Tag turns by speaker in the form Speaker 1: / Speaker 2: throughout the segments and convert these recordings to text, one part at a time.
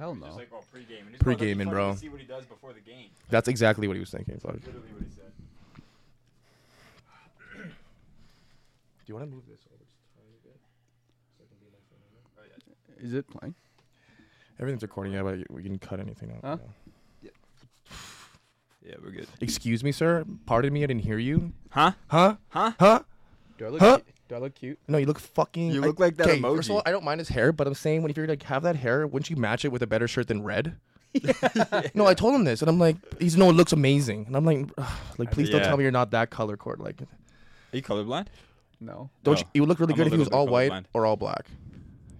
Speaker 1: Hell
Speaker 2: Just
Speaker 1: no.
Speaker 2: like while pre-gaming. Just wanted to
Speaker 3: Pre-gaming,
Speaker 2: fucking
Speaker 3: bro.
Speaker 2: See what he does before the game.
Speaker 3: That's exactly what he was thinking. Fuck. Do
Speaker 2: Literally what he said.
Speaker 3: you want to move this over? just a tiny bit?
Speaker 1: Is it playing?
Speaker 3: Everything's recording, yeah, but you, we can cut anything out.
Speaker 1: Huh?
Speaker 3: you know.
Speaker 2: Yeah, we're good.
Speaker 3: Excuse me, sir. Pardon me, I didn't hear you.
Speaker 2: Huh?
Speaker 3: Huh?
Speaker 2: Huh?
Speaker 3: Huh?
Speaker 1: Do I look?
Speaker 3: Huh?
Speaker 1: cu- Do I look cute?
Speaker 3: No, you look fucking.
Speaker 2: You
Speaker 3: I-
Speaker 2: look like that
Speaker 3: 'kay, First of
Speaker 2: emoji.
Speaker 3: all, I don't mind his hair, but I'm saying when if you're like have that hair, wouldn't you match it with a better shirt than red? no, I told him this, and I'm like, he's no, it looks amazing, and I'm like, ugh, like please don't
Speaker 2: Yeah.
Speaker 3: tell me you're not that color cord. Like,
Speaker 2: Are you colorblind?
Speaker 1: No.
Speaker 3: don't
Speaker 2: No,
Speaker 3: you? It would look really
Speaker 2: I'm a
Speaker 3: good if he was
Speaker 2: little
Speaker 3: all
Speaker 2: bit
Speaker 3: white
Speaker 2: colorblind.
Speaker 3: or all black.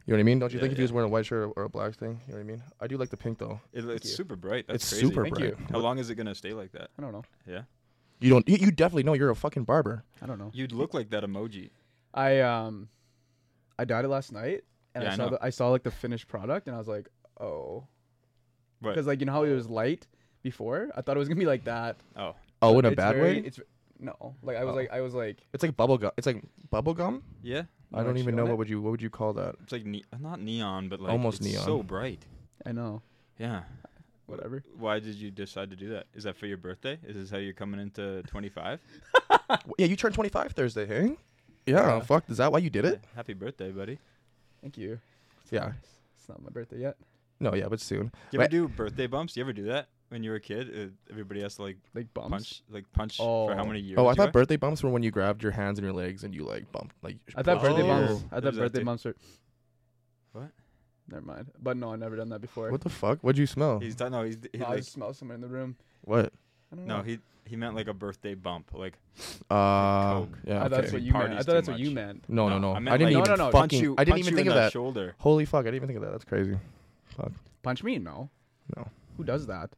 Speaker 3: You know what I mean? Don't you
Speaker 2: Yeah,
Speaker 3: think if he
Speaker 2: yeah.
Speaker 3: was wearing a white shirt or, or a black thing, you know what I mean? I do like the pink though.
Speaker 2: It, it's
Speaker 3: you.
Speaker 2: super bright. That's
Speaker 3: It's
Speaker 2: crazy.
Speaker 3: super
Speaker 1: Thank
Speaker 3: bright.
Speaker 1: you.
Speaker 2: How long is it gonna stay like that?
Speaker 1: I don't know.
Speaker 2: Yeah.
Speaker 3: You don't. You, you definitely know you're a fucking barber.
Speaker 1: I don't know.
Speaker 2: You'd look like that emoji.
Speaker 1: I um, I dyed it last night, and
Speaker 2: Yeah,
Speaker 1: I
Speaker 2: I
Speaker 1: saw
Speaker 2: know.
Speaker 1: the, I saw like the finished product, and I was like, oh,
Speaker 2: But
Speaker 1: because like you know how it was light before. I thought it was gonna be like that.
Speaker 2: oh,
Speaker 3: Oh, in a
Speaker 1: It's
Speaker 3: bad
Speaker 1: very-
Speaker 3: way.
Speaker 1: It's no, like I was
Speaker 3: Oh.
Speaker 1: like I was like
Speaker 3: It's like bubble gum. It's like bubble gum.
Speaker 2: yeah.
Speaker 3: I don't
Speaker 1: Like
Speaker 3: even know
Speaker 1: showing
Speaker 3: what
Speaker 1: it?
Speaker 3: would you what would you call that?
Speaker 2: It's like ne- not neon, but like
Speaker 3: Almost
Speaker 2: it's
Speaker 3: neon.
Speaker 2: So bright.
Speaker 1: I know
Speaker 2: Yeah.
Speaker 1: whatever.
Speaker 2: Why did you decide to do that? Is that for your birthday? Is this how you're coming into 25?
Speaker 3: Yeah, you turned 25 Thursday, hey? Yeah,
Speaker 1: Yeah.
Speaker 3: fuck. Is that why you did it?
Speaker 2: Happy birthday, buddy.
Speaker 1: Thank you.
Speaker 3: Yeah.
Speaker 1: It's not my birthday yet.
Speaker 3: No, yeah, but soon.
Speaker 2: Do you ever
Speaker 3: Wait.
Speaker 2: do birthday bumps? You ever do that when you were a kid? Uh, everybody has to like
Speaker 1: Like bumps.
Speaker 2: punch, like punch for how
Speaker 1: Oh.
Speaker 2: many years?
Speaker 3: Oh, I
Speaker 2: you
Speaker 3: thought
Speaker 2: are?
Speaker 3: birthday bumps were when you grabbed your hands and your legs and you like bumped like.
Speaker 1: I thought birthday
Speaker 2: Oh.
Speaker 1: bumps. I
Speaker 2: There's
Speaker 1: thought
Speaker 2: that
Speaker 1: birthday
Speaker 2: too.
Speaker 1: bumps are.
Speaker 2: What?
Speaker 1: Never mind. But no, I've never done that before.
Speaker 3: What the fuck? What'd you smell?
Speaker 2: He's done. No, he's he,
Speaker 1: No, I
Speaker 2: like,
Speaker 1: just smell someone in the room.
Speaker 3: What?
Speaker 1: I don't
Speaker 2: no,
Speaker 1: know.
Speaker 2: he he meant like a birthday bump, like
Speaker 3: Uh,
Speaker 2: Coke.
Speaker 3: yeah.
Speaker 1: I thought
Speaker 3: okay.
Speaker 1: that's what you meant. I
Speaker 2: Parties
Speaker 1: thought that's
Speaker 2: too
Speaker 1: what you
Speaker 2: much.
Speaker 1: meant.
Speaker 3: No, no, no. I,
Speaker 2: meant,
Speaker 3: didn't
Speaker 2: like,
Speaker 3: even
Speaker 1: No, no, no,
Speaker 2: punch
Speaker 3: fucking.
Speaker 2: you-
Speaker 3: I didn't
Speaker 2: punch
Speaker 3: even
Speaker 2: you
Speaker 3: think
Speaker 2: in
Speaker 3: of
Speaker 2: the
Speaker 3: that.
Speaker 2: Shoulder.
Speaker 3: Holy fuck! I didn't even think of that. That's crazy. Fuck.
Speaker 1: Punch me? No.
Speaker 3: No.
Speaker 1: Who does that?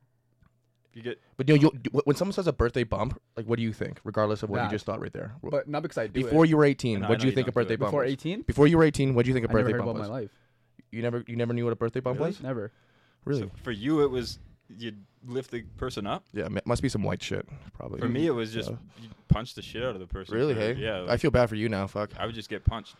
Speaker 2: You get
Speaker 3: But you, know, you wh- when someone says a birthday bump, like what do you think, regardless of what you
Speaker 1: That.
Speaker 3: just thought right there?
Speaker 1: But not because I do
Speaker 3: Before
Speaker 1: it.
Speaker 3: you were 18,
Speaker 2: No, I
Speaker 3: what
Speaker 2: know
Speaker 3: do you
Speaker 2: you
Speaker 3: think a
Speaker 2: don't do it.
Speaker 3: birthday bump
Speaker 1: Before
Speaker 3: was?
Speaker 1: 18?
Speaker 3: Before you were 18, what do you think
Speaker 1: I
Speaker 3: a
Speaker 1: never
Speaker 3: birthday
Speaker 1: heard about
Speaker 3: bump
Speaker 1: my
Speaker 3: was?
Speaker 1: life.
Speaker 3: You never, you never knew what a birthday bump
Speaker 2: Really?
Speaker 3: was.
Speaker 1: Never.
Speaker 3: Really?
Speaker 2: so for you. It was you lift the person up.
Speaker 3: Yeah, m- must be some white shit, probably.
Speaker 2: For me, it was just
Speaker 3: Yeah.
Speaker 2: you punch the shit out of the person.
Speaker 3: really,
Speaker 2: for-
Speaker 3: hey,
Speaker 2: Yeah,
Speaker 3: I
Speaker 2: like,
Speaker 3: feel bad for you now. Fuck.
Speaker 2: I would just get punched.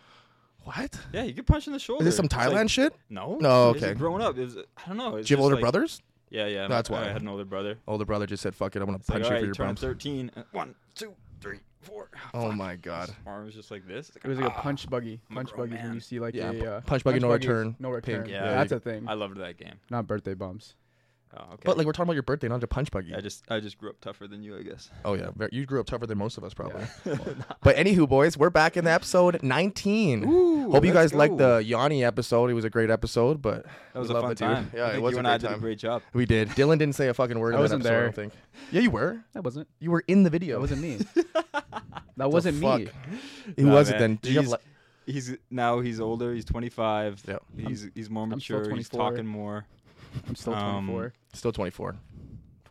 Speaker 3: What?
Speaker 2: Yeah, you get punched in the shoulder.
Speaker 3: Is this some
Speaker 2: It's
Speaker 3: Thailand
Speaker 2: like-
Speaker 3: shit?
Speaker 2: No.
Speaker 3: No,
Speaker 2: it's like
Speaker 3: okay.
Speaker 2: Growing up, is I don't know.
Speaker 3: Do
Speaker 2: it's
Speaker 3: you have
Speaker 2: just
Speaker 3: older
Speaker 2: like-
Speaker 3: brothers?
Speaker 2: Yeah, yeah.
Speaker 3: That's
Speaker 2: my-
Speaker 3: why.
Speaker 2: I had an older brother.
Speaker 3: Older brother just said, "Fuck it, I'm gonna
Speaker 2: It's like,
Speaker 3: punch
Speaker 2: all
Speaker 3: you
Speaker 2: right,
Speaker 3: for
Speaker 2: you
Speaker 3: your
Speaker 2: turn
Speaker 3: bumps."
Speaker 2: thirteen. uh, One, two, three, four.
Speaker 3: Oh my god.
Speaker 2: Arm was just like this. It's
Speaker 1: It was like
Speaker 2: ah.
Speaker 1: a punch buggy.
Speaker 2: I'm a
Speaker 1: punch
Speaker 2: grown
Speaker 1: buggy when
Speaker 2: man.
Speaker 1: you see like
Speaker 3: Yeah, pu-
Speaker 1: a uh,
Speaker 3: punch buggy, no
Speaker 1: buggy is
Speaker 3: return,
Speaker 1: No return.
Speaker 3: pink.
Speaker 2: Yeah,
Speaker 1: Yeah,
Speaker 2: you-
Speaker 1: that's a thing.
Speaker 2: I loved that game.
Speaker 1: Not birthday bumps.
Speaker 2: Oh, okay.
Speaker 3: But like we're talking about your birthday, not a punch buggy.
Speaker 2: I just I just grew up tougher than you, I guess.
Speaker 3: oh yeah, ver- you grew up tougher than most of us probably. but anywho, boys, we're back in the episode 19.
Speaker 2: Ooh,
Speaker 3: Hope you
Speaker 2: let's
Speaker 3: guys liked
Speaker 2: go.
Speaker 3: the Yanni episode. It was a great episode, but
Speaker 2: That was
Speaker 3: we
Speaker 2: a
Speaker 3: love
Speaker 2: fun
Speaker 3: the dude.
Speaker 2: time.
Speaker 3: Yeah,
Speaker 2: I
Speaker 3: it
Speaker 2: think
Speaker 3: was
Speaker 2: you
Speaker 3: a
Speaker 2: and I
Speaker 3: great
Speaker 2: did a
Speaker 3: time.
Speaker 2: great job.
Speaker 3: We did. Dylan didn't say a fucking
Speaker 1: I
Speaker 3: word. in that
Speaker 1: wasn't
Speaker 3: episode, I
Speaker 1: there.
Speaker 3: don't think. Yeah, you were.
Speaker 1: That wasn't.
Speaker 3: You were in the video.
Speaker 1: That wasn't me. that wasn't me.
Speaker 3: fuck? Who
Speaker 2: Nah,
Speaker 3: was it
Speaker 2: man.
Speaker 3: then? Did you have
Speaker 2: He's-
Speaker 3: li-
Speaker 2: He's now he's older. He's 25.
Speaker 3: Yep.
Speaker 2: He's he's more
Speaker 1: I'm still
Speaker 2: mature. He's
Speaker 1: 24.
Speaker 2: talking more.
Speaker 1: I'm still
Speaker 2: Um,
Speaker 1: 24.
Speaker 3: Still 24.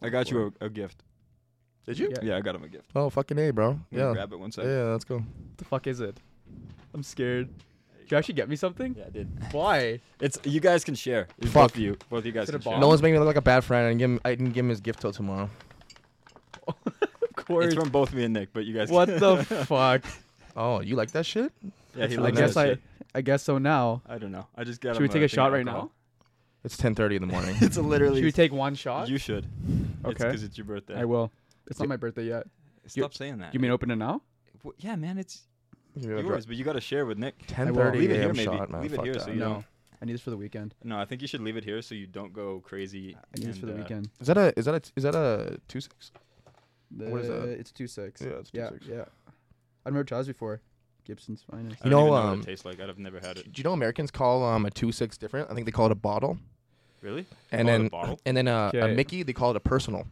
Speaker 2: I got you a, a gift.
Speaker 3: Did
Speaker 1: you?
Speaker 3: Yeah.
Speaker 1: Yeah.
Speaker 2: Yeah, I got him a gift.
Speaker 3: Oh, fucking A, bro.
Speaker 2: I'm gonna
Speaker 3: Yeah.
Speaker 2: Grab it one second.
Speaker 3: Yeah, let's go.
Speaker 1: What the fuck is it? I'm scared.
Speaker 2: you
Speaker 1: Did you actually get me something?
Speaker 2: Yeah, I did.
Speaker 1: Why?
Speaker 2: It's you guys can share. It's
Speaker 3: Fuck.
Speaker 2: both of you. Both of you guys
Speaker 1: it a
Speaker 2: can share.
Speaker 1: bomb?
Speaker 3: No one's making me look like a bad friend. and give him, I didn't give him his gift till tomorrow.
Speaker 1: Of course.
Speaker 2: It's from both me and Nick, but you guys.
Speaker 1: What the fuck?
Speaker 3: Oh, you like that shit?
Speaker 2: yeah, he
Speaker 3: I
Speaker 1: I
Speaker 2: loves
Speaker 1: guess
Speaker 2: that
Speaker 1: I.
Speaker 2: shit.
Speaker 1: I guess so now.
Speaker 2: I don't know. I just got.
Speaker 1: Should we
Speaker 2: him
Speaker 1: take a
Speaker 2: thing
Speaker 1: shot
Speaker 2: of
Speaker 1: right
Speaker 2: alcohol.
Speaker 1: now?
Speaker 3: It's 10:30 in the morning.
Speaker 2: It's literally.
Speaker 1: Should we take one shot?
Speaker 2: You should.
Speaker 1: Okay.
Speaker 2: Because it's your birthday. Uh,
Speaker 1: I will. It's not my birthday yet.
Speaker 2: Stop saying that.
Speaker 1: You mean open it now?
Speaker 2: W- Yeah, man. It's
Speaker 3: You gotta
Speaker 2: yours, but you got to share with Nick.
Speaker 3: drop- 10:30
Speaker 2: Leave it here,
Speaker 3: a.m.
Speaker 2: maybe.
Speaker 3: shot, man.
Speaker 2: Leave it
Speaker 3: Fuck
Speaker 2: here
Speaker 3: that.
Speaker 2: so you
Speaker 1: No.
Speaker 2: don't-
Speaker 1: I need this for the weekend.
Speaker 2: No, I think you should leave it here so you don't go crazy.
Speaker 1: I need this for the
Speaker 2: and, uh,
Speaker 1: weekend.
Speaker 3: Is that a is that a is that a two six? what is
Speaker 1: The-
Speaker 3: that?
Speaker 1: Uh, It's two six.
Speaker 3: Yeah, it's
Speaker 1: yeah,
Speaker 3: 2.6.
Speaker 1: yeah. I've never tried this before. Gibson's finest.
Speaker 2: I
Speaker 3: You
Speaker 2: don't
Speaker 3: know,
Speaker 2: even what
Speaker 3: um,
Speaker 2: it tastes like. I've never had it.
Speaker 3: Do you know Americans call um a two six different? I think they call it a bottle,
Speaker 2: Really? Call
Speaker 3: and
Speaker 2: it a
Speaker 3: then
Speaker 2: bottle?
Speaker 3: and then uh, a
Speaker 1: Okay.
Speaker 3: Mickey they call it a personal.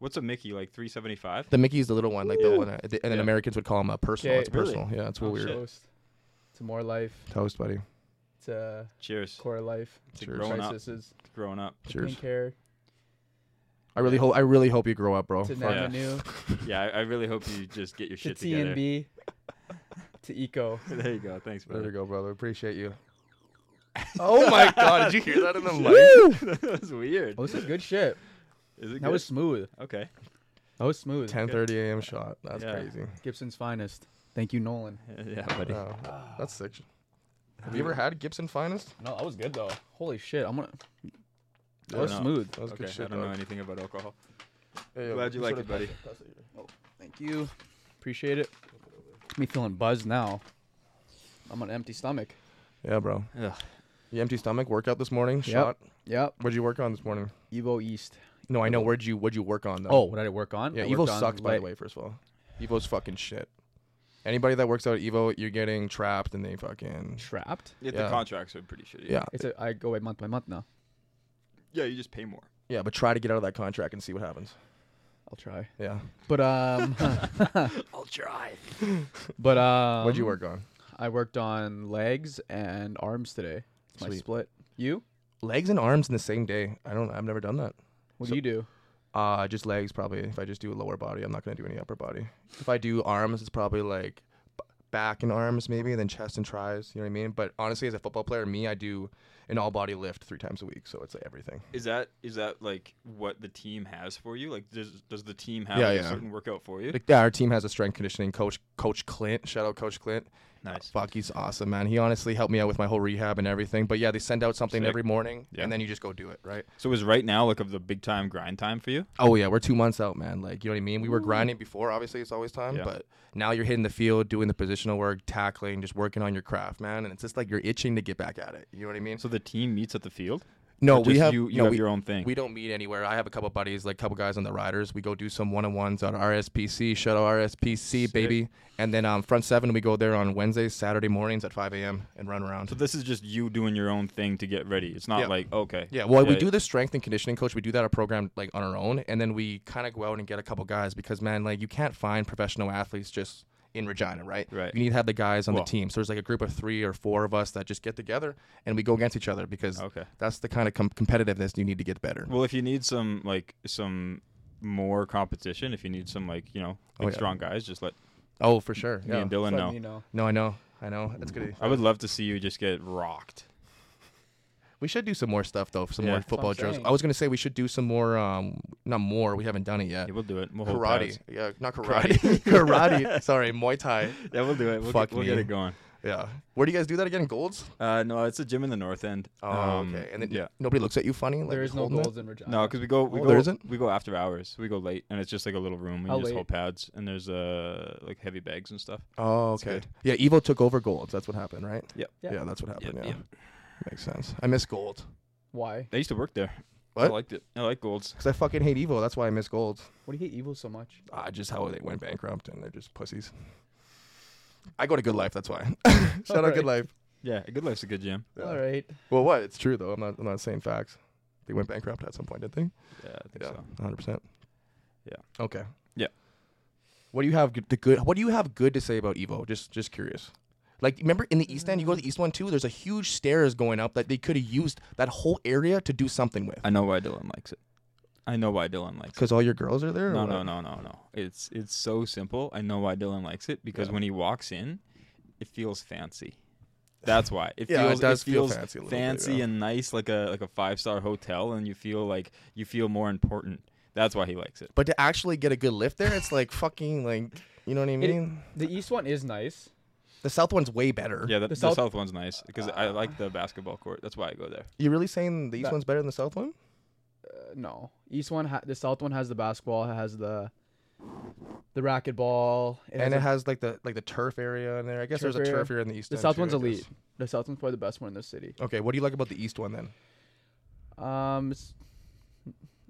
Speaker 2: What's a Mickey like? Three seventy five.
Speaker 3: The Mickey's the little one, like the one, uh, the- and then
Speaker 2: Yeah.
Speaker 3: Americans would call them a personal.
Speaker 1: Okay.
Speaker 3: It's
Speaker 2: Really?
Speaker 3: personal. Yeah, it's
Speaker 2: Oh,
Speaker 3: weird.
Speaker 2: shit.
Speaker 1: Toast to more life,
Speaker 3: Toast, buddy.
Speaker 1: to
Speaker 2: Cheers.
Speaker 1: core life,
Speaker 2: To
Speaker 3: Cheers.
Speaker 2: growing up.
Speaker 1: crises,
Speaker 2: Growing up.
Speaker 1: to
Speaker 3: Cheers.
Speaker 1: pink hair,
Speaker 3: I really hope I really hope you grow up, bro.
Speaker 1: to
Speaker 3: Fuck.
Speaker 1: Nana
Speaker 2: yeah.
Speaker 1: New,
Speaker 2: Yeah, I, I really hope you just get your
Speaker 1: to
Speaker 2: shit
Speaker 1: T and
Speaker 2: together.
Speaker 1: B, to Eco.
Speaker 2: There you go. Thanks,
Speaker 3: There you
Speaker 2: brother.
Speaker 3: go, brother. Appreciate you. oh my god, did you hear that in the mic?
Speaker 2: Woo! that was weird.
Speaker 1: Oh, this is good shit.
Speaker 2: Is it
Speaker 1: That
Speaker 2: good?
Speaker 1: was smooth.
Speaker 2: okay.
Speaker 1: That was smooth.
Speaker 3: 10:30 a.m. shot. That's
Speaker 2: Yeah.
Speaker 3: crazy.
Speaker 1: Gibson's finest. Thank you, Nolan.
Speaker 2: Yeah,
Speaker 1: Uh,
Speaker 2: buddy.
Speaker 3: Wow. That's sick. Have you ever had Gibson Finest?
Speaker 1: No, that was good though. Holy shit! I'm gonna. That was
Speaker 2: No.
Speaker 1: smooth.
Speaker 3: That was
Speaker 2: Okay,
Speaker 3: good shit.
Speaker 2: I don't know
Speaker 3: dog.
Speaker 2: anything about alcohol.
Speaker 3: Yeah, yeah,
Speaker 2: Glad you
Speaker 3: we
Speaker 2: liked
Speaker 3: sorta
Speaker 2: it, buddy.
Speaker 3: passed passed here.
Speaker 1: Thank you. Appreciate it. Me feeling buzzed now. I'm on an empty stomach.
Speaker 3: Yeah, bro.
Speaker 2: Ugh.
Speaker 3: You empty stomach workout this morning. Shot.
Speaker 1: Yep.
Speaker 3: What'd you work on this morning?
Speaker 1: Evo East.
Speaker 3: No, I know. Where'd you What'd you work on though?
Speaker 1: Oh, what did I work on?
Speaker 3: yeah.
Speaker 1: I
Speaker 3: Evo
Speaker 1: worked on
Speaker 3: sucks, by the
Speaker 1: leg-
Speaker 3: way. First of all, Evo's fucking shit. Anybody that works out at Evo, you're getting trapped, and they fucking
Speaker 1: Trapped.
Speaker 2: Yeah,
Speaker 3: Yeah.
Speaker 2: The contracts are pretty shitty.
Speaker 3: yeah,
Speaker 1: It's a, I go away month by month now.
Speaker 2: Yeah, you just pay more.
Speaker 3: yeah. But try to get out of that contract and see what happens.
Speaker 1: I'll try.
Speaker 3: Yeah.
Speaker 1: But um,
Speaker 2: I'll try.
Speaker 1: but um,
Speaker 3: What'd you work on?
Speaker 1: I worked on legs and arms today. It's my
Speaker 3: Sweet.
Speaker 1: split. You?
Speaker 3: Legs and arms in the same day. I don't. I've never done that.
Speaker 1: What
Speaker 3: So-
Speaker 1: do you do?
Speaker 3: Uh, just legs probably. If I just do lower body, I'm not gonna do any upper body. If I do arms, it's probably like b- back and arms maybe, and then chest and tries. You know what I mean? But honestly, as a football player, me, I do an all body lift three times a week, so it's like everything.
Speaker 2: Is that is that like what the team has for you? Like, does does the team have
Speaker 3: Yeah,
Speaker 2: like,
Speaker 3: yeah.
Speaker 2: a certain workout for you?
Speaker 3: Like yeah, our team has a strength conditioning coach, Coach Clint. Shout out Coach Clint.
Speaker 2: nice.
Speaker 3: Fuck, he's awesome, man. He honestly helped me out with my whole rehab and everything. But yeah, they send out something
Speaker 2: Sick.
Speaker 3: every morning,
Speaker 2: Yeah.
Speaker 3: and then you just go do it, right?
Speaker 2: So is right now like of the big time grind time for you?
Speaker 3: Oh yeah, we're two months out, man. Like you know what I mean. We were grinding before. Obviously, it's always time.
Speaker 2: Yeah.
Speaker 3: But now you're hitting the field, doing the positional work, tackling, just working on your craft, man. And it's just like you're itching to get back at it. You know what I mean?
Speaker 2: So the team meets at the field.
Speaker 3: no,
Speaker 2: Or
Speaker 3: we
Speaker 2: just
Speaker 3: have
Speaker 2: you, you
Speaker 3: no,
Speaker 2: have
Speaker 3: we,
Speaker 2: your own thing.
Speaker 3: we don't meet anywhere. I have a couple buddies, like a couple guys on the riders. We go do some one on ones on RSPC. Shout out RSPC,
Speaker 2: Sick.
Speaker 3: baby. And then um, front seven, we go there on Wednesdays, Saturday mornings at 5 a.m. and run around.
Speaker 2: so this is just you doing your own thing to get ready. It's not
Speaker 3: Yeah.
Speaker 2: like okay.
Speaker 3: Yeah, well, we
Speaker 2: Yeah.
Speaker 3: do the strength and conditioning coach. We do that our program like on our own, and then we kind of go out and get a couple guys because man, like you can't find professional athletes just in Regina, right?
Speaker 2: Right.
Speaker 3: You need to have the guys on
Speaker 2: Well-
Speaker 3: the team. So there's like a group of three or four of us that just get together and we go against each other because
Speaker 2: Okay.
Speaker 3: that's the kind of com- competitiveness you need to get better.
Speaker 2: Well, if you need some like some more competition, if you need some like you know
Speaker 3: Oh,
Speaker 2: big
Speaker 3: yeah.
Speaker 2: strong guys, just let
Speaker 3: Oh, for sure.
Speaker 2: me
Speaker 3: Yeah.
Speaker 2: and Dylan
Speaker 1: Just
Speaker 2: know.
Speaker 1: letting You know.
Speaker 3: No, I know. I know. That's good.
Speaker 2: I would love to see you just get rocked.
Speaker 3: We should do some more stuff though. Some
Speaker 2: Yeah.
Speaker 3: more
Speaker 2: That's
Speaker 1: what I'm
Speaker 3: football drills.
Speaker 1: saying.
Speaker 3: I was gonna say we should do some more. Um, not more. We haven't done it yet.
Speaker 2: Yeah, we'll do it. We'll hold
Speaker 3: Karate.
Speaker 2: pads.
Speaker 3: Yeah, not karate. karate. Sorry, Muay Thai.
Speaker 2: Yeah, we'll do it. We'll,
Speaker 3: Fuck
Speaker 2: get, we'll get
Speaker 3: me.
Speaker 2: it going.
Speaker 3: Yeah. Where do you guys do that again? Golds?
Speaker 2: Uh, no, it's a gym in the north end.
Speaker 3: Oh,
Speaker 2: Um,
Speaker 3: okay. And then
Speaker 2: yeah.
Speaker 3: nobody looks at you funny. Like,
Speaker 1: there
Speaker 3: just
Speaker 1: is no
Speaker 3: holding it?
Speaker 1: golds in Regina.
Speaker 2: No, because we go we
Speaker 3: Oh,
Speaker 2: go
Speaker 3: there isn't?
Speaker 2: we go after hours. We go late, and it's just like a little room. We
Speaker 1: How
Speaker 2: just
Speaker 1: late?
Speaker 2: hold pads, and there's uh like heavy bags and stuff.
Speaker 3: Oh,
Speaker 2: It's
Speaker 3: okay. Yeah, Evo took over golds. That's what happened, right?
Speaker 2: Yep.
Speaker 1: Yeah.
Speaker 3: Yeah, that's what happened.
Speaker 2: Yep,
Speaker 3: yeah. Makes sense. I miss gold
Speaker 1: Why?
Speaker 2: I used to work there. I
Speaker 3: What?
Speaker 2: liked it. I like golds.
Speaker 3: because I fucking hate Evo. That's why I miss golds.
Speaker 1: What do you hate evil so much?
Speaker 3: Ah, just how they went bankrupt and they're just pussies. I go to Good Life. That's why. Shout out
Speaker 1: Alright.
Speaker 3: Good Life.
Speaker 2: Yeah, a good life's a good gym.
Speaker 3: Yeah.
Speaker 1: All right.
Speaker 3: Well, what? It's true though. I'm not. I'm not saying facts. They went bankrupt at some point, didn't they?
Speaker 2: Yeah, I think
Speaker 3: Yeah,
Speaker 2: so.
Speaker 3: 100. percent
Speaker 2: Yeah.
Speaker 3: Okay.
Speaker 2: Yeah.
Speaker 3: What do you have good- the good? What do you have good to say about Evo? Just just curious. Like remember in the East End, you go to the East one too. There's a huge stairs going up that they could have used that whole area to do something with.
Speaker 2: I know why Dylan likes it. I know why Dylan likes it.
Speaker 3: Because all your girls are there. or
Speaker 2: No,
Speaker 3: what?
Speaker 2: no, no, no, no. It's it's so simple. I know why Dylan likes it because
Speaker 3: Yeah.
Speaker 2: when he walks in, it feels fancy. That's why it
Speaker 3: Yeah, it
Speaker 2: feels
Speaker 3: does feel
Speaker 2: feels
Speaker 3: fancy a little bit,
Speaker 2: fancy
Speaker 3: yeah.
Speaker 2: and nice, like a like a five star hotel, and you feel like you feel more important. That's why he likes it.
Speaker 3: But to actually get a good lift there, it's like fucking like you know what I mean.
Speaker 1: The east one is nice.
Speaker 3: the South one's way better.
Speaker 2: Yeah, the, the,
Speaker 1: South-
Speaker 2: south, one's nice because
Speaker 3: Ah.
Speaker 2: I like the basketball court. That's why I go there.
Speaker 3: You really saying the East
Speaker 1: That-
Speaker 3: one's better than the South one?
Speaker 1: Uh, no, east one. Ha- the south one has the basketball. It has the the racquetball.
Speaker 3: and
Speaker 1: has
Speaker 3: it
Speaker 1: a-
Speaker 3: has like the like the turf area in there. I guess
Speaker 1: Turf
Speaker 3: there's a
Speaker 1: area.
Speaker 3: turf area in the East.
Speaker 1: the
Speaker 3: End,
Speaker 1: south
Speaker 3: too,
Speaker 1: one's
Speaker 3: I guess.
Speaker 1: elite. The south one's probably the best one in the city.
Speaker 3: Okay, what do you like about the East one then?
Speaker 1: Um, it's,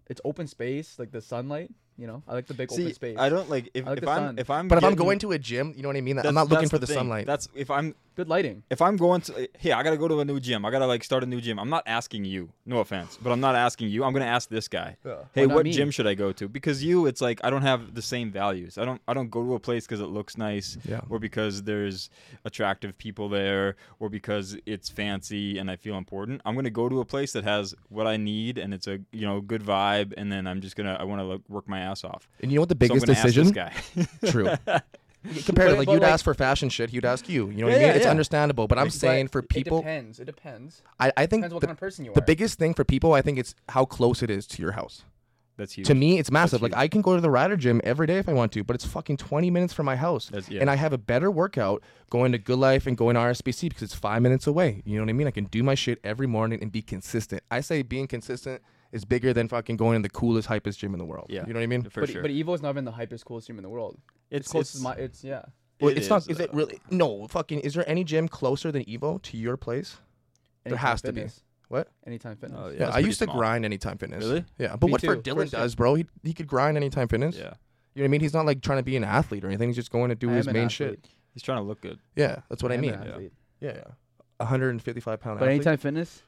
Speaker 1: it's open space, like the sunlight. You know, I like the big open space.
Speaker 2: don't like if,
Speaker 1: I like
Speaker 2: if
Speaker 1: the
Speaker 2: I'm
Speaker 1: sun.
Speaker 2: if I'm
Speaker 3: But if I'm
Speaker 2: getting-
Speaker 3: going to a gym, you know what I mean. I'm
Speaker 2: that's-
Speaker 3: not looking
Speaker 2: that's
Speaker 3: for the,
Speaker 2: thing.
Speaker 3: sunlight.
Speaker 2: That's if I'm
Speaker 1: Good lighting.
Speaker 2: if I'm going to, hey, I gotta go to a new gym. I gotta like start a new gym. I'm not asking you. No offense, but I'm not asking you. I'm gonna ask this guy.
Speaker 3: Yeah.
Speaker 2: Hey,
Speaker 1: Why not
Speaker 2: what
Speaker 1: me?
Speaker 2: gym should I go to? Because you, it's like I don't have the same values. I don't. I don't go to a place because it looks nice,
Speaker 3: Yeah.
Speaker 2: or because there's attractive people there, or because it's fancy and I feel important. I'm gonna go to a place that has what I need and it's a you know good vibe, and then I'm just gonna I want to work my ass off.
Speaker 3: And you know what the
Speaker 2: So I'm
Speaker 3: biggest
Speaker 2: gonna
Speaker 3: decision?
Speaker 2: Ask this guy.
Speaker 3: True. Compared to
Speaker 1: But-
Speaker 3: like
Speaker 1: but,
Speaker 3: you'd
Speaker 1: like-
Speaker 3: ask for fashion shit, he'd ask you. You know what I
Speaker 2: Yeah,
Speaker 3: mean?
Speaker 2: yeah,
Speaker 3: It's
Speaker 2: yeah.
Speaker 3: understandable, but I'm saying for
Speaker 1: it
Speaker 3: people,
Speaker 1: depends. It depends.
Speaker 3: I, I think
Speaker 1: Depends what
Speaker 3: the,
Speaker 1: kind of person you
Speaker 3: the
Speaker 1: are.
Speaker 3: biggest thing for people, I think it's how close it is to your house.
Speaker 2: That's huge.
Speaker 3: To me, it's massive. Like I can go to the Rider Gym every day if I want to, but it's fucking 20 minutes from my house,
Speaker 2: That's- yeah.
Speaker 3: and I have a better workout going to Good Life and going to RSBC because it's five minutes away. You know what I mean? I can do my shit every morning and be consistent. I say being consistent is bigger than fucking going in the coolest, hypest gym in the world.
Speaker 2: Yeah.
Speaker 3: You know what I mean?
Speaker 2: for
Speaker 1: but
Speaker 2: sure.
Speaker 1: but Evo's not even the hypest coolest team in the world. It's, close to my. It's yeah.
Speaker 3: Well,
Speaker 2: it
Speaker 3: it's not.
Speaker 2: is,
Speaker 3: Is it
Speaker 2: though.
Speaker 3: really? No. Fucking. Is there any gym closer than Evo to your place? There has to be. What? Uh,
Speaker 1: Anytime Fitness.
Speaker 2: Oh,
Speaker 3: Yeah.
Speaker 2: it's
Speaker 3: I
Speaker 2: pretty
Speaker 3: used to
Speaker 2: small.
Speaker 3: grind Anytime Fitness.
Speaker 2: Really?
Speaker 3: Yeah. But
Speaker 1: Me
Speaker 3: what for
Speaker 1: too,
Speaker 3: Dylan
Speaker 1: first year.
Speaker 3: does, bro? He he could grind Anytime Fitness.
Speaker 2: Yeah,
Speaker 3: You know what I mean? He's not like trying to be an athlete or anything. He's just going to do
Speaker 1: I
Speaker 3: his
Speaker 1: am an
Speaker 3: main
Speaker 1: athlete.
Speaker 3: shit.
Speaker 2: he's trying to look good.
Speaker 3: Yeah. That's what I,
Speaker 1: am an
Speaker 3: mean.
Speaker 2: yeah.
Speaker 1: athlete.
Speaker 3: Yeah. yeah. 155 pound.
Speaker 1: But
Speaker 3: athlete.
Speaker 1: Anytime Fitness,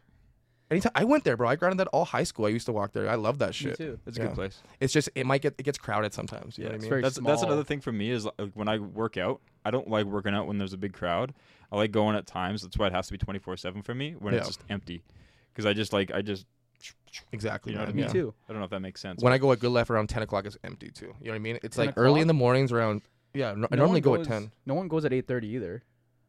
Speaker 3: Anytime I went there, bro. I grinded that all high school. I used to walk there. I love that
Speaker 1: me
Speaker 3: shit.
Speaker 1: too.
Speaker 2: It's a
Speaker 3: Yeah.
Speaker 2: good place.
Speaker 3: It's just it might get it gets crowded sometimes. You
Speaker 2: Yeah,
Speaker 3: know what I
Speaker 2: it's
Speaker 3: mean?
Speaker 1: very
Speaker 2: That's that's
Speaker 1: small.
Speaker 2: another thing for me is like when I work out, I don't like working out when there's a big crowd. I like going at times. That's why it has to be 24/7 for me when it's
Speaker 3: Yeah.
Speaker 2: just empty. Cuz I just like I just
Speaker 3: exactly.
Speaker 2: You know what
Speaker 3: man,
Speaker 2: I
Speaker 1: Me
Speaker 2: mean?
Speaker 3: yeah.
Speaker 1: too.
Speaker 2: I don't know if that makes sense.
Speaker 3: When I go at Good Life around 10 o'clock, it's empty too. You know what I mean? It's
Speaker 1: 10
Speaker 3: like early
Speaker 1: o'clock?
Speaker 3: in the mornings around. Yeah, no, I
Speaker 1: No
Speaker 3: normally
Speaker 1: one
Speaker 3: go at
Speaker 1: goes-
Speaker 3: 10.
Speaker 1: No one goes at eight thirty either.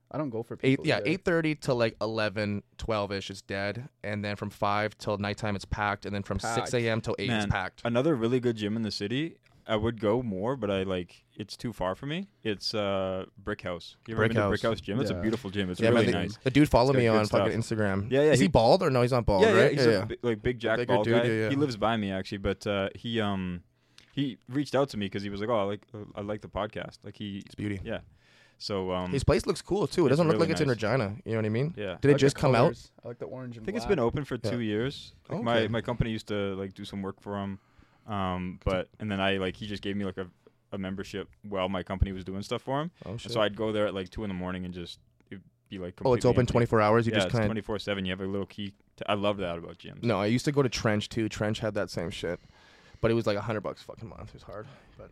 Speaker 1: I don't go for
Speaker 3: Eight,
Speaker 1: people
Speaker 3: yeah,
Speaker 1: either.
Speaker 3: eight thirty to like 11, 12 ish is dead, and then from five till nighttime it's packed, and then from
Speaker 1: Packed.
Speaker 3: six a.m. till eight is
Speaker 2: Man,
Speaker 3: packed.
Speaker 2: Another really good gym in the city. I would go more, but I like it's too far for me. It's uh Brick House. You ever
Speaker 3: Brick
Speaker 2: been to
Speaker 3: House.
Speaker 2: Brick House gym? It's
Speaker 1: Yeah.
Speaker 2: a beautiful gym. It's
Speaker 3: yeah,
Speaker 2: really
Speaker 3: man, the,
Speaker 2: nice.
Speaker 3: the dude followed
Speaker 2: It's
Speaker 3: me
Speaker 2: got good
Speaker 3: on fucking Instagram.
Speaker 2: Yeah, yeah,
Speaker 3: Is he,
Speaker 2: he-
Speaker 3: bald or no? He's not bald,
Speaker 2: yeah, yeah,
Speaker 3: right?
Speaker 2: he's a bi- like big Jack
Speaker 3: Bigger
Speaker 2: bald
Speaker 3: dude,
Speaker 2: guy.
Speaker 3: yeah, yeah.
Speaker 2: He lives by me actually, but uh, he um he reached out to me because he was like, oh, I like I like the podcast. Like he,
Speaker 3: It's beauty.
Speaker 2: yeah. So um,
Speaker 3: His place looks cool too. It
Speaker 2: It's
Speaker 3: doesn't look
Speaker 2: really
Speaker 3: like it's in
Speaker 2: nice.
Speaker 3: Regina. You know what I mean?
Speaker 2: yeah.
Speaker 3: Did
Speaker 1: I
Speaker 3: it
Speaker 1: like the
Speaker 3: just come out?
Speaker 1: colors. I like the orange and
Speaker 2: I think
Speaker 1: black.
Speaker 2: it's been open for
Speaker 3: Yeah.
Speaker 2: two years. Like my
Speaker 3: Okay.
Speaker 2: my company used to like do some work for him, um, but and then I like he just gave me like a, a membership while my company was doing stuff for him.
Speaker 3: Oh shit.
Speaker 2: So I'd go there at like two in the morning and just it'd be like
Speaker 3: oh, it's
Speaker 2: completely
Speaker 3: open
Speaker 2: empty.
Speaker 3: 24 hours. You
Speaker 2: yeah,
Speaker 3: just
Speaker 2: it's
Speaker 3: kind of
Speaker 2: twenty four seven. You have a little key. To, I love that about gyms.
Speaker 3: No, I used to go to Trench too. Trench had that same shit, but it was like a hundred bucks a fucking month. It was hard, but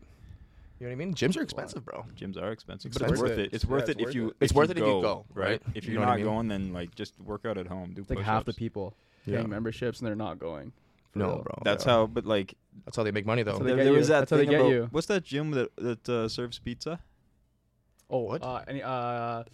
Speaker 3: you know what I mean. Gyms are expensive, bro.
Speaker 2: Gyms are expensive,
Speaker 3: It's
Speaker 2: but it's worth
Speaker 1: expensive.
Speaker 2: it. It's worth
Speaker 1: Yeah,
Speaker 2: it
Speaker 1: it's
Speaker 2: if you.
Speaker 1: worth
Speaker 3: It's worth it if you
Speaker 2: go,
Speaker 3: go, right?
Speaker 2: If
Speaker 3: You
Speaker 2: you're
Speaker 3: know what
Speaker 2: not
Speaker 3: I mean?
Speaker 2: going, then like just work out at home. Do
Speaker 1: It's like half the
Speaker 2: push-ups.
Speaker 1: people
Speaker 3: Yeah.
Speaker 1: paying memberships and they're not going. For
Speaker 3: No,
Speaker 1: real.
Speaker 3: bro.
Speaker 2: That's
Speaker 3: yeah.
Speaker 2: how. But like
Speaker 3: That's how they make money though.
Speaker 1: how they
Speaker 2: there,
Speaker 1: get
Speaker 2: there
Speaker 1: you.
Speaker 2: was that
Speaker 1: That's how
Speaker 2: thing
Speaker 1: they get
Speaker 2: about
Speaker 1: you.
Speaker 2: what's that gym that that uh, serves pizza?
Speaker 1: Oh,
Speaker 3: What?
Speaker 1: Uh, any, uh,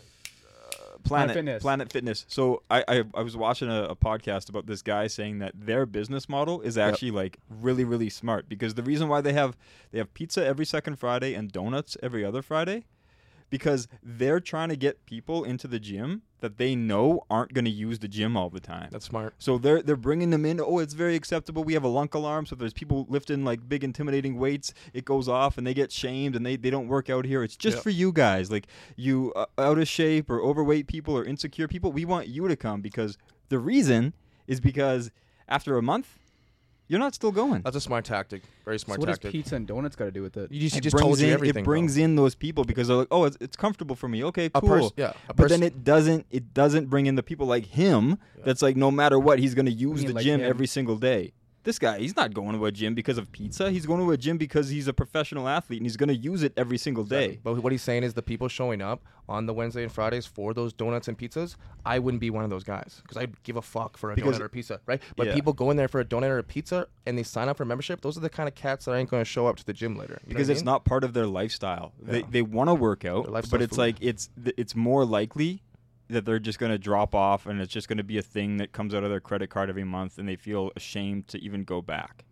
Speaker 2: Planet
Speaker 1: Fitness.
Speaker 2: Planet Fitness. So I I, I was watching a, a podcast about this guy saying that their business model is actually like really really smart because the reason why they have they have pizza every second Friday and donuts every other Friday because they're trying to get people into the gym that they know aren't going to use the gym all the time.
Speaker 3: That's smart.
Speaker 2: So they're they're bringing them in. Oh, it's very acceptable. We have a lunk alarm, so if there's people lifting like big intimidating weights, it goes off and they get shamed and they, they don't work out here. It's just
Speaker 3: Yep.
Speaker 2: for you guys, like you uh, out of shape or overweight people or insecure people. We want you to come because the reason is because after a month, you're not still going.
Speaker 3: That's a smart tactic. Very smart
Speaker 1: so what does
Speaker 3: tactic.
Speaker 1: pizza and donuts got to do with it?
Speaker 3: you just, you
Speaker 2: It
Speaker 3: just
Speaker 2: brings
Speaker 3: told you
Speaker 2: in-
Speaker 3: everything.
Speaker 2: It
Speaker 3: bro.
Speaker 2: brings in those people because they're like, oh, it's, it's comfortable for me. Okay,
Speaker 3: a
Speaker 2: cool.
Speaker 3: person. Yeah. A
Speaker 2: But then
Speaker 3: pers-
Speaker 2: it doesn't. It doesn't bring in the people like him. That's like no matter what, he's gonna use
Speaker 1: mean
Speaker 2: the
Speaker 1: like
Speaker 2: gym
Speaker 1: him?
Speaker 2: every single day. This guy, he's not going to a gym because of pizza. He's going to a gym because he's a professional athlete and he's gonna use it every single day.
Speaker 3: But what he's saying is the people showing up on the Wednesday and Fridays for those donuts and pizzas, I wouldn't be one of those guys because I'd give a fuck for a
Speaker 2: Because-
Speaker 3: donut or a pizza, right? But
Speaker 2: Yeah.
Speaker 3: people go in there for a donut or a pizza and they sign up for membership. Those are the kind of cats that ain't going to show up to the gym later. You know
Speaker 2: because
Speaker 3: what I
Speaker 2: it's
Speaker 3: mean?
Speaker 2: not part of their lifestyle. They
Speaker 3: Yeah.
Speaker 2: they want to work
Speaker 3: Their
Speaker 2: out, but
Speaker 3: lifestyle's
Speaker 2: it's
Speaker 3: food.
Speaker 2: like it's th- it's more likely that they're just going to drop off and it's just going to be a thing that comes out of their credit card every month and they feel ashamed to even go back.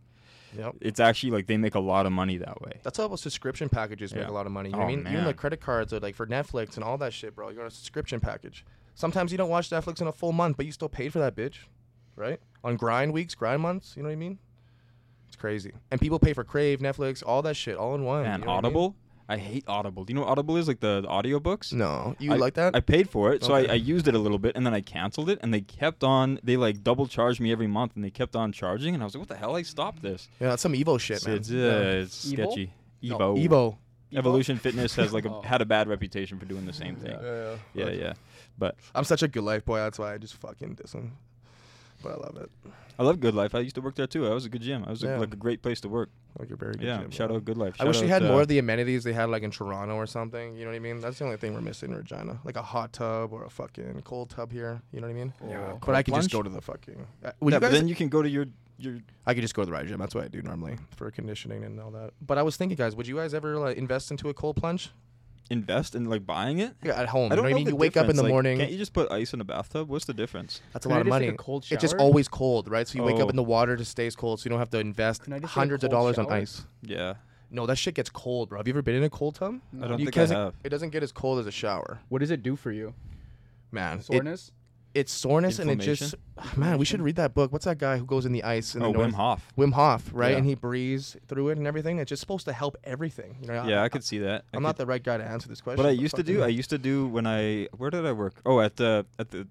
Speaker 3: Yep.
Speaker 2: It's actually like they make a lot of money that way.
Speaker 3: That's how subscription packages make
Speaker 2: Yeah.
Speaker 3: a lot of money. You know what I
Speaker 2: Oh,
Speaker 3: mean? Even
Speaker 2: man.
Speaker 3: like credit cards are like for Netflix and all that shit, bro. You're on a subscription package. Sometimes you don't watch Netflix in a full month, but you still paid for that bitch, right? On grind weeks, grind months. You know what I mean? It's crazy. And people pay for Crave, Netflix, all that shit, all in one.
Speaker 2: And
Speaker 3: Oh, you know what I mean?
Speaker 2: Audible? I, hate Audible. Do you know what Audible is? Like the, the audiobooks?
Speaker 3: No, you
Speaker 2: I-
Speaker 3: like that?
Speaker 2: I paid for it, so
Speaker 3: Okay.
Speaker 2: I, I used it a little bit, and then I canceled it, and they kept on. They like double charged me every month, and they kept on charging, and I was like, "What the hell? I stopped this."
Speaker 3: yeah, that's some Evo shit,
Speaker 2: So
Speaker 3: man.
Speaker 2: it's, uh, it's
Speaker 1: Evo?
Speaker 2: sketchy.
Speaker 1: No,
Speaker 2: Evo.
Speaker 3: Evo.
Speaker 2: Evolution Fitness has like a,
Speaker 1: Oh.
Speaker 2: had a bad reputation for doing the same thing. Yeah, yeah. But
Speaker 3: I'm such a good life boy. That's why I just fucking diss him. But I love it.
Speaker 2: I love Good Life. I used to work there too. That was a good gym. That was
Speaker 3: Yeah.
Speaker 2: a, like a great place to work.
Speaker 3: Like you're very good.
Speaker 2: yeah.
Speaker 3: gym,
Speaker 2: shout
Speaker 3: bro.
Speaker 2: out Good Life.
Speaker 3: I wish
Speaker 2: Shout
Speaker 3: they had
Speaker 2: out,
Speaker 3: more
Speaker 2: uh,
Speaker 3: of the amenities they had like in Toronto or something. You know what I mean? That's the only thing we're missing in Regina, like a hot tub or a fucking cold tub here. You know what I mean?
Speaker 2: Yeah, cold
Speaker 3: But I could just
Speaker 2: plunge?
Speaker 3: go to the fucking. Uh,
Speaker 2: Yeah,
Speaker 3: would you
Speaker 2: but
Speaker 3: guys-
Speaker 2: then you can go to your your.
Speaker 3: I could just go to the ride gym. That's what I do normally for conditioning and all that. But I was thinking, guys, would you guys ever like, invest into a cold plunge?
Speaker 2: Invest in like buying it.
Speaker 3: Yeah, at home.
Speaker 2: I don't
Speaker 3: you know what I mean?
Speaker 2: the
Speaker 3: You wake up in
Speaker 2: difference.
Speaker 3: the
Speaker 2: Like,
Speaker 3: morning.
Speaker 2: Can't you just put ice in a bathtub? What's the difference?
Speaker 3: That's a
Speaker 1: Can I
Speaker 3: lot of
Speaker 1: just take
Speaker 3: money.
Speaker 1: a cold
Speaker 3: It's just
Speaker 1: shower?
Speaker 3: always cold, right? So you wake
Speaker 2: Oh.
Speaker 3: up and the water just stays cold, so you don't have to invest
Speaker 1: Can I just take a
Speaker 3: hundreds of
Speaker 1: cold
Speaker 3: dollars on
Speaker 1: shower?
Speaker 3: ice.
Speaker 2: Yeah.
Speaker 3: No, that shit gets cold, bro. Have you ever been in a cold tub?
Speaker 2: I don't
Speaker 3: You
Speaker 2: think I
Speaker 3: guys-
Speaker 2: have.
Speaker 3: It doesn't get as cold as a shower,
Speaker 1: What does it do for you?
Speaker 3: man. It-
Speaker 1: Soreness?
Speaker 3: it's soreness and it just man. We should read that book. What's that guy who goes in the ice? In
Speaker 2: Oh,
Speaker 3: the north?
Speaker 2: Wim Hof.
Speaker 3: Wim Hof, right?
Speaker 2: Yeah.
Speaker 3: And he breathes through it and everything. It's just supposed to help everything. You know,
Speaker 2: Yeah, I could see that. I
Speaker 3: I'm not
Speaker 2: could-
Speaker 3: the right guy to answer this question.
Speaker 2: But I used to
Speaker 3: fuck
Speaker 2: do.
Speaker 3: it.
Speaker 2: I used to do when I. Where did I work? Oh, at the at the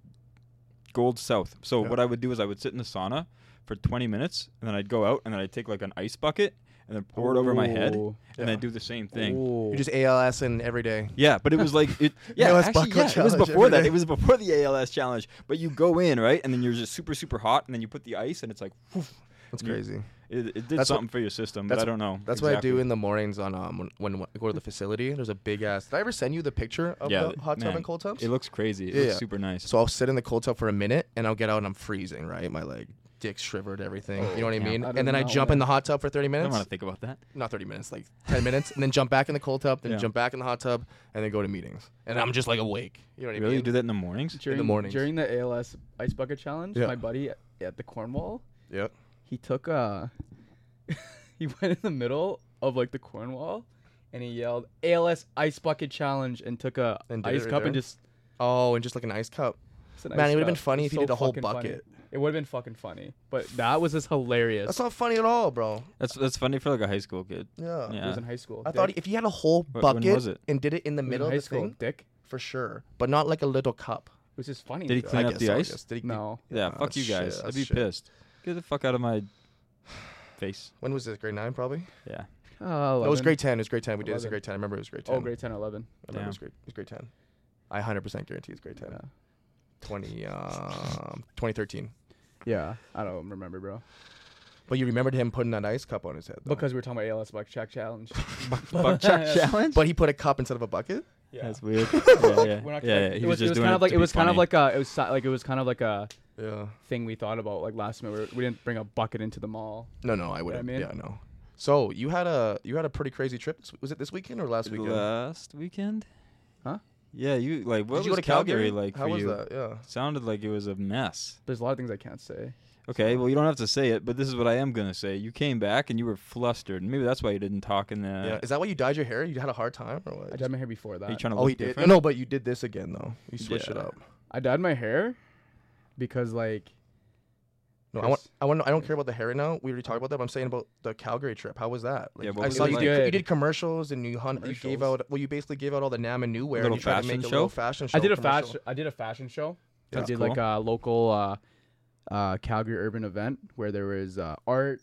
Speaker 2: Gold South. So
Speaker 3: Yeah.
Speaker 2: what I would do is I would sit in the sauna for 20 minutes, and then I'd go out, and then I'd take like an ice bucket, and then pour it over my head, and
Speaker 1: Ooh.
Speaker 3: Yeah.
Speaker 2: then do the same thing.
Speaker 1: Ooh.
Speaker 3: You just ALS and every day.
Speaker 2: Yeah, but it was like it. Yeah,
Speaker 3: ALS
Speaker 2: actually,
Speaker 3: buckle
Speaker 2: yeah, it was
Speaker 3: challenge
Speaker 2: before
Speaker 3: every
Speaker 2: that.
Speaker 3: day.
Speaker 2: It was before the ALS challenge. But you go in right, and then you're just super super hot, and then you put the ice, and it's like whew,
Speaker 3: That's
Speaker 2: You-
Speaker 3: crazy.
Speaker 2: it, it did
Speaker 3: That's what-
Speaker 2: something for your system. But
Speaker 3: that's-
Speaker 2: I don't know.
Speaker 3: That's what I do in the mornings on um when, when, I go to the facility. There's a big ass. Did I ever send you the picture of
Speaker 2: Yeah,
Speaker 3: the hot tub
Speaker 2: man,
Speaker 3: and cold tubs?
Speaker 2: It looks crazy. It
Speaker 3: Yeah,
Speaker 2: looks
Speaker 3: yeah.
Speaker 2: super nice.
Speaker 3: So I'll sit in the cold tub for a minute and I'll get out and I'm freezing, right? My like dick shivered, everything. you know what I
Speaker 2: yeah.
Speaker 3: mean?
Speaker 1: I do
Speaker 3: and then I
Speaker 1: not
Speaker 3: jump
Speaker 1: wanna-
Speaker 3: in the hot tub for 30
Speaker 2: I
Speaker 3: minutes.
Speaker 2: don't want to think about that.
Speaker 3: Not 30 minutes, like 10 minutes. And then jump back in the cold tub, then
Speaker 2: Yeah.
Speaker 3: jump back in the hot tub, and then go to meetings. And I'm just like awake. You know what I
Speaker 2: You really
Speaker 3: mean?
Speaker 2: do that in the mornings?
Speaker 1: during,
Speaker 3: mornings.
Speaker 1: during the ALS ice bucket challenge,
Speaker 3: Yeah.
Speaker 1: my buddy at- at the Cornwall,
Speaker 3: Yep.
Speaker 1: he took a he went in the middle of like the Cornwall and he yelled ALS ice bucket challenge and took a
Speaker 3: And did it
Speaker 1: ice
Speaker 3: right
Speaker 1: cup and
Speaker 3: there?
Speaker 1: just
Speaker 3: Oh, and just like an ice cup.
Speaker 1: it's an
Speaker 3: Man,
Speaker 1: ice
Speaker 3: it would've been
Speaker 1: cup.
Speaker 3: funny
Speaker 1: It's
Speaker 3: if he did a whole
Speaker 1: fucking funny.
Speaker 3: bucket.
Speaker 1: It would have been fucking funny, but that was just hilarious.
Speaker 3: That's not funny at all, bro.
Speaker 2: That's that's funny for like a high school kid.
Speaker 3: Yeah.
Speaker 1: It
Speaker 2: Yeah.
Speaker 1: was in high school.
Speaker 3: I thought
Speaker 1: Dick.
Speaker 3: if you had a whole
Speaker 2: Wh- when was
Speaker 3: bucket
Speaker 2: it?
Speaker 3: and did it in the
Speaker 1: It was in
Speaker 3: middle of
Speaker 1: high
Speaker 3: the
Speaker 1: school,
Speaker 3: thing,
Speaker 1: Dick.
Speaker 3: for sure, but not like a little cup.
Speaker 1: It was just funny.
Speaker 2: Did he
Speaker 1: though.
Speaker 2: clean
Speaker 3: I
Speaker 2: up
Speaker 3: guess,
Speaker 2: the
Speaker 3: so I
Speaker 2: ice?
Speaker 3: guess. Did he-
Speaker 1: No.
Speaker 2: Yeah,
Speaker 3: Oh,
Speaker 2: fuck you
Speaker 3: shit,
Speaker 2: guys. I'd
Speaker 3: that's
Speaker 2: be
Speaker 3: shit.
Speaker 2: pissed. Get the fuck out of my face.
Speaker 3: When was this? Grade nine, probably.
Speaker 2: Yeah.
Speaker 1: Oh,
Speaker 3: No, it was
Speaker 1: 11.
Speaker 3: grade ten. It was grade ten. We did this in
Speaker 1: Eleven.
Speaker 3: grade ten. I remember it was grade ten.
Speaker 1: Oh, grade 10, 11.
Speaker 3: I remember
Speaker 2: Yeah.
Speaker 3: it was grade, it was grade 10. I 100% guarantee it's grade 10.
Speaker 1: Yeah.
Speaker 3: 20, um, 2013.
Speaker 1: Yeah, I don't remember, bro.
Speaker 3: But you remembered him putting that ice cup on his head. Though.
Speaker 1: Because we were talking about ALS bucket check challenge.
Speaker 2: Buck check challenge?
Speaker 3: But he put a cup instead of a bucket?
Speaker 1: Yeah.
Speaker 2: That's weird. yeah, yeah.
Speaker 1: We're not
Speaker 2: yeah, yeah.
Speaker 1: gonna- it was,
Speaker 2: He was, just
Speaker 1: it was
Speaker 2: doing
Speaker 1: kind
Speaker 2: it
Speaker 1: of like
Speaker 2: to
Speaker 1: it
Speaker 2: be
Speaker 1: was kind of
Speaker 2: funny.
Speaker 1: like a it was si- like it was kind of like a
Speaker 3: Yeah.
Speaker 1: thing we thought about like last minute. We were- We didn't bring a bucket into the mall.
Speaker 3: No, no, I wouldn't.
Speaker 1: mean-
Speaker 3: Yeah, no. So you had a you had a pretty crazy trip. This- Was it this weekend or
Speaker 2: Uh,
Speaker 3: last weekend?
Speaker 2: last weekend.
Speaker 1: Huh?
Speaker 2: Yeah, you like what
Speaker 3: Did you
Speaker 2: was
Speaker 3: go to
Speaker 2: Calgary, like
Speaker 3: How
Speaker 2: for
Speaker 3: was
Speaker 2: you?
Speaker 3: that? Yeah.
Speaker 2: Sounded like it was a mess.
Speaker 1: There's a lot of things I can't say.
Speaker 2: Okay, well you don't have to say it, but this is what I am gonna say. You came back and you were flustered. Maybe that's why you didn't talk in the.
Speaker 3: yeah. Is that why you dyed your hair? You had a hard time or
Speaker 1: I
Speaker 3: what?
Speaker 1: dyed my hair before that.
Speaker 2: Are you trying to
Speaker 3: oh,
Speaker 2: look
Speaker 3: he did.
Speaker 2: different?
Speaker 3: No, but you did this again though. You switched it
Speaker 2: Yeah.
Speaker 3: up.
Speaker 1: I dyed my hair because like
Speaker 3: No, I want.
Speaker 1: Chris.
Speaker 3: I want. I don't care about the hair right now. We already talked about that. But I'm saying about the Calgary trip. How was that?
Speaker 2: Yeah, what
Speaker 3: I
Speaker 2: was
Speaker 3: saw
Speaker 2: it
Speaker 3: you,
Speaker 2: like?
Speaker 3: did, you
Speaker 1: Good.
Speaker 3: did commercials and you hunt. You gave
Speaker 1: Commercials.
Speaker 3: out. Well, you basically gave out all the Nam and New wear.
Speaker 2: Little
Speaker 3: and you tried to
Speaker 2: fashion
Speaker 3: make a
Speaker 2: show?
Speaker 3: little fashion show.
Speaker 1: I did a
Speaker 3: commercial.
Speaker 1: fashion I did a fashion show. I
Speaker 2: That's
Speaker 1: did like a local uh, uh, Calgary urban event where there was uh, art,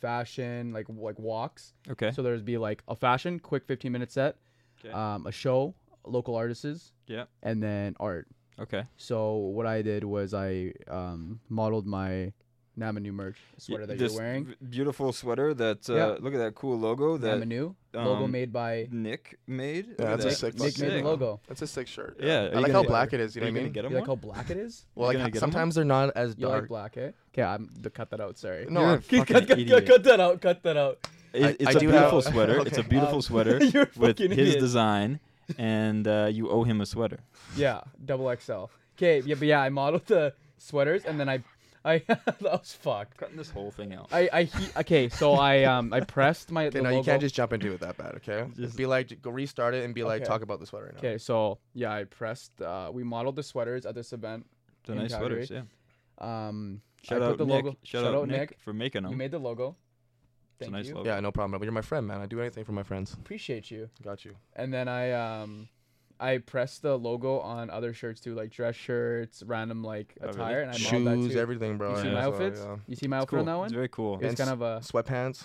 Speaker 1: fashion, like like walks.
Speaker 2: Okay.
Speaker 1: So there'd be like a fashion, quick 15 minute set,
Speaker 2: 'Kay.
Speaker 1: um, a show, local artists,
Speaker 2: Yeah.
Speaker 1: and then art.
Speaker 2: Okay.
Speaker 1: So what I did was I um, modeled my Namanu merch sweater that
Speaker 2: This
Speaker 1: you're wearing.
Speaker 2: b- Beautiful sweater that uh,
Speaker 1: Yeah.
Speaker 2: look at that cool logo that
Speaker 1: Namanu logo
Speaker 2: um,
Speaker 1: made by
Speaker 2: Nick made. Look
Speaker 3: Yeah,
Speaker 2: at
Speaker 3: that's
Speaker 1: Nick,
Speaker 3: a
Speaker 2: that.
Speaker 3: sick
Speaker 1: Nick
Speaker 3: fucking
Speaker 1: made the
Speaker 3: thing.
Speaker 1: logo.
Speaker 3: That's a sick shirt.
Speaker 2: Yeah, are
Speaker 3: I
Speaker 2: you
Speaker 3: like
Speaker 2: gonna
Speaker 3: how
Speaker 2: get-
Speaker 3: black it is. You
Speaker 2: Are
Speaker 3: know what I
Speaker 2: gonna
Speaker 3: mean?
Speaker 2: get him
Speaker 1: You like
Speaker 2: one?
Speaker 1: how black it is?
Speaker 3: Well,
Speaker 2: you gonna
Speaker 3: like
Speaker 2: get 'em
Speaker 3: sometimes they're not as
Speaker 1: You
Speaker 3: dark.
Speaker 1: like black, eh? Okay, I'm to cut that out. Sorry.
Speaker 3: No,
Speaker 2: You're a
Speaker 3: I'm-
Speaker 1: Cut,
Speaker 2: fucking
Speaker 1: cut, cut,
Speaker 2: idiot.
Speaker 1: cut, cut that out. Cut that out.
Speaker 2: It-
Speaker 3: I-
Speaker 2: it's
Speaker 3: I
Speaker 2: a
Speaker 3: do
Speaker 2: beautiful
Speaker 3: have-
Speaker 2: sweater. It's a
Speaker 3: Okay.
Speaker 2: beautiful
Speaker 1: Um,
Speaker 2: sweter
Speaker 1: You're a
Speaker 2: with
Speaker 1: fucking
Speaker 2: his
Speaker 1: idiot.
Speaker 2: design, and uh, you owe him a sweater.
Speaker 1: Yeah, double XL. Okay, yeah, but yeah, I modeled the sweaters and then I, I that was fucked.
Speaker 2: Cutting this whole thing out.
Speaker 1: I, I he, okay, so I um I pressed my
Speaker 3: Okay,
Speaker 1: the
Speaker 3: no,
Speaker 1: logo.
Speaker 3: you can't just jump into it that bad. Okay.
Speaker 2: Just-
Speaker 3: be like, j- go restart it and be like,
Speaker 1: Okay.
Speaker 3: talk about the sweater right now.
Speaker 1: Okay, so yeah, I pressed. Uh, we modeled the sweaters at this event.
Speaker 2: They're
Speaker 1: in
Speaker 2: nice
Speaker 1: Calgary.
Speaker 2: sweaters. Yeah.
Speaker 1: Um,
Speaker 2: Shout
Speaker 1: I put
Speaker 2: out
Speaker 1: the
Speaker 2: Nick.
Speaker 1: logo.
Speaker 2: Shout, out Nick,
Speaker 1: Nick.
Speaker 2: for making them.
Speaker 1: You made the logo.
Speaker 2: it's a
Speaker 1: Thank
Speaker 2: nice
Speaker 1: you.
Speaker 2: logo.
Speaker 3: Yeah, no problem. You're my friend, man. I do anything for my friends.
Speaker 1: Appreciate you.
Speaker 3: Got you.
Speaker 1: And then I um, I pressed the logo on other shirts too, like dress shirts, random like
Speaker 2: Oh, really?
Speaker 1: attire, and I modeled that
Speaker 3: Shoes,
Speaker 1: too.
Speaker 3: everything, bro.
Speaker 1: you see
Speaker 3: yeah,
Speaker 1: my
Speaker 3: so,
Speaker 1: outfits?
Speaker 3: yeah.
Speaker 1: You see my
Speaker 2: It's
Speaker 1: outfit
Speaker 2: cool.
Speaker 1: on that
Speaker 2: It's
Speaker 1: one?
Speaker 2: very cool.
Speaker 1: It was
Speaker 3: And
Speaker 1: kind of a
Speaker 3: Sweatpants.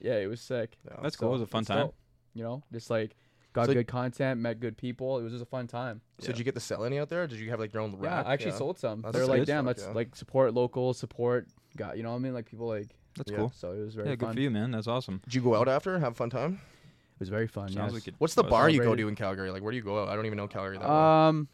Speaker 1: yeah, it was sick.
Speaker 3: Yeah.
Speaker 2: That's cool. It was a fun
Speaker 1: it's
Speaker 2: time.
Speaker 1: dope, You know, just like got
Speaker 3: So-
Speaker 1: good content, met good people. It was just a fun time.
Speaker 3: So did you get to sell any out there? Or did you have like your own rack?
Speaker 1: yeah, I actually
Speaker 3: Yeah.
Speaker 1: sold some.
Speaker 3: That's
Speaker 1: They're like,
Speaker 2: good.
Speaker 1: damn,
Speaker 3: Fuck
Speaker 1: let's
Speaker 3: yeah.
Speaker 1: like support local, support got you know what I mean? Like people like
Speaker 2: That's
Speaker 3: Yeah.
Speaker 2: cool.
Speaker 1: so it was very
Speaker 2: Yeah,
Speaker 1: fun.
Speaker 2: good for you, man. That's awesome.
Speaker 3: Did you go out after? Have a fun time?
Speaker 1: It was very fun. yes.
Speaker 2: Sounds like it
Speaker 3: What's the
Speaker 2: was.
Speaker 3: bar you go
Speaker 1: Oh, celebrated.
Speaker 3: to in Calgary? Like, where do you go out? I don't even know Calgary that well.
Speaker 1: Um,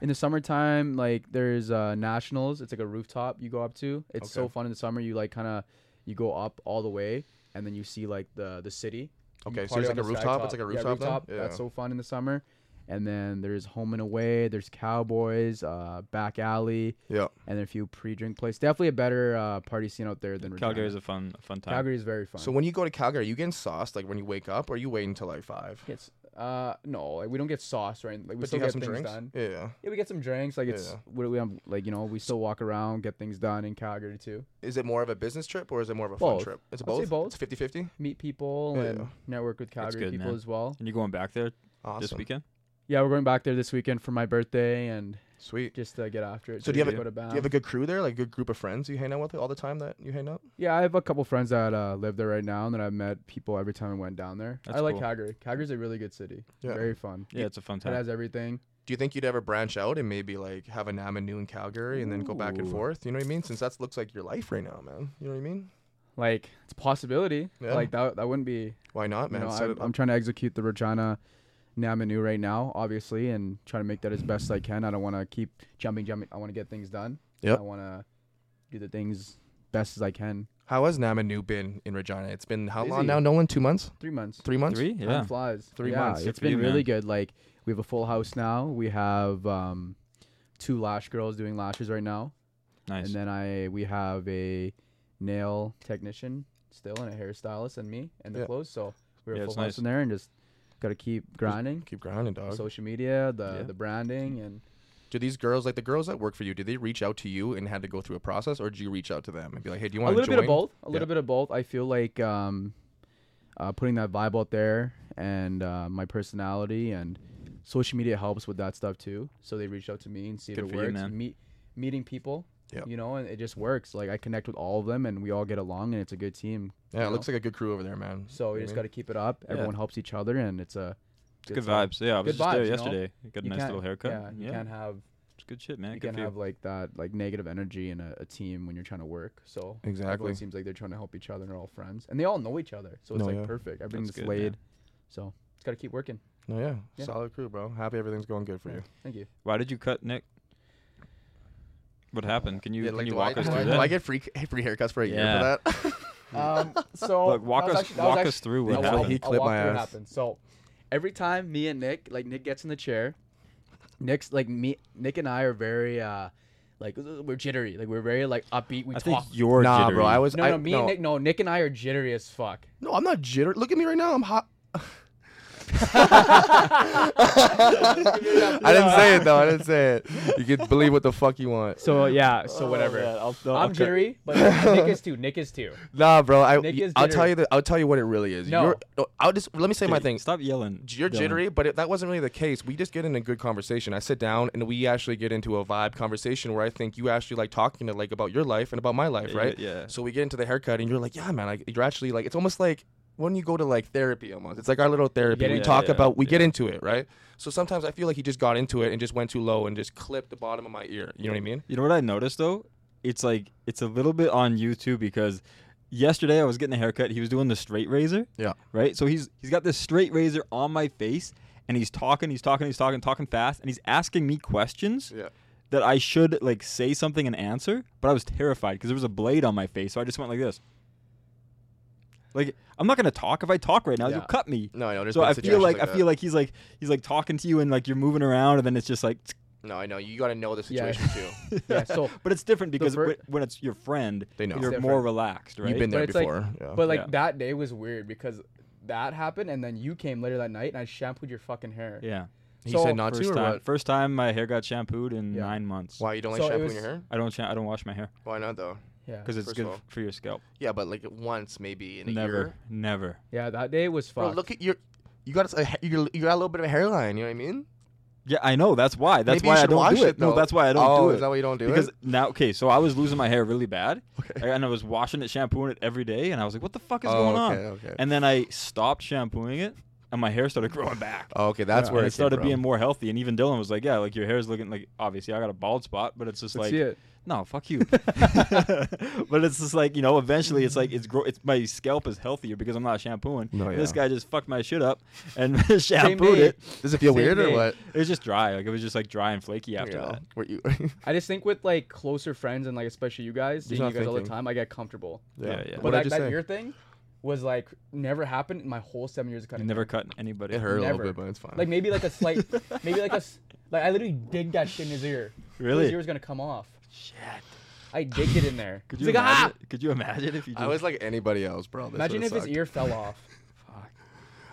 Speaker 1: in the summertime, like there's uh, nationals. It's like a rooftop you go up to. It's so
Speaker 3: Okay.
Speaker 1: fun in the summer. You like kind of you go up all the way, and then you see like the the city. You
Speaker 3: Okay,
Speaker 1: party
Speaker 3: so it's
Speaker 1: on
Speaker 3: like a
Speaker 1: the
Speaker 3: rooftop? It's
Speaker 1: skytop.
Speaker 3: like a
Speaker 1: Yeah,
Speaker 3: rooftop then?
Speaker 1: rooftop.
Speaker 3: Yeah.
Speaker 1: That's so fun in the summer. And then there's home and away. There's Cowboys, uh, back alley,
Speaker 3: Yeah.
Speaker 1: and a few pre-drink places. Definitely a better uh, party scene out there than Regina.
Speaker 2: Calgary is a fun, a fun time.
Speaker 1: Calgary is very fun.
Speaker 3: So when you go to Calgary, are you getting sauced like when you wake up, or are you waiting until like five?
Speaker 1: it's Uh, no, like we don't get sauce or anything. Like we
Speaker 3: But do
Speaker 1: still
Speaker 3: you have
Speaker 1: get
Speaker 3: some
Speaker 1: things
Speaker 3: drinks?
Speaker 1: done.
Speaker 3: Yeah.
Speaker 1: Yeah, we get some drinks. Like it's
Speaker 3: Yeah.
Speaker 1: what do we have? Like you know, we still walk around, get things done in Calgary too.
Speaker 3: Is it more of a business trip or is it more of a fun
Speaker 1: Both.
Speaker 3: trip? It's
Speaker 1: I'd say
Speaker 3: both.
Speaker 1: both.
Speaker 3: It's 50 50.
Speaker 1: Meet people
Speaker 3: Yeah.
Speaker 1: and network with Calgary
Speaker 2: good,
Speaker 1: people
Speaker 2: man.
Speaker 1: as well.
Speaker 2: And you're going back there
Speaker 3: Awesome.
Speaker 2: this weekend?
Speaker 1: Yeah, we're going back there this weekend for my birthday and
Speaker 3: Sweet.
Speaker 1: just to get after it.
Speaker 3: So do you
Speaker 1: we
Speaker 3: have
Speaker 1: go to
Speaker 3: Do you have
Speaker 1: Banff.
Speaker 3: a good crew there? Like a good group of friends you hang out with all the time that you hang out?
Speaker 1: Yeah, I have a couple friends that uh, live there right now, and that I've met people every time I went down there.
Speaker 2: That's
Speaker 1: I like
Speaker 2: cool.
Speaker 1: Calgary. Calgary's a really good city.
Speaker 3: Yeah.
Speaker 1: Very fun.
Speaker 2: Yeah, it's a fun
Speaker 1: It
Speaker 2: time.
Speaker 1: has everything.
Speaker 3: Do you think you'd ever branch out and maybe like have a Nam and New in Calgary and then go back and
Speaker 2: Ooh.
Speaker 3: forth? You know what I mean? Since that looks like your life right now, man. You know what I mean?
Speaker 1: Like it's a possibility.
Speaker 3: Yeah.
Speaker 1: Like that that wouldn't be
Speaker 3: Why not, man?
Speaker 1: you know,
Speaker 3: Set
Speaker 1: I'm,
Speaker 3: it
Speaker 1: I'm
Speaker 3: up.
Speaker 1: trying to execute the Regina Namanu right now, obviously, and trying to make that as best I can. I don't want to keep jumping, jumping. I want to get things done.
Speaker 3: Yep.
Speaker 1: I want to do the things best as I can.
Speaker 3: How has Nam and New been in Regina? It's been how long
Speaker 1: Busy.
Speaker 3: now, Nolan? Two months?
Speaker 1: Three months.
Speaker 3: Three months?
Speaker 2: Three?
Speaker 1: Time
Speaker 2: Yeah.
Speaker 1: flies.
Speaker 3: Three
Speaker 1: Yeah,
Speaker 3: months.
Speaker 2: Good
Speaker 1: It's
Speaker 2: for you,
Speaker 1: been really
Speaker 2: man.
Speaker 1: good. Like we have a full house now. We have um, two lash girls doing lashes right now,
Speaker 2: Nice.
Speaker 1: and then I we have a nail technician still and a hairstylist and me and the
Speaker 3: Yeah.
Speaker 1: clothes. So we're
Speaker 2: Yeah,
Speaker 1: a
Speaker 2: it's
Speaker 1: full house
Speaker 2: nice.
Speaker 1: in there and just gotta keep grinding.
Speaker 3: Keep grinding,
Speaker 1: the
Speaker 3: dog.
Speaker 1: social media, the
Speaker 2: Yeah.
Speaker 1: the branding, and
Speaker 3: do these girls, like the girls that work for you, do they reach out to you and had to go through a process, or did you reach out to them and be like, hey, do you
Speaker 1: a
Speaker 3: want to
Speaker 1: little
Speaker 3: join?
Speaker 1: bit of both. A
Speaker 3: Yeah.
Speaker 1: little bit of both. I feel like um, uh, putting that vibe out there and uh, my personality and social media helps with that stuff too. So they reached out to me and see
Speaker 2: Good
Speaker 1: if it
Speaker 2: for you,
Speaker 1: works.
Speaker 2: man.
Speaker 1: Meet meeting people,
Speaker 3: Yep.
Speaker 1: you know, and it just works. Like I connect with all of them, and we all get along, and it's a good team.
Speaker 3: Yeah,
Speaker 1: you
Speaker 3: it looks
Speaker 1: know?
Speaker 3: like a good crew over there, man.
Speaker 1: so. We
Speaker 3: You know
Speaker 1: just
Speaker 3: what
Speaker 1: got to keep it up.
Speaker 2: Mm-hmm. Yeah.
Speaker 1: Everyone helps each other, and it's a
Speaker 2: it's good
Speaker 1: time.
Speaker 2: vibes. Yeah, I was
Speaker 1: Good
Speaker 2: just there
Speaker 1: vibes, you know?
Speaker 2: yesterday. Got a
Speaker 1: You
Speaker 2: nice
Speaker 1: can't-
Speaker 2: little haircut.
Speaker 1: Yeah, you can't have
Speaker 2: it's good shit, man.
Speaker 1: you
Speaker 2: Good
Speaker 1: can't
Speaker 2: for you.
Speaker 1: have like that like negative energy in a, a team when you're trying to work. So
Speaker 3: I
Speaker 1: Everyone
Speaker 3: mean? Exactly.
Speaker 1: seems like they're trying to help each other and they're all friends. And they all know each other. So it's
Speaker 3: No,
Speaker 1: like
Speaker 3: yeah.
Speaker 1: perfect. Everything's
Speaker 2: good, man.
Speaker 1: laid. So it's gotta keep working.
Speaker 3: No, yeah.
Speaker 1: Yeah.
Speaker 3: Solid crew, bro. Happy everything's going good for
Speaker 1: Yeah.
Speaker 3: you.
Speaker 1: Thank you.
Speaker 2: Why did you cut Nick? What happened? Can you
Speaker 3: Yeah,
Speaker 2: can you
Speaker 3: do
Speaker 2: walk
Speaker 3: I,
Speaker 2: us
Speaker 3: do
Speaker 2: through
Speaker 3: I-
Speaker 2: that?
Speaker 3: Do I get free free haircuts for a year
Speaker 2: Yeah.
Speaker 3: for that?
Speaker 1: Um so
Speaker 2: Look, walk
Speaker 1: that was
Speaker 2: us
Speaker 1: actually- that was
Speaker 2: walk
Speaker 1: actually-
Speaker 2: us through
Speaker 1: I'll
Speaker 2: what
Speaker 3: Yeah,
Speaker 1: walk-
Speaker 3: well,
Speaker 2: happened.
Speaker 3: he
Speaker 1: I'll
Speaker 3: clipped
Speaker 1: walk
Speaker 3: my
Speaker 1: through what
Speaker 3: ass.
Speaker 1: happened. So every time me and Nick, like Nick gets in the chair, Nick's like me Nick and I are very uh like we're jittery. Like we're very like upbeat. We
Speaker 2: I think
Speaker 1: talk
Speaker 2: you're
Speaker 3: nah,
Speaker 2: jittery.
Speaker 3: bro. I was
Speaker 1: No,
Speaker 3: I,
Speaker 1: no, me and Nick no, Nick and I are jittery as fuck.
Speaker 3: No, I'm not jitter. Look at me right now. I'm hot. I didn't say it though. I didn't say it. You can believe what the fuck you want.
Speaker 1: So yeah, so whatever. I'm jittery, but Nick is too. Nick is too.
Speaker 3: Nah, bro. I,
Speaker 1: Nick is
Speaker 3: I'll tell
Speaker 1: jittery.
Speaker 3: you. The, I'll tell you what it really is.
Speaker 1: No.
Speaker 3: You're, no, I'll just let me say my thing.
Speaker 2: Stop yelling.
Speaker 3: You're
Speaker 2: Dylan.
Speaker 3: jittery, but it, that wasn't really the case. We just get in a good conversation. I sit down and we actually get into a vibe conversation where I think you actually like talking to like about your life and about my life,
Speaker 2: Yeah,
Speaker 3: right?
Speaker 2: yeah.
Speaker 3: So we get into the haircut and you're like, yeah, man, I, you're actually like, it's almost like when you go to like therapy almost. It's like our little therapy.
Speaker 1: Get
Speaker 3: We
Speaker 1: into
Speaker 3: talk
Speaker 2: it.
Speaker 3: about, we get into it, right? So sometimes I feel like he just got into it and just went too low and just clipped the bottom of my ear. You know what I mean?
Speaker 2: You know what I noticed though? It's like it's a little bit on you too because yesterday I was getting a haircut. He was doing the straight razor.
Speaker 3: Yeah.
Speaker 2: Right. So he's he's got this straight razor on my face, and he's talking, he's talking, he's talking, talking fast, and he's asking me questions
Speaker 3: Yeah.
Speaker 2: that I should like say something and answer, but I was terrified because there was a blade on my face, so I just went like this. Like I'm not gonna talk if I talk right now. You'll
Speaker 1: Yeah.
Speaker 2: cut me.
Speaker 3: No, I know.
Speaker 2: So I feel like, I feel like he's like he's like talking to you and like you're moving around and then it's just like
Speaker 3: No, I know. You got to know the
Speaker 1: Yeah.
Speaker 3: situation too.
Speaker 1: Yeah, so
Speaker 2: but it's different because
Speaker 1: ver-
Speaker 2: wh- when it's your friend
Speaker 3: They know.
Speaker 2: you're
Speaker 1: It's
Speaker 2: more
Speaker 1: different.
Speaker 2: relaxed right
Speaker 3: You've been
Speaker 1: But
Speaker 3: there
Speaker 1: it's like-
Speaker 3: before. yeah.
Speaker 1: But like
Speaker 2: Yeah.
Speaker 1: that day was weird because that happened, and then you came later that night, and I shampooed your fucking hair.
Speaker 2: yeah
Speaker 3: he
Speaker 1: so
Speaker 3: said not
Speaker 2: first
Speaker 3: to or
Speaker 2: time
Speaker 3: what?
Speaker 2: first time my hair got shampooed in
Speaker 1: Yeah.
Speaker 2: 9 months
Speaker 3: Why you don't like
Speaker 1: So it
Speaker 3: shampooing
Speaker 1: was-
Speaker 3: your hair?
Speaker 2: I don't cha- I don't wash my hair
Speaker 3: Why not though?
Speaker 1: yeah.
Speaker 2: cuz it's
Speaker 3: First
Speaker 2: good
Speaker 3: of all.
Speaker 2: f- for your scalp
Speaker 3: Yeah, but like once maybe in a
Speaker 2: never
Speaker 3: year.
Speaker 2: never
Speaker 1: Yeah, that day was
Speaker 3: Bro,
Speaker 1: fucked.
Speaker 3: look at your. You got a, you got a little bit of a hairline. You know what I mean?
Speaker 2: yeah I know that's why that's
Speaker 3: Maybe you
Speaker 2: why I
Speaker 3: should
Speaker 2: don't
Speaker 3: wash
Speaker 2: do it,
Speaker 3: it,
Speaker 2: no
Speaker 3: though.
Speaker 2: that's why I don't
Speaker 3: oh,
Speaker 2: do it
Speaker 3: is that why you don't do
Speaker 2: because
Speaker 3: it?
Speaker 2: now okay so I was losing my hair really bad
Speaker 3: Okay.
Speaker 2: and I was washing it shampooing it every day and I was like what the fuck is
Speaker 3: oh,
Speaker 2: going
Speaker 3: okay,
Speaker 2: on
Speaker 3: okay.
Speaker 2: and then I stopped shampooing it and my hair started growing back
Speaker 3: Oh, okay, that's
Speaker 1: Yeah,
Speaker 3: where
Speaker 2: and it
Speaker 3: it
Speaker 2: started
Speaker 3: came
Speaker 2: being
Speaker 3: from.
Speaker 2: more healthy. And even Dylan was like, "Yeah, like your hair's looking like obviously I got a bald spot, but it's just
Speaker 1: Let's
Speaker 2: like
Speaker 1: see it.
Speaker 2: no, fuck you." but it's just like you know, eventually it's like it's grow. It's my scalp is healthier because I'm not shampooing.
Speaker 3: No,
Speaker 2: And This
Speaker 3: Mm. Oh, yeah.
Speaker 2: guy just fucked my shit up and shampooed
Speaker 1: day.
Speaker 2: it.
Speaker 3: Does it feel
Speaker 1: Same
Speaker 3: weird or
Speaker 1: day.
Speaker 3: what?
Speaker 2: It was just dry. Like it was just like dry and flaky after
Speaker 3: Yeah.
Speaker 2: that.
Speaker 3: Were you?
Speaker 1: I just think with like closer friends and like especially you guys,
Speaker 3: He's
Speaker 1: seeing you
Speaker 3: not
Speaker 1: guys all the
Speaker 3: thinking.
Speaker 1: time, I get comfortable.
Speaker 2: Yeah, yeah.
Speaker 1: but
Speaker 3: What I
Speaker 1: that,
Speaker 3: just
Speaker 1: that
Speaker 3: say?
Speaker 1: your thing was like never happened in my whole seven years of
Speaker 2: You
Speaker 1: cutting.
Speaker 2: never
Speaker 1: hair.
Speaker 2: cut anybody.
Speaker 3: It hurt a little
Speaker 1: Never.
Speaker 3: bit, but it's fine.
Speaker 1: Like maybe like a slight, maybe like a s- like I literally digged that shit in his ear. His ear
Speaker 2: Really?
Speaker 1: was gonna come off.
Speaker 2: Shit.
Speaker 1: I digged it in there.
Speaker 2: Could
Speaker 1: He's
Speaker 2: you
Speaker 1: like, ah!
Speaker 2: imagine? Could you imagine if you just
Speaker 3: I was like anybody else, bro. That's
Speaker 1: Imagine if
Speaker 3: what it
Speaker 1: his
Speaker 3: sucked.
Speaker 1: ear fell off.
Speaker 2: fuck.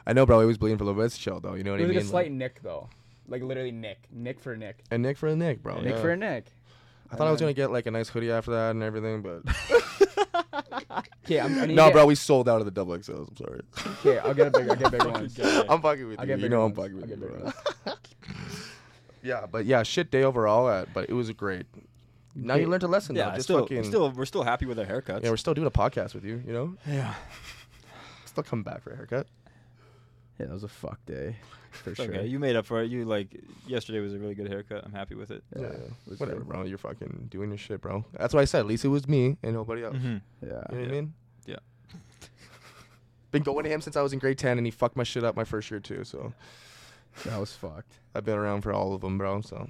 Speaker 3: I know, bro. He was bleeding for a little bit. It's chill though. You know what
Speaker 4: It
Speaker 3: I
Speaker 4: was
Speaker 3: mean?
Speaker 4: like a slight
Speaker 3: Like-
Speaker 4: nick though, like literally nick, nick for nick,
Speaker 3: and Nick for a Nick, bro.
Speaker 1: Nick
Speaker 3: Yeah.
Speaker 1: for a Nick.
Speaker 3: I thought I was gonna get like a nice hoodie after that and everything, but
Speaker 4: Okay, I'm, I need
Speaker 3: no,
Speaker 4: to
Speaker 3: bro. We sold out of the double XLs. I'm sorry.
Speaker 4: Get, okay, I'll get a bigger, I'll get bigger ones.
Speaker 3: I'm fucking with
Speaker 4: I'll
Speaker 3: you.
Speaker 4: get
Speaker 3: You
Speaker 4: bigger
Speaker 3: know I'm
Speaker 4: ones.
Speaker 3: fucking with
Speaker 4: I'll
Speaker 3: you,
Speaker 4: get bigger
Speaker 3: bro.
Speaker 4: ones.
Speaker 3: Yeah, but yeah, shit day overall. At, but it was a great. Now you
Speaker 1: Great.
Speaker 3: learned a lesson.
Speaker 2: yeah,
Speaker 3: though. Just
Speaker 2: still,
Speaker 3: fucking.
Speaker 2: still, we're still happy with our haircuts.
Speaker 3: yeah, we're still doing a podcast with you. You know,
Speaker 2: yeah.
Speaker 3: still come back for a haircut.
Speaker 1: Yeah, that was a fuck day, for
Speaker 2: It's
Speaker 1: sure.
Speaker 2: okay. You made up for it. You like yesterday was a really good haircut. I'm happy with it.
Speaker 1: Yeah,
Speaker 3: Yeah,
Speaker 1: was
Speaker 3: Whatever,
Speaker 1: good.
Speaker 3: bro. You're fucking doing your shit, bro. That's what I said. At least it was me and nobody else.
Speaker 2: Mhm.
Speaker 1: Yeah.
Speaker 3: You know what I
Speaker 2: Yeah.
Speaker 3: mean?
Speaker 2: Yeah.
Speaker 3: been going to him since I was in grade ten, and he fucked my shit up my first year too. So
Speaker 1: that was fucked.
Speaker 3: I've been around for all of them, bro. So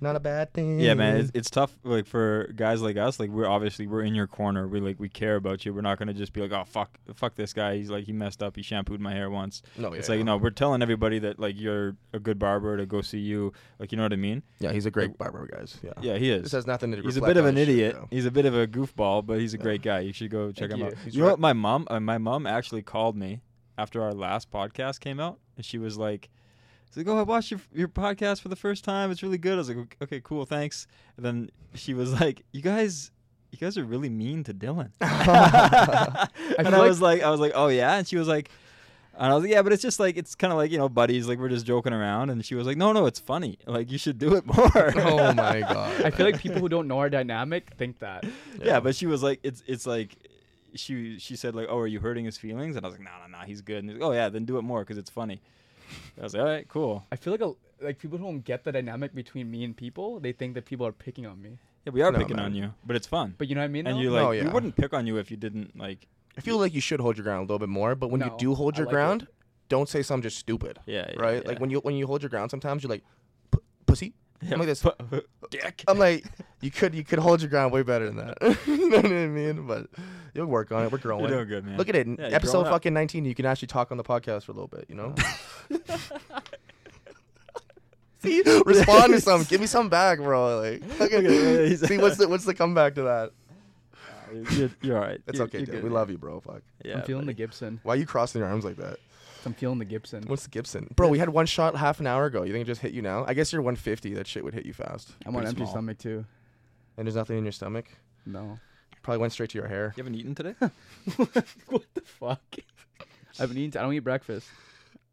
Speaker 3: not a bad thing.
Speaker 2: Yeah, man, it's, it's tough. Like for guys like us, like we're obviously we're in your corner. We like we care about you. We're not gonna just be like, oh fuck, fuck this guy. He's like he messed up. He shampooed my hair once.
Speaker 3: no,
Speaker 2: it's
Speaker 3: yeah,
Speaker 2: like
Speaker 3: yeah.
Speaker 2: no, we're telling everybody that like you're a good barber to go see you. Like you know what I mean?
Speaker 3: Yeah, he's a great barber, guys. Yeah.
Speaker 2: Yeah, he
Speaker 3: This
Speaker 2: is.
Speaker 3: has nothing to do.
Speaker 2: He's a bit of an idiot. he's a bit of a goofball, but he's a
Speaker 3: Yeah.
Speaker 2: great guy. You should go check
Speaker 3: Thank
Speaker 2: him
Speaker 3: you.
Speaker 2: out.
Speaker 3: He's
Speaker 2: you know
Speaker 3: right.
Speaker 2: what? My mom, uh, my mom actually called me after our last podcast came out, and she was like, "She's like, oh, I watched your your podcast for the first time. It's really good." I was like, "Okay, cool, thanks." And then she was like, "You guys." You guys are really mean to Dylan. and I
Speaker 1: like-
Speaker 2: was like, I was like, oh yeah. And she was like, and I was like, yeah, but it's just like it's kind of like you know, buddies. Like we're just joking around. And she was like, no, no, it's funny. Like you should do it more.
Speaker 3: oh my god.
Speaker 4: I feel like people who don't know our dynamic think that.
Speaker 2: yeah. but she was like, it's it's like, she she said like, oh, are you hurting his feelings? And I was like, no, no, no, he's good. And he's like, oh yeah, then do it more because it's funny. I was like, all right, cool.
Speaker 4: I feel like a, like people who don't get the dynamic between me and people, they think that people are picking on me.
Speaker 2: Yeah, we are
Speaker 3: No,
Speaker 2: picking
Speaker 3: man.
Speaker 2: on you, but it's fun.
Speaker 4: But you know what I mean?
Speaker 2: and
Speaker 4: though?
Speaker 2: you like,
Speaker 3: No,
Speaker 2: we
Speaker 3: Oh, yeah.
Speaker 2: wouldn't pick on you if you didn't like.
Speaker 3: I feel like you should hold your ground a little bit more, but when you
Speaker 4: No,
Speaker 3: do hold
Speaker 4: I
Speaker 3: your
Speaker 4: like it.
Speaker 3: ground, don't say something just stupid.
Speaker 2: Yeah, yeah,
Speaker 3: right?
Speaker 2: yeah.
Speaker 3: Like when you when you hold your ground, sometimes you're like, "P- pussy.
Speaker 2: Yeah,
Speaker 3: I'm like this.
Speaker 2: pu- dick.
Speaker 3: I'm like, you could you could hold your ground way better than that. you know what I mean? But you'll work on it. We're growing.
Speaker 2: You're doing good, man.
Speaker 3: Look at it.
Speaker 2: Yeah, you're
Speaker 3: Episode
Speaker 2: growing up.
Speaker 3: fucking 19. You can actually talk on the podcast for a little bit. You know. See, respond to something. Give me some back, bro. Like,
Speaker 2: at it. He's-
Speaker 3: see what's the what's the comeback to that?
Speaker 2: Uh, You're, you're all right.
Speaker 3: It's
Speaker 2: You're-
Speaker 3: okay,
Speaker 2: you're
Speaker 3: dude.
Speaker 2: good.
Speaker 3: We love you, bro. Fuck.
Speaker 2: Yeah,
Speaker 1: I'm feeling the
Speaker 2: buddy.
Speaker 1: Gibson.
Speaker 3: Why are you crossing your arms like that?
Speaker 1: I'm feeling the Gibson.
Speaker 3: What's the Gibson, bro? We had one shot half an hour ago. You think it just hit you now? I guess you're 150. That shit would hit you fast.
Speaker 1: I'm on
Speaker 2: pretty
Speaker 1: empty
Speaker 2: small.
Speaker 1: stomach too.
Speaker 3: And there's nothing in your stomach.
Speaker 1: No.
Speaker 3: Probably went straight to your hair.
Speaker 2: You haven't eaten today?
Speaker 4: what the fuck?
Speaker 1: I haven't eaten. I don't eat breakfast.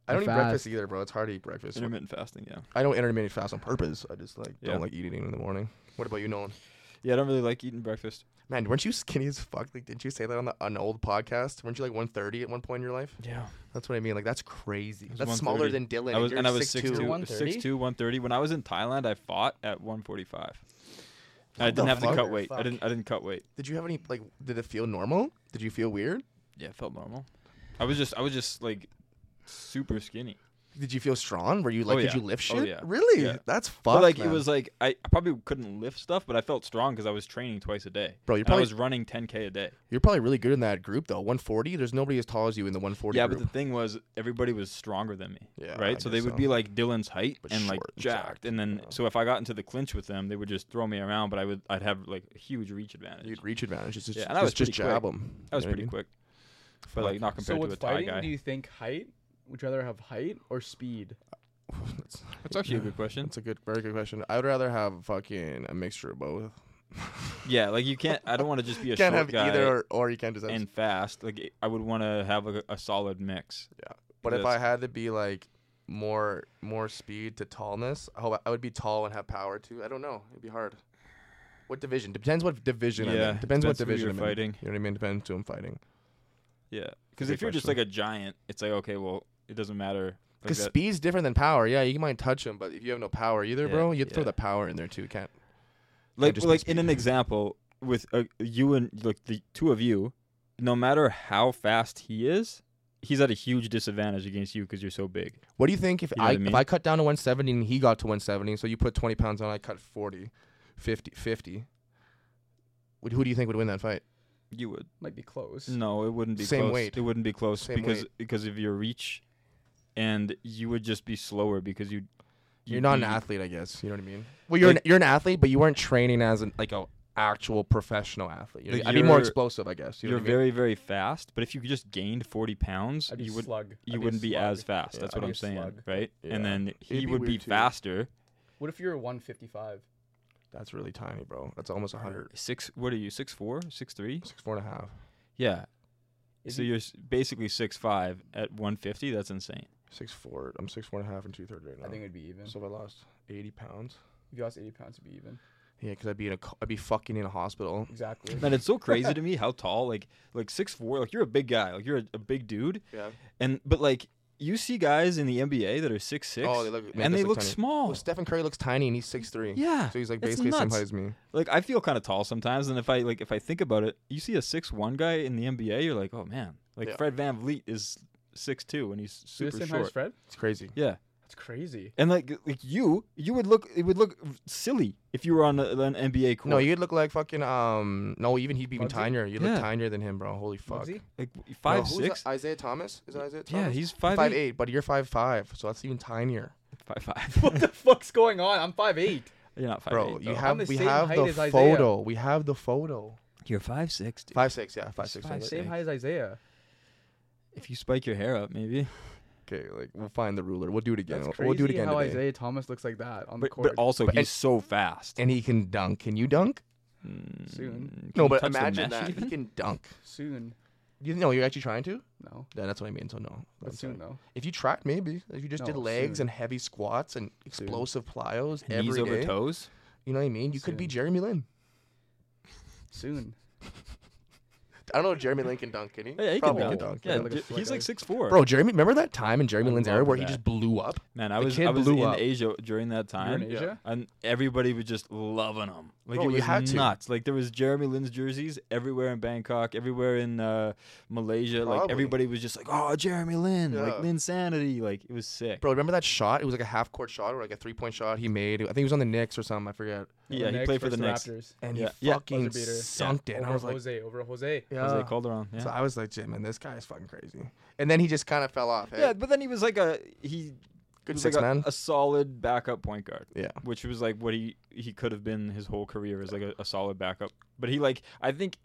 Speaker 3: I don't eat
Speaker 1: Fast.
Speaker 3: breakfast either, bro. It's hard to eat breakfast.
Speaker 2: Intermittent fasting, yeah.
Speaker 3: I don't intermittent fast on purpose. I just like
Speaker 2: Yeah.
Speaker 3: don't like eating in the morning. What about you, Nolan?
Speaker 2: Yeah, I don't really like eating breakfast.
Speaker 3: Man, weren't you skinny as fuck? Like, didn't you say that on the, an old podcast? Weren't you like 130 at one point in your life?
Speaker 2: Yeah.
Speaker 3: That's what I mean. Like, that's crazy.
Speaker 2: was
Speaker 3: That's smaller
Speaker 2: 130.
Speaker 3: than Dylan.
Speaker 2: I was,
Speaker 3: you're
Speaker 2: and I was
Speaker 3: 6'2".
Speaker 2: 6'2",
Speaker 4: 130?
Speaker 2: 6'2", 130. When I was in Thailand, I fought at 145. And I
Speaker 3: What the
Speaker 2: didn't have
Speaker 3: fuck?
Speaker 2: to cut weight. I
Speaker 3: Fuck.
Speaker 2: didn't. I didn't cut weight.
Speaker 3: Did you have any like? Did it feel normal? Did you feel weird?
Speaker 2: Yeah, it felt normal. I was just. I was just like super skinny.
Speaker 3: Did you feel strong? Were you like?
Speaker 2: Oh,
Speaker 3: Did
Speaker 2: yeah.
Speaker 3: you lift shit?
Speaker 2: Oh, yeah.
Speaker 3: Really?
Speaker 2: Yeah.
Speaker 3: That's fuck.
Speaker 2: But like
Speaker 3: man.
Speaker 2: it was like I, I probably couldn't lift stuff, but I felt strong because I was training twice a day.
Speaker 3: Bro, you're
Speaker 2: And I
Speaker 3: probably-
Speaker 2: was running 10k a day.
Speaker 3: You're probably really good in that group though. 140. There's nobody as tall as you in the 140
Speaker 2: Yeah,
Speaker 3: group.
Speaker 2: but the thing was, everybody was stronger than me.
Speaker 3: Yeah, I
Speaker 2: right. So they
Speaker 3: guess
Speaker 2: would
Speaker 3: so.
Speaker 2: be like Dylan's height
Speaker 3: But
Speaker 2: and like
Speaker 3: short and
Speaker 2: jacked,
Speaker 3: jacked,
Speaker 2: and then
Speaker 3: yeah.
Speaker 2: so if I got into the clinch with them, they would just throw me around, but I would I'd have like a huge reach advantage.
Speaker 3: You'd reach advantage. It's Just,
Speaker 2: Yeah,
Speaker 3: just,
Speaker 2: and I was
Speaker 3: just
Speaker 2: pretty quick.
Speaker 3: jab them.
Speaker 2: I was pretty quick, but like not
Speaker 4: So
Speaker 2: compared to
Speaker 4: with
Speaker 2: a Thai
Speaker 4: fighting,
Speaker 2: guy.
Speaker 4: do you think height? Would you rather have height or speed?
Speaker 3: that's,
Speaker 2: That's actually a good question.
Speaker 3: that's a good, very good question. I would rather have fucking a mixture of both.
Speaker 2: Yeah, like you can't. I don't want to just be a
Speaker 3: can't
Speaker 2: short
Speaker 3: have
Speaker 2: guy
Speaker 3: either, or, or you can't just have.
Speaker 2: and fast. Like I would want to have like, a, a solid mix.
Speaker 3: but if I
Speaker 2: that's-
Speaker 3: had to be like more more speed to tallness, I hope I would be tall and have power too. I don't know. It'd be hard. What division? Depends what division. I'm in.
Speaker 2: Yeah,
Speaker 3: Depends what
Speaker 2: depends who
Speaker 3: division
Speaker 2: you're
Speaker 3: I'm in.
Speaker 2: fighting.
Speaker 3: You know what I mean? Depends who I'm fighting.
Speaker 2: Yeah, because
Speaker 3: Good
Speaker 2: if you're just like
Speaker 3: question.
Speaker 2: a giant, it's like okay, well, it doesn't matter. Like
Speaker 3: Because
Speaker 2: that-
Speaker 3: speed's different than power. Yeah, you might touch him, but if you have no power either,
Speaker 2: Yeah,
Speaker 3: bro, you would throw
Speaker 2: yeah.
Speaker 3: the power in there too. Can't.
Speaker 2: like
Speaker 3: just
Speaker 2: like
Speaker 3: be
Speaker 2: in an
Speaker 3: speed.
Speaker 2: example with uh, you and like the two of you, no matter how fast he is, he's at a huge disadvantage against you because you're so big.
Speaker 3: What do you think if
Speaker 2: You know
Speaker 3: I,
Speaker 2: what I mean?
Speaker 3: if I cut down to 170 and he got to 170, so you put 20 pounds on, I cut 40, 50, 50. Would, who do you think would win that fight?
Speaker 2: You would
Speaker 4: Might be close.
Speaker 2: no, it wouldn't be
Speaker 3: Same
Speaker 2: close.
Speaker 3: weight.
Speaker 2: It wouldn't be close
Speaker 3: Same
Speaker 2: because
Speaker 3: weight.
Speaker 2: because of your reach, and you would just be slower because you.
Speaker 3: You're
Speaker 2: you'd
Speaker 3: not an
Speaker 2: be-
Speaker 3: athlete, I guess. You know what I mean? Well, you're an, you're an athlete, but you weren't training as an like a actual professional athlete. You know,
Speaker 2: Like,
Speaker 3: I'd be more
Speaker 2: you're-
Speaker 3: explosive, I guess. You know
Speaker 2: You're
Speaker 3: what I mean?
Speaker 2: very, very fast, but if you just gained 40 pounds,
Speaker 4: I'd be
Speaker 2: you would
Speaker 4: slug. I'd
Speaker 2: you
Speaker 4: be a
Speaker 2: wouldn't be
Speaker 4: slug.
Speaker 2: as fast.
Speaker 3: Yeah,
Speaker 2: That's
Speaker 3: I'd
Speaker 2: what
Speaker 4: be
Speaker 2: I'm
Speaker 4: a
Speaker 2: saying,
Speaker 4: slug.
Speaker 2: right?
Speaker 3: Yeah.
Speaker 2: And then he
Speaker 3: be
Speaker 2: would be
Speaker 3: weird too.
Speaker 2: faster.
Speaker 4: What if you're 155?
Speaker 3: That's really tiny, bro. That's almost 100,
Speaker 2: Six. What are you? Six four? Six three?
Speaker 3: six four and a half,
Speaker 2: Yeah.
Speaker 4: Is
Speaker 2: so
Speaker 4: he-
Speaker 2: you're s- basically six five at 150. That's insane.
Speaker 3: six four. I'm six four and a half and two thirds right now.
Speaker 4: I think it'd be even.
Speaker 3: so if I lost 80 pounds,
Speaker 4: if you lost 80 pounds, it'd be even.
Speaker 3: yeah, because I'd be in a, co- I'd be fucking in a hospital.
Speaker 4: Exactly.
Speaker 2: Man, it's so crazy to me how tall. Like like six four. Like you're a big guy. Like you're a, a big dude.
Speaker 3: Yeah.
Speaker 2: And but like you see guys in the NBA that are six six.
Speaker 3: Oh, they look- make
Speaker 2: and
Speaker 3: us
Speaker 2: they
Speaker 3: look
Speaker 2: look
Speaker 3: tiny.
Speaker 2: small.
Speaker 3: Well, Stephen Curry looks tiny and he's six three.
Speaker 2: Yeah,
Speaker 3: So he's like
Speaker 2: it's
Speaker 3: basically the same
Speaker 2: nuts.
Speaker 3: height as me.
Speaker 2: like I feel kind of tall sometimes, and if I like if I think about it, you see a six one guy in the NBA, you're like, oh man, like
Speaker 3: Yeah.
Speaker 2: Fred Van VanVleet is six two and he's
Speaker 4: You're
Speaker 2: super
Speaker 4: the same height as
Speaker 2: short.
Speaker 4: Fred?
Speaker 3: It's crazy.
Speaker 2: Yeah,
Speaker 4: That's crazy.
Speaker 2: and like like you, you would look it would look silly if you were on a, an NBA court.
Speaker 3: No, you'd look like fucking um. No, even he'd be even
Speaker 4: Muggsy?
Speaker 3: tinier. You look
Speaker 2: Yeah.
Speaker 3: tinier than him, bro. Holy fuck.
Speaker 4: Muggsy?
Speaker 2: like
Speaker 3: No,
Speaker 2: five
Speaker 3: who's
Speaker 2: six.
Speaker 3: that? Isaiah Thomas is that Isaiah Thomas.
Speaker 2: yeah, he's five
Speaker 3: five
Speaker 2: eight.
Speaker 3: eight, but you're five five, so that's even tinier.
Speaker 2: Five
Speaker 4: what
Speaker 2: five.
Speaker 4: the fuck's going on? I'm 5'8.
Speaker 2: you're not five
Speaker 3: Bro,
Speaker 2: eight.
Speaker 3: you
Speaker 4: though.
Speaker 3: have
Speaker 4: I'm the
Speaker 3: we
Speaker 4: same
Speaker 3: have
Speaker 4: height
Speaker 3: the
Speaker 4: as Isaiah.
Speaker 3: photo. We have the photo.
Speaker 2: You're five six. Dude.
Speaker 3: Five six, yeah, five six.
Speaker 2: five,
Speaker 3: six.
Speaker 2: six.
Speaker 4: Same height as Isaiah.
Speaker 2: If you spike your hair up, maybe.
Speaker 3: Okay, like we'll find the ruler. We'll do it again.
Speaker 4: That's
Speaker 3: We'll-
Speaker 4: crazy
Speaker 3: we'll do it again
Speaker 4: how
Speaker 3: today.
Speaker 4: Isaiah Thomas looks like that on the
Speaker 2: But,
Speaker 4: court.
Speaker 2: but also
Speaker 3: But-
Speaker 2: he's so fast.
Speaker 3: And he can dunk. Can you dunk?
Speaker 2: Mm,
Speaker 4: Soon.
Speaker 2: can
Speaker 3: No,
Speaker 2: you
Speaker 3: but
Speaker 2: touch the
Speaker 3: imagine
Speaker 2: mesh
Speaker 3: that
Speaker 2: even?
Speaker 3: he can dunk.
Speaker 4: soon.
Speaker 3: You know, you're actually trying to.
Speaker 4: No.
Speaker 3: Yeah, that's what I mean. So no.
Speaker 4: But
Speaker 3: That's
Speaker 4: soon,
Speaker 3: fine.
Speaker 4: though.
Speaker 3: If you tried, maybe if you just did
Speaker 4: No,
Speaker 3: legs
Speaker 4: soon.
Speaker 3: and heavy squats and explosive plyos every
Speaker 2: Knees
Speaker 3: day,
Speaker 2: over toes.
Speaker 3: you know what I mean? You could be
Speaker 4: Soon.
Speaker 3: Jeremy Lin.
Speaker 4: Soon.
Speaker 3: I don't know if Jeremy Lin can dunk. Can he?
Speaker 2: Yeah, he can
Speaker 3: Probably
Speaker 2: dunk.
Speaker 4: dunk,
Speaker 2: Yeah,
Speaker 4: yeah, like a
Speaker 2: J-
Speaker 4: slight
Speaker 2: he's like
Speaker 4: ice.
Speaker 2: six four.
Speaker 3: Bro, Jeremy, remember that time in Jeremy
Speaker 2: I
Speaker 3: Lin's era
Speaker 2: love
Speaker 3: where he
Speaker 2: that.
Speaker 3: just blew up?
Speaker 2: Man, I
Speaker 3: The
Speaker 2: was
Speaker 3: kid
Speaker 2: I was
Speaker 3: blew
Speaker 2: in
Speaker 3: up.
Speaker 2: Asia during that time,
Speaker 4: in Asia?
Speaker 2: and everybody was just loving him. Like
Speaker 3: Bro,
Speaker 2: it
Speaker 3: you
Speaker 2: was
Speaker 3: had to.
Speaker 2: nuts. Like there was Jeremy Lin's jerseys everywhere in Bangkok, everywhere in uh, Malaysia. Like
Speaker 3: Probably.
Speaker 2: everybody was just like, "Oh, Jeremy Lin!"
Speaker 3: Yeah.
Speaker 2: Like Lin sanity. Like it was sick.
Speaker 3: Bro, remember that shot? It was like a half court shot or like a three point shot he made. I think he was on the Knicks or something. I forget.
Speaker 2: yeah, he
Speaker 4: Knicks
Speaker 2: played for the
Speaker 4: versus
Speaker 2: Knicks.
Speaker 4: Raptors.
Speaker 3: And
Speaker 2: Yeah,
Speaker 3: he
Speaker 2: yeah.
Speaker 3: fucking
Speaker 4: Buzzer beater. Yeah.
Speaker 3: sunk it. And I
Speaker 4: Over
Speaker 3: was like,
Speaker 4: Jose. Over Jose.
Speaker 2: I was
Speaker 3: yeah.
Speaker 2: like Calderon. Yeah.
Speaker 3: So I was like, Jim, man, this guy is fucking crazy. And then he just kind of fell off. eh?
Speaker 2: yeah, but then he was like a he
Speaker 3: Good
Speaker 2: was
Speaker 3: six
Speaker 2: like
Speaker 3: man.
Speaker 2: a, a solid backup point guard.
Speaker 3: Yeah.
Speaker 2: which was like what he he could have been his whole career as like a, a solid backup. But he like I think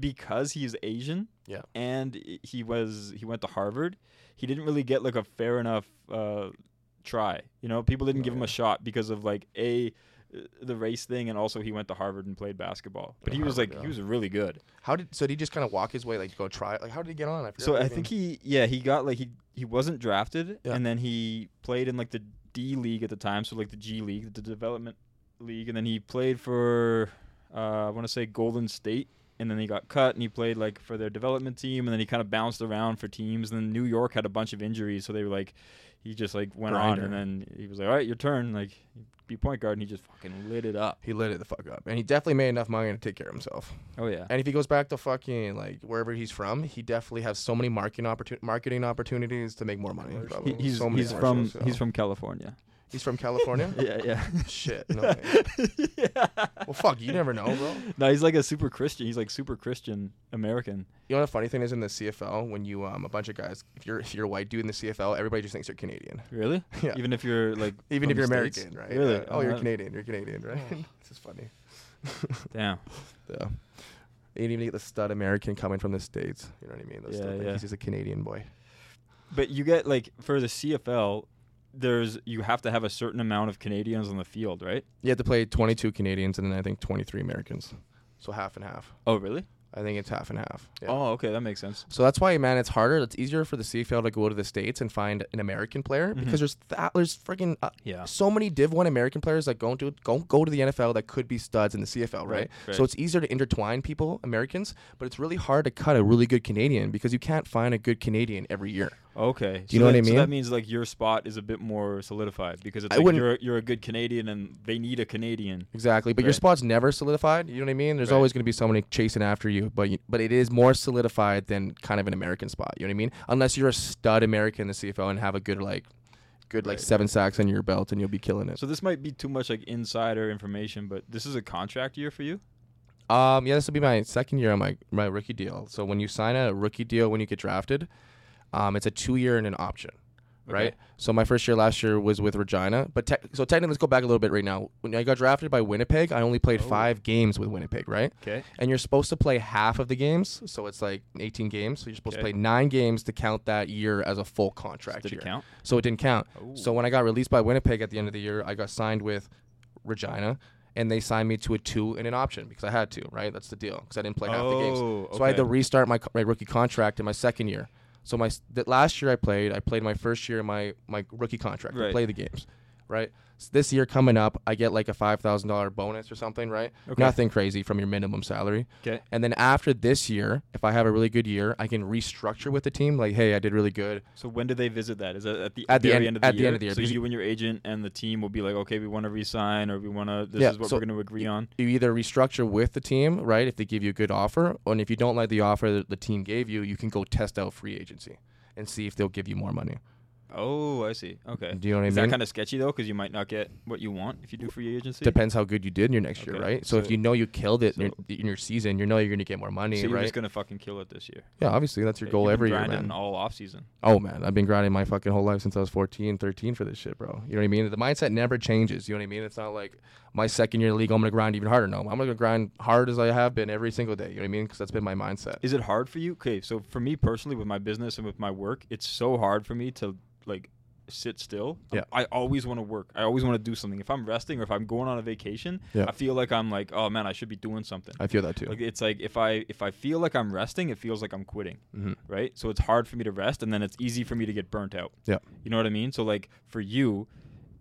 Speaker 2: because he's Asian,
Speaker 3: Yeah.
Speaker 2: and i- he was he went to Harvard, he didn't really get like a fair enough uh, try. You know, people didn't
Speaker 3: No,
Speaker 2: give him
Speaker 3: yeah.
Speaker 2: a shot because of like a uh, the race thing, and also he went to Harvard and played basketball. But
Speaker 3: Yeah,
Speaker 2: he was
Speaker 3: Harvard,
Speaker 2: like
Speaker 3: yeah.
Speaker 2: he was really good.
Speaker 3: How did so? Did he just kind of walk his way, like go try? Like how did he get on? I forget
Speaker 2: So
Speaker 3: what
Speaker 2: I
Speaker 3: his
Speaker 2: think
Speaker 3: name-
Speaker 2: he yeah he got like he he wasn't drafted
Speaker 3: Yeah.
Speaker 2: and then he played in like the D league at the time so like the G league the development league and then he played for uh, I want to say Golden State and then he got cut and he played like for their development team and then he kind of bounced around for teams and then New York had a bunch of injuries so they were like he just like went
Speaker 3: Grinder.
Speaker 2: on and then he was like all right your turn like be point guard and he just fucking lit it up
Speaker 3: he lit it the fuck up, and he definitely made enough money to take care of himself.
Speaker 2: oh yeah
Speaker 3: And if he goes back to fucking like wherever he's from, he definitely has so many marketing opportun- marketing opportunities to make more money.
Speaker 4: Commercials.
Speaker 3: Probably.
Speaker 2: he, he's
Speaker 3: so many
Speaker 2: he's from
Speaker 3: commercials,
Speaker 2: he's
Speaker 3: yeah.
Speaker 2: from California
Speaker 3: he's from California.
Speaker 2: yeah yeah
Speaker 3: Shit. No. way. Well, fuck. You never know, bro.
Speaker 2: No, he's like a super Christian. He's like super Christian American.
Speaker 3: You know what the funny thing is in the CFL when you um a bunch of guys if you're if you're a white dude in the CFL everybody just thinks you're Canadian
Speaker 2: Really?
Speaker 3: Yeah.
Speaker 2: Even if you're like from
Speaker 3: even if you're
Speaker 2: the States?
Speaker 3: American right
Speaker 2: Really?
Speaker 3: Yeah. oh you're
Speaker 2: Uh,
Speaker 3: Canadian you're Canadian right this is funny
Speaker 2: Damn.
Speaker 3: yeah and even get the stud American coming from the states you know what I mean Those
Speaker 2: Yeah,
Speaker 3: stud- like,
Speaker 2: yeah.
Speaker 3: he's just a Canadian boy
Speaker 2: But you get like for the CFL, there's you have to have a certain amount of Canadians on the field, right?
Speaker 3: you have to play 22 Canadians and then I think 23 Americans so half and half
Speaker 2: Oh, really?
Speaker 3: I think it's half and half.
Speaker 2: Oh, okay, that makes sense.
Speaker 3: So that's why, man, it's harder. It's easier for the CFL to go to the states and find an American player because there's th- there's freaking uh,
Speaker 2: Mm-hmm. Yeah.
Speaker 3: so many Div One American players that don't do don't go to the NFL that could be studs in the CFL, right?
Speaker 2: Right, right.
Speaker 3: So it's easier to intertwine people Americans, but it's really hard to cut a really good Canadian because you can't find a good Canadian every year.
Speaker 2: Okay.
Speaker 3: Do
Speaker 2: so
Speaker 3: you know what
Speaker 2: that-
Speaker 3: I
Speaker 2: So
Speaker 3: mean?
Speaker 2: that means like your spot is a bit more solidified because it's
Speaker 3: I
Speaker 2: like
Speaker 3: wouldn't-
Speaker 2: you're you're a good Canadian and they need a Canadian.
Speaker 3: Exactly, but your
Speaker 2: Right.
Speaker 3: spot's never solidified. You know what I mean? There's
Speaker 2: Right.
Speaker 3: always going to be somebody chasing after you, but you, but it is more solidified than kind of an American spot. You know what I mean? Unless you're a stud American in the CFL and have a good like, good like
Speaker 2: Right.
Speaker 3: seven sacks on your belt, and you'll be killing it.
Speaker 2: So this might be too much like insider information, but this is a contract year for you.
Speaker 3: Um, yeah, this will be my second year on my my rookie deal. So when you sign a rookie deal when you get drafted, um, it's a two year and an option. right? So my first year last year was with Regina, but te- so technically, let's go back a little bit right now. When I got drafted by Winnipeg, I only played five games with Winnipeg, right?
Speaker 2: Oh. Okay.
Speaker 3: And you're supposed to play half of the games, so it's like 18 games. So you're supposed
Speaker 2: Okay.
Speaker 3: to play nine games to count that year as a full contract
Speaker 2: Did it
Speaker 3: year.
Speaker 2: count?
Speaker 3: So it didn't count.
Speaker 2: Oh.
Speaker 3: So when I got released by Winnipeg at the end of the year, I got signed with Regina, and they signed me to a two and an option because I had to, right? That's the deal because I didn't play half the games.
Speaker 2: Oh,
Speaker 3: So I had to
Speaker 2: okay.
Speaker 3: restart my, co- my rookie contract in my second year. So my s- the last year I played, I played my first year in my my rookie contract.
Speaker 2: Right.
Speaker 3: I played the games, right? So this year coming up, I get like a five thousand dollar bonus or something, right?
Speaker 2: Okay.
Speaker 3: Nothing crazy from your minimum salary.
Speaker 2: Okay.
Speaker 3: And then after this year, if I have a really good year, I can restructure with the team. Like, hey, I did really good.
Speaker 2: So when do they visit that? Is that at the,
Speaker 3: At the
Speaker 2: very
Speaker 3: end-
Speaker 2: end, of the
Speaker 3: at the
Speaker 2: year?
Speaker 3: end of the year,
Speaker 2: So
Speaker 3: because-
Speaker 2: you and your agent and the team will be like, okay, we want to resign or we want to. This
Speaker 3: Yeah,
Speaker 2: is what
Speaker 3: so-
Speaker 2: we're going to agree on.
Speaker 3: you either restructure with the team, right? If they give you a good offer, and if you don't like the offer that the team gave you, you can go test out free agency and see if they'll give you more money.
Speaker 2: Oh, I see. Okay.
Speaker 3: Do you know what
Speaker 2: Is that
Speaker 3: I mean?
Speaker 2: kind of sketchy though? Because you might not get what you want if you do free agency.
Speaker 3: Depends how good you did in your next year,
Speaker 2: Okay,
Speaker 3: right? So, if
Speaker 2: so-
Speaker 3: you know you killed it in,
Speaker 2: so-
Speaker 3: your, in your season, you know you're gonna get more money,
Speaker 2: So you're
Speaker 3: right?
Speaker 2: just gonna fucking kill it this year.
Speaker 3: yeah, obviously that's your
Speaker 2: Okay,
Speaker 3: goal
Speaker 2: you've been
Speaker 3: every year,
Speaker 2: grinding
Speaker 3: man.
Speaker 2: all off season.
Speaker 3: oh man, I've been grinding my fucking whole life since I was 14, 13 for this shit, bro. You know what I mean? The mindset never changes. You know what I mean? It's not like my second year in the league, I'm gonna grind even harder. No, I'm gonna grind hard as I have been every single day. You know what I mean? Because that's been my mindset.
Speaker 2: Is it hard for you? Okay, so for me personally, with my business and with my work, it's so hard for me to like sit still. I'm-
Speaker 3: Yeah.
Speaker 2: I always want to work. I always want to do something. If I'm resting or if I'm going on a vacation,
Speaker 3: Yeah.
Speaker 2: I feel like I'm like, oh man, I should be doing something.
Speaker 3: I feel that too.
Speaker 2: Like it's like if I if I feel like I'm resting, it feels like I'm quitting,
Speaker 3: Mhm.
Speaker 2: right? So it's hard for me to rest, and then it's easy for me to get burnt out.
Speaker 3: Yeah.
Speaker 2: you know what I mean. So like for you,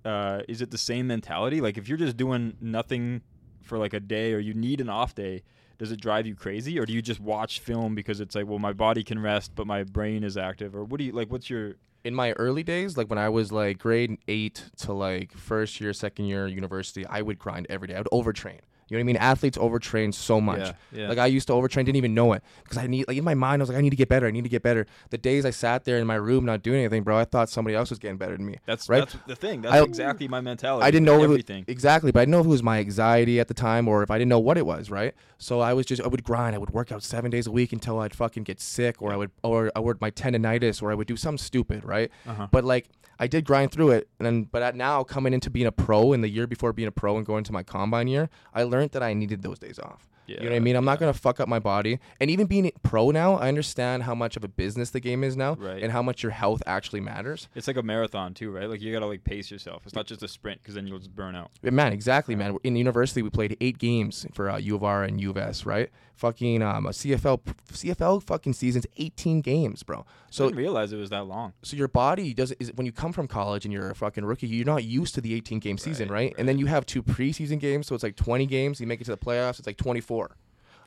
Speaker 2: uh, is it the same mentality? Like if you're just doing nothing for like a day, or you need an off day, does it drive you crazy, or do you just watch film because it's like, well, my body can rest, but my brain is active, or what do you like? What's your
Speaker 3: in my early days, like when I was like grade eight to like first year, second year university, I would grind every day. I would overtrain. You know what I mean? Athletes overtrain so much.
Speaker 2: Yeah, yeah.
Speaker 3: Like I used to overtrain, didn't even know it because I need like in my mind I was like I need to get better. I need to get better. The days I sat there in my room not doing anything, bro, I thought somebody else was getting better than me.
Speaker 2: that's
Speaker 3: right.
Speaker 2: That's the thing. That's
Speaker 3: I-
Speaker 2: exactly my mentality.
Speaker 3: I didn't know
Speaker 2: everything.
Speaker 3: It was, exactly, but I didn't know if it was my anxiety at the time or if I didn't know what it was, right? So I was just I would grind, I would work out seven days a week until I'd fucking get sick, or I would or I would my tendonitis, or I would do something stupid, right?
Speaker 2: Uh-huh.
Speaker 3: But like I did grind through it, and then but at now coming into being a pro and the year before being a pro and going to my combine year, I learned that I needed those days off. you know what I
Speaker 2: Yeah,
Speaker 3: mean? I'm not gonna fuck up my body, and even being pro now, I understand how much of a business the game is now,
Speaker 2: Right.
Speaker 3: and how much your health actually matters.
Speaker 2: It's like a marathon too, right? Like you gotta like pace yourself. It's not just a sprint because then you'll just burn out.
Speaker 3: Yeah, Man, exactly, man. In university, we played eight games for uh, U of R and U of S, right? Fucking um, a CFL, CFL fucking seasons, eighteen games, bro.
Speaker 2: I
Speaker 3: So, Oh,
Speaker 2: didn't realize it was that long.
Speaker 3: so your body doesn't. Is, when you come from college and you're a fucking rookie, you're not used to the eighteen game season, right? And then you have two preseason games, so it's like twenty games. You make it to the playoffs, it's like twenty four.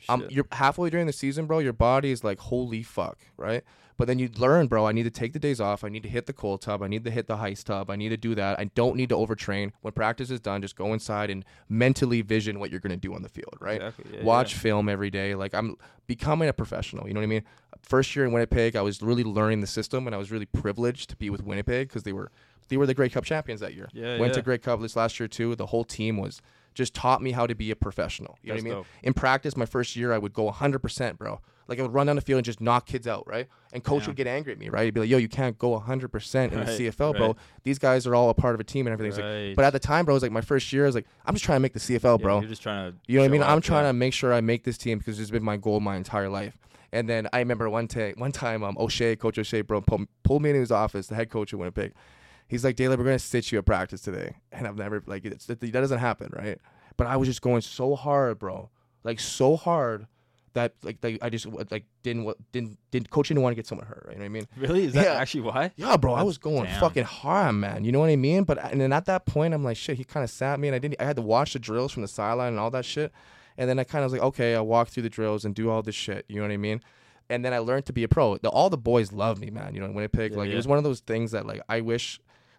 Speaker 3: Um,
Speaker 2: Shit.
Speaker 3: you're halfway during the season, bro. Your body is like, holy fuck, right? But then you learn, bro. I need to take the days off. I need to hit the cold tub. I need to hit the heist tub. I need to do that. I don't need to overtrain. When practice is done, just go inside and mentally vision what you're gonna do on the field, right?
Speaker 2: Exactly, yeah,
Speaker 3: Watch film every day. Like I'm becoming a professional. You know what I mean? First year in Winnipeg, I was really learning the system, and I was really privileged to be with Winnipeg because they were they were the Great Cup champions that year.
Speaker 2: Yeah,
Speaker 3: Went to
Speaker 2: yeah.
Speaker 3: Great Cup this last year too. The whole team was just taught me how to be a professional. You know what I
Speaker 2: That's
Speaker 3: mean?
Speaker 2: dope.
Speaker 3: In practice, my first year, I would go 100%, bro. Like I would run down the field and just knock kids out, right? And coach would get angry at me, right? He'd be like, "Yo, you can't go 100% in
Speaker 2: Right,
Speaker 3: the CFL, bro.
Speaker 2: right.
Speaker 3: These guys are all a part of a team and everything's
Speaker 2: Right.
Speaker 3: like." But at the time, bro, it was like my first year. I was like, "I'm just trying to make the CFL,
Speaker 2: Yeah,
Speaker 3: bro."
Speaker 2: you're just trying to.
Speaker 3: You know what I
Speaker 2: show
Speaker 3: mean?
Speaker 2: off,
Speaker 3: I'm trying
Speaker 2: yeah.
Speaker 3: to make sure I make this team because it's been my goal my entire life. And then I remember one day, one time, um, O'Shea, Coach O'Shea, bro, pulled, pulled me into his office, the head coach of Winnipeg. He's like, Dale, we're gonna sit you at practice today, and I've never like it's, that doesn't happen, right? But I was just going so hard, bro, like so hard that like, like I just like didn't wa- didn't didn't coach didn't want to get someone hurt, right? You know what I mean?
Speaker 2: Really? Is that
Speaker 3: Yeah.
Speaker 2: actually why?
Speaker 3: Yeah, bro, I was going
Speaker 2: damn.
Speaker 3: fucking hard, man. You know what I mean? But and then at that point, I'm like, shit. He kind of sat me, and I didn't. I had to watch the drills from the sideline and all that shit. And then I kind of was like, okay, I walk through the drills and do all this shit. You know what I mean? And then I learned to be a pro. The, all the boys love me, man. You know, in Winnipeg, like
Speaker 2: yeah.
Speaker 3: it was one of those things that like I wish,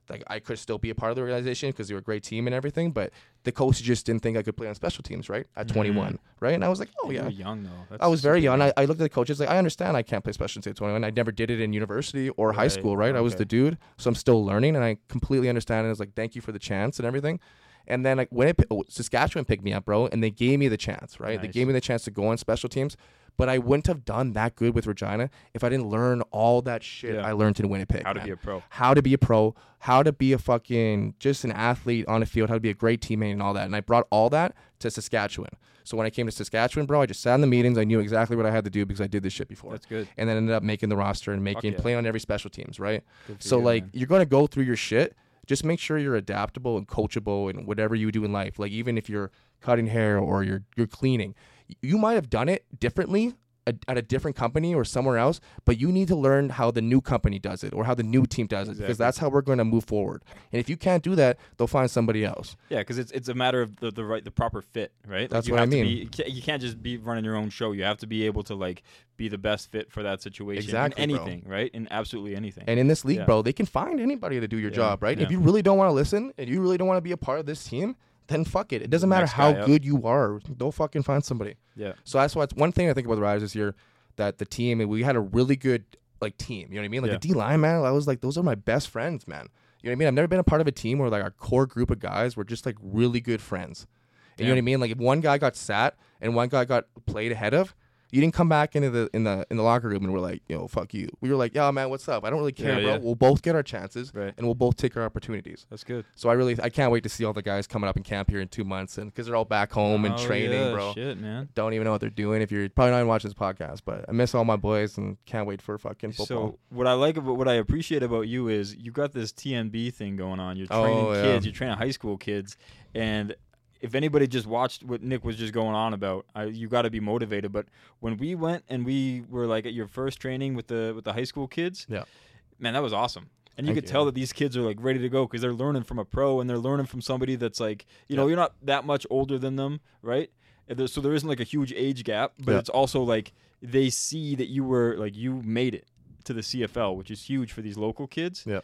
Speaker 3: like I could still be a part of the organization because they were a great team and everything. But the coach just didn't think I could play on special teams, right? At
Speaker 2: Mm-hmm.
Speaker 3: 21, right? And I was like, oh
Speaker 2: You
Speaker 3: yeah,
Speaker 2: were young though. That's
Speaker 3: I was very
Speaker 2: super
Speaker 3: young. I, I looked at the coaches like I understand I can't play special teams at 21. I never did it in university or high
Speaker 2: Right,
Speaker 3: school, right? I was
Speaker 2: okay.
Speaker 3: the dude, so I'm still learning, and I completely understand. And I was like, thank you for the chance and everything. And then oh, like when it, Saskatchewan picked me up, bro, and they gave me the chance, right? They
Speaker 2: Nice.
Speaker 3: gave me the chance to go on special teams. But I wouldn't have done that good with Regina if I didn't learn all that shit
Speaker 2: Yeah.
Speaker 3: I learned in Winnipeg.
Speaker 2: How to
Speaker 3: man.
Speaker 2: be a pro.
Speaker 3: How to be a pro. How to be a fucking just an athlete on a field. How to be a great teammate and all that. And I brought all that to Saskatchewan. So when I came to Saskatchewan, bro, I just sat in the meetings. I knew exactly what I had to do because I did this shit before
Speaker 2: That's good.
Speaker 3: and then ended up making the roster and making
Speaker 2: yeah.
Speaker 3: playing on every special teams, right?
Speaker 2: Good for
Speaker 3: So
Speaker 2: you,
Speaker 3: like
Speaker 2: man.
Speaker 3: you're gonna go through your shit. Just make sure you're adaptable and coachable and whatever you do in life. Like even if you're cutting hair or you're you're cleaning, you might have done it differently at at a different company or somewhere else, but you need to learn how the new company does it or how the new team does it because
Speaker 2: Exactly.
Speaker 3: that's how we're going to move forward. And if you can't do that, they'll find somebody else.
Speaker 2: Yeah, because it's it's a matter of the, the right the proper fit, right? Like,
Speaker 3: That's
Speaker 2: you
Speaker 3: what I
Speaker 2: have to
Speaker 3: mean.
Speaker 2: be- you ca- you can't just be running your own show. You have to be able to like be the best fit for that situation.
Speaker 3: Exactly,
Speaker 2: In
Speaker 3: bro.
Speaker 2: anything, right? In absolutely anything.
Speaker 3: And in this league,
Speaker 2: Yeah.
Speaker 3: bro, they can find anybody to do your
Speaker 2: Yeah,
Speaker 3: job, right? If
Speaker 2: yeah.
Speaker 3: you really don't want to listen and you really don't want to be a part of this team, then fuck it. It doesn't matter
Speaker 2: Next
Speaker 3: how
Speaker 2: guy up.
Speaker 3: good you are. They'll fucking find somebody.
Speaker 2: yeah.
Speaker 3: So that's why one thing I think about the Riders this year that the team and we had a really good like team. You know what I mean? Like
Speaker 2: Yeah.
Speaker 3: the D line, man. I was like, those are my best friends, man. You know what I mean? I've never been a part of a team where like our core group of guys were just like really good friends. And You know what I mean? Like if one guy got sat and one guy got played ahead of. You didn't come back into the in the in the locker room and we're like, yo, fuck you. We were like, yeah, man, what's up? I don't really care,
Speaker 2: Yeah,
Speaker 3: bro.
Speaker 2: yeah.
Speaker 3: We'll both get our chances
Speaker 2: Right.
Speaker 3: and we'll both take our opportunities.
Speaker 2: That's good.
Speaker 3: So I really I can't wait to see all the guys coming up in camp here in two months and because they're all back home and
Speaker 2: Oh,
Speaker 3: training,
Speaker 2: yeah,
Speaker 3: bro
Speaker 2: Shit, man.
Speaker 3: don't even know what they're doing. If you're probably not even watching this podcast, but I miss all my boys and can't wait for fucking football.
Speaker 2: So what I like about what I appreciate about you is you got this TMB thing going on. You're
Speaker 3: Oh,
Speaker 2: training
Speaker 3: yeah.
Speaker 2: kids. You're training high school kids, and if anybody just watched what Nick was just going on about, I, you got to be motivated. But when we went and we were like at your first training with the with the high school kids,
Speaker 3: Yeah.
Speaker 2: man, that was awesome. And you
Speaker 3: Thank
Speaker 2: could
Speaker 3: you.
Speaker 2: tell that these kids are like ready to go because they're learning from a pro and they're learning from somebody that's like, you know, you're not that much older than them, right? And there- So there isn't like a huge age gap, but
Speaker 3: Yeah.
Speaker 2: it's also like they see that you were like you made it to the CFL, which is huge for these local kids.
Speaker 3: Yeah.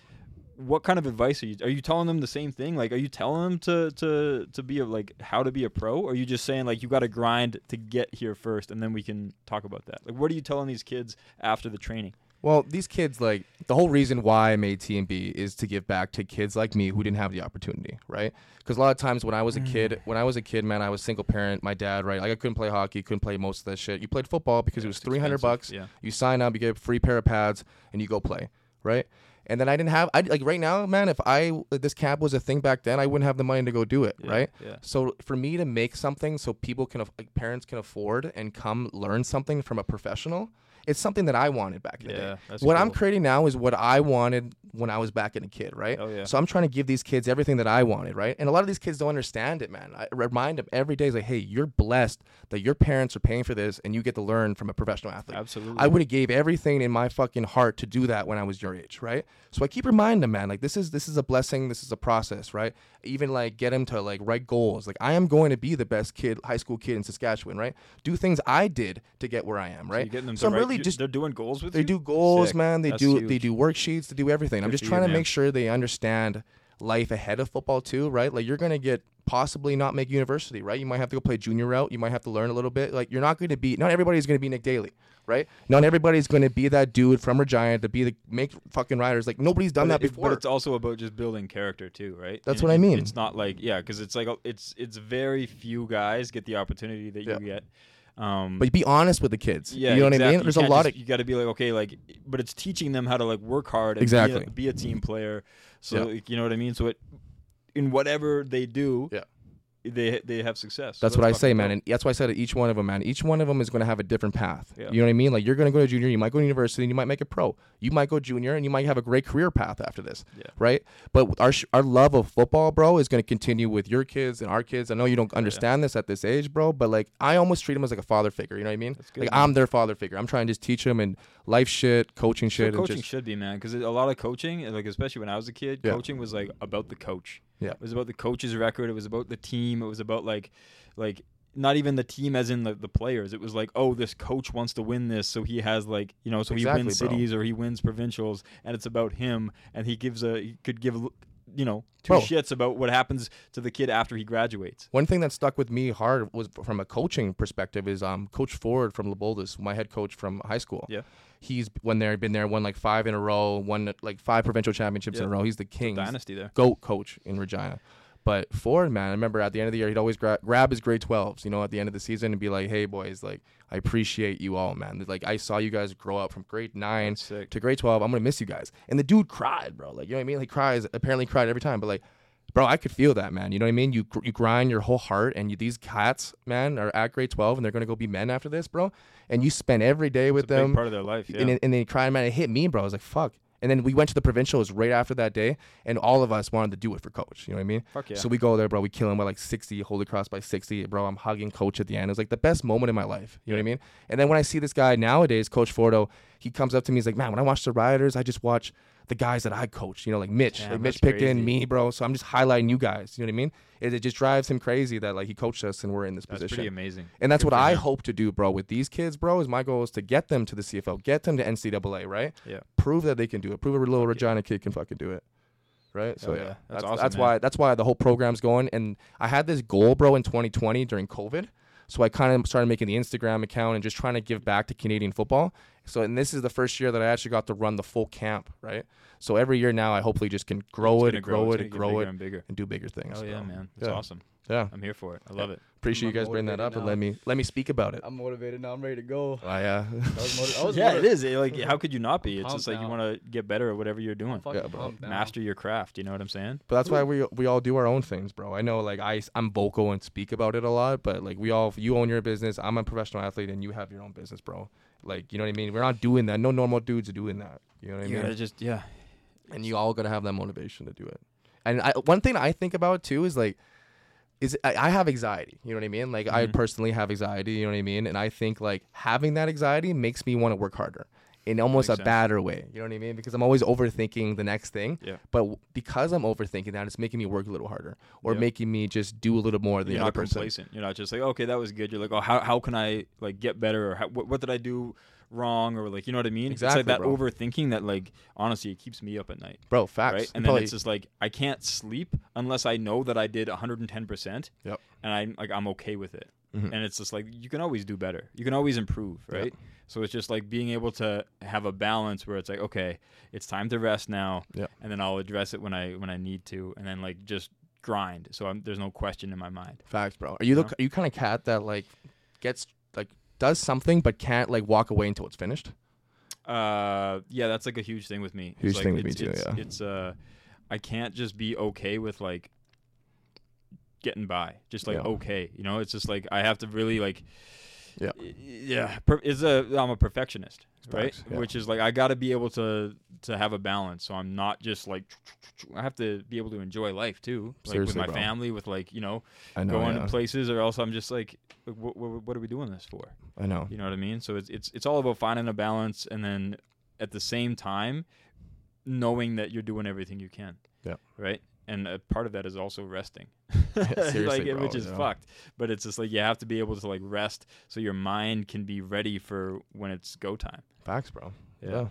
Speaker 2: What kind of advice are you? Are you telling them the same thing? Like, are you telling them to to to be a, like how to be a pro? Or are you just saying like you got to grind to get here first, and then we can talk about that? Like, what are you telling these kids after the training?
Speaker 3: Well, these kids, like, the whole reason why I made TMB is to give back to kids like me who didn't have the opportunity, right? Because a lot of times when I was a kid,
Speaker 2: Mm.
Speaker 3: when I was a kid, man, I was single parent, my dad, right? Like, I couldn't play hockey, couldn't play most of that shit. You played football because it was 300
Speaker 2: expensive,
Speaker 3: bucks.
Speaker 2: yeah.
Speaker 3: You sign up, you get a free pair of pads, and you go play, right? And then I didn't have, I like right now, man, if I, if this cab was a thing back then, I wouldn't have the money to go do it, right?
Speaker 2: yeah.
Speaker 3: So for me to make something so people can, aff- like parents can afford and come learn something from a professional, it's something that I wanted back in the
Speaker 2: Yeah,
Speaker 3: day.
Speaker 2: that's
Speaker 3: what I'm
Speaker 2: cool.
Speaker 3: creating now is what I wanted when I was back in a kid, right?
Speaker 2: Oh, yeah.
Speaker 3: So I'm trying to give these kids everything that I wanted, right? And a lot of these kids don't understand it, man. I remind them every day, it's like, hey, you're blessed that your parents are paying for this and you get to learn from a professional athlete.
Speaker 2: Absolutely.
Speaker 3: I would have gave everything in my fucking heart to do that when I was your age, right? So I keep reminding them, man, like this is this is a blessing, this is a process, right? Even like get him to like write goals. Like I am going to be the best kid, high school kid in Saskatchewan, right? Do things I did to get where I am, right?
Speaker 2: You're getting them
Speaker 3: so
Speaker 2: to
Speaker 3: I'm
Speaker 2: write-
Speaker 3: really
Speaker 2: you-
Speaker 3: just
Speaker 2: they're doing goals with
Speaker 3: they
Speaker 2: you.
Speaker 3: do goals,
Speaker 2: Sick.
Speaker 3: man. They
Speaker 2: That's
Speaker 3: do
Speaker 2: huge.
Speaker 3: they do worksheets. They do everything. I'm
Speaker 2: Good
Speaker 3: just
Speaker 2: for
Speaker 3: trying
Speaker 2: you,
Speaker 3: to
Speaker 2: man.
Speaker 3: make sure they understand life ahead of football too, right? Like you're gonna get possibly not make university, right? You might have to go play junior route. You might have to learn a little bit. Like you're not going to be not everybody's going to be Nick Daly, right? Not everybody's going to be that dude from Regina to be the make fucking riders. Like nobody's done
Speaker 2: But
Speaker 3: that
Speaker 2: it-
Speaker 3: before.
Speaker 2: But it's also about just building character too, right?
Speaker 3: That's
Speaker 2: And
Speaker 3: what I
Speaker 2: it-
Speaker 3: mean.
Speaker 2: It's not like yeah, because it's like a- it's it's very few guys get the opportunity that
Speaker 3: Yeah.
Speaker 2: you get. Um,
Speaker 3: but be honest with the kids.
Speaker 2: yeah,
Speaker 3: you know what I
Speaker 2: exactly.
Speaker 3: mean?
Speaker 2: You
Speaker 3: There's a
Speaker 2: can't
Speaker 3: lot
Speaker 2: just-
Speaker 3: of
Speaker 2: you got to be like okay, like but it's teaching them how to like work hard and
Speaker 3: Exactly.
Speaker 2: be, a, be a team player. So
Speaker 3: Yeah.
Speaker 2: like, you know what I mean. So it in whatever they do,
Speaker 3: Yeah.
Speaker 2: they they have success. So
Speaker 3: That's what I say,
Speaker 2: fucking
Speaker 3: man.
Speaker 2: dope.
Speaker 3: And that's why I said to each one of them, man. Each one of them is going to have a different path.
Speaker 2: Yeah.
Speaker 3: You know what I mean? Like you're going to go to junior, you might go to university, and you might make a pro. You might go junior, and you might have a great career path after this.
Speaker 2: Yeah.
Speaker 3: Right? But with our sh- our love of football, bro, is going to continue with your kids and our kids. I know you
Speaker 2: Oh,
Speaker 3: don't understand this at this age, bro, but like I almost treat them as like a father figure. You know what I mean?
Speaker 2: good,
Speaker 3: like
Speaker 2: man.
Speaker 3: I'm their father figure. I'm trying to just teach them and life shit, coaching shit,
Speaker 2: That's what
Speaker 3: and
Speaker 2: coaching
Speaker 3: just
Speaker 2: should be, man, because a lot of coaching, like especially when I was a kid,
Speaker 3: Yeah.
Speaker 2: coaching was like about the coach.
Speaker 3: Yeah.
Speaker 2: it was about the coach's record. It was about the team. It was about like, like not even the team as in the, the players. It was like, oh, this coach wants to win this, so he has like you know, so
Speaker 3: Exactly,
Speaker 2: he wins
Speaker 3: bro.
Speaker 2: cities or he wins provincials, and it's about him, and he gives a he could give you know two
Speaker 3: Bro.
Speaker 2: shits about what happens to the kid after he graduates.
Speaker 3: One thing that stuck with me hard was from a coaching perspective is um Coach Ford from Leboldus, my head coach from high school.
Speaker 2: Yeah.
Speaker 3: He's when there been there won like five in a row, won like five provincial championships in a
Speaker 2: Yeah.
Speaker 3: row. He's the king,
Speaker 2: Dynasty there.
Speaker 3: goat coach in Regina. But Ford, man, I remember at the end of the year, he'd always gra- grab his grade 12s, you know, at the end of the season and be like, hey, boys, like, I appreciate you all, man. Like, I saw you guys grow up from grade nine
Speaker 2: That's sick.
Speaker 3: to grade 12. I'm going to miss you guys. And the dude cried, bro. Like, you know what I mean? Like, cries, apparently cried every time. But, like, bro, I could feel that, man. You know what I mean? You, gr- you grind your whole heart, and you, these cats, man, are at grade 12 and they're going to go be men after this, bro. And you spend every day with
Speaker 2: It's a
Speaker 3: them
Speaker 2: big part of their life. Yeah.
Speaker 3: and, then- and then crying, man, it hit me, bro. I was like, fuck. And then we went to the provincials right after that day, and all of us wanted to do it for coach. You know what I mean?
Speaker 2: Fuck yeah.
Speaker 3: So we go there, bro. We kill him by like 60, Holy Cross by 60. Bro, I'm hugging coach at the end. It was like the best moment in my life. You know what I mean? And then when I see this guy nowadays, Coach Fordo, he comes up to me. He's like, man, when I watch the Riders, I just watch the guys that I coach, you know, like Mitch.
Speaker 2: Damn,
Speaker 3: like
Speaker 2: that's
Speaker 3: Mitch Pickton,
Speaker 2: crazy.
Speaker 3: me, bro. So I'm just highlighting you guys. You know what I mean? It, it just drives him crazy that like he coached us and we're in this
Speaker 2: That's
Speaker 3: position.
Speaker 2: pretty amazing.
Speaker 3: And that's
Speaker 2: Good
Speaker 3: what
Speaker 2: for
Speaker 3: I
Speaker 2: him.
Speaker 3: hope to do, bro, with these kids, bro. Is my goal is to get them to the CFL, get them to NCAA, right?
Speaker 2: Yeah.
Speaker 3: Prove that they can do it. Prove a little Regina kid can fucking do it, right? So
Speaker 2: Hell
Speaker 3: yeah,
Speaker 2: yeah. That's
Speaker 3: that's
Speaker 2: awesome,
Speaker 3: That's
Speaker 2: man.
Speaker 3: why that's why the whole program's going. And I had this goal, bro, in 2020 during COVID. So I kind of started making the Instagram account and just trying to give back to Canadian football. So and this is the first year that I actually got to run the full camp, right? So every year now, I hopefully just can grow
Speaker 2: It's
Speaker 3: it,
Speaker 2: gonna
Speaker 3: and grow it,
Speaker 2: it's gonna
Speaker 3: and
Speaker 2: get
Speaker 3: grow
Speaker 2: bigger
Speaker 3: it,
Speaker 2: and bigger.
Speaker 3: and do bigger things.
Speaker 2: Oh yeah,
Speaker 3: bro.
Speaker 2: man. That's
Speaker 3: Yeah.
Speaker 2: awesome.
Speaker 3: Yeah,
Speaker 2: I'm here for it. I love it.
Speaker 3: appreciate you
Speaker 4: I'm
Speaker 3: guys bringing that
Speaker 4: motivated
Speaker 3: up and
Speaker 4: now.
Speaker 3: let me let me speak about it.
Speaker 4: I'm motivated now. I'm ready to go.
Speaker 3: I uh,
Speaker 4: I was motivated. I was
Speaker 2: yeah, it
Speaker 4: motivated.
Speaker 2: is. It, like, how could you not be? It's
Speaker 4: pumped
Speaker 2: just like you
Speaker 4: now.
Speaker 2: want to get better at whatever you're doing.
Speaker 4: Fucking
Speaker 3: Yeah, bro.
Speaker 4: pumped now.
Speaker 2: Master your craft. You know what I'm saying?
Speaker 3: But that's why we we all do our own things, bro. I know like I I'm vocal and speak about it a lot, but like we all you own your business. I'm a professional athlete and you have your own business, bro. Like you know what I mean? We're not doing that. No normal dudes are doing that. You know what I
Speaker 2: You
Speaker 3: mean?
Speaker 2: gotta just yeah.
Speaker 3: and you all gotta have that motivation to do it. And I, one thing I think about too is like, is I, I have anxiety. You know what I mean? Like
Speaker 2: Mm-hmm.
Speaker 3: I personally have anxiety. You know what I mean? And I think like having that anxiety makes me want to work harder in almost a
Speaker 2: Makes sense.
Speaker 3: badder way. You know what I mean? Because I'm always overthinking the next thing.
Speaker 2: Yeah.
Speaker 3: But w- because I'm overthinking that, it's making me work a little harder or
Speaker 2: Yeah.
Speaker 3: making me just do a little more than
Speaker 2: You're
Speaker 3: the other
Speaker 2: not
Speaker 3: person.
Speaker 2: complacent. You're not just like okay, that was good. You're like oh, how how can I like get better or how, what what did I do wrong or like you know what I mean?
Speaker 3: Exactly,
Speaker 2: it's like that
Speaker 3: bro.
Speaker 2: overthinking that like honestly it keeps me up at night.
Speaker 3: Bro, facts.
Speaker 2: Right, and then
Speaker 3: Probably-
Speaker 2: it's just like I can't sleep unless I know that I did 110 percent,
Speaker 3: Yep. Mm-hmm.
Speaker 2: and I'm like I'm okay with it. And it's just like you can always do better. You can always improve, right? So it's just like being able to have a balance where it's like, okay, it's time to rest now,
Speaker 3: Yeah.
Speaker 2: and then I'll address it when I when I need to, and then like just grind. So I'm, there's no question in my mind.
Speaker 3: Facts, bro. Are you the
Speaker 2: know?
Speaker 3: are you kind of cat that like gets like does something but can't like walk away until it's finished?
Speaker 2: Uh, yeah, that's like a huge thing with me. It's
Speaker 3: Huge
Speaker 2: like,
Speaker 3: thing with me
Speaker 2: it's-
Speaker 3: too,
Speaker 2: It's,
Speaker 3: yeah.
Speaker 2: it's uh, I can't just be okay with like getting by, just like
Speaker 3: Yeah.
Speaker 2: okay, you know. It's just like I have to really like.
Speaker 3: Yeah.
Speaker 2: y- yeah. Per- is a I'm a perfectionist, right?
Speaker 3: facts, yeah.
Speaker 2: Which is like I got to be able to to have a balance, so I'm not just like I have to be able to enjoy life too, like
Speaker 3: Seriously,
Speaker 2: with my
Speaker 3: bro.
Speaker 2: family, with like you know
Speaker 3: I know.
Speaker 2: going
Speaker 3: yeah.
Speaker 2: to places, or else I'm just like, what, what, what are we doing this for?
Speaker 3: I know.
Speaker 2: You know what I mean? So it's it's it's all about finding a balance and then at the same time knowing that you're doing everything you can.
Speaker 3: Yeah.
Speaker 2: Right? And a part of that is also resting. like
Speaker 3: seriously,
Speaker 2: it-
Speaker 3: bro,
Speaker 2: which is
Speaker 3: yeah.
Speaker 2: fucked. But it's just like you have to be able to like rest so your mind can be ready for when it's go time.
Speaker 3: Facts, bro.
Speaker 2: Yeah.
Speaker 3: Yeah.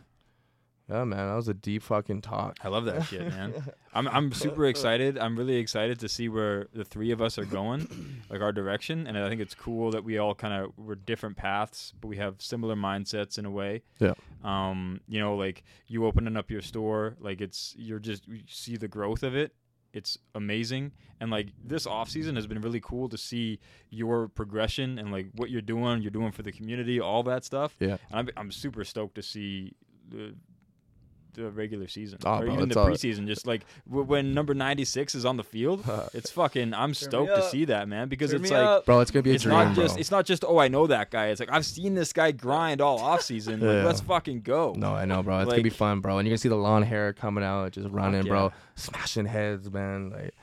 Speaker 3: yeah. man, that was a deep fucking talk.
Speaker 2: I love that shit, man. I'm I'm super excited. I'm really excited to see where the three of us are going, like our direction. And I think it's cool that we all kind of we're different paths, but we have similar mindsets in a way.
Speaker 3: Yeah.
Speaker 2: Um, you know, like you opening up your store, like it's you're just you see the growth of it. It's amazing. And like this off season has been really cool to see your progression and like what you're doing, you're doing for the community, all that stuff.
Speaker 3: Yeah.
Speaker 2: And I'm I'm super stoked to see the the regular season
Speaker 3: Oh,
Speaker 2: or
Speaker 3: bro,
Speaker 2: even
Speaker 3: it's
Speaker 2: the
Speaker 3: all-
Speaker 2: preseason. Just like w- when number ninety six is on the field, it's fucking. I'm stoked to
Speaker 4: up.
Speaker 2: see that man because
Speaker 4: Turn
Speaker 2: it's
Speaker 4: me
Speaker 2: like
Speaker 4: up.
Speaker 3: Bro, it's gonna be a
Speaker 2: it's
Speaker 3: dream,
Speaker 2: not
Speaker 3: bro.
Speaker 2: just it's not just oh I know that guy. It's like I've seen this guy grind all off season. Like,
Speaker 3: Yeah.
Speaker 2: let's fucking go.
Speaker 3: no, I know, bro. It's gonna be
Speaker 2: Like-
Speaker 3: fun, bro. And you're gonna see the long hair coming out, just running,
Speaker 2: yeah.
Speaker 3: bro, smashing heads, man. Like,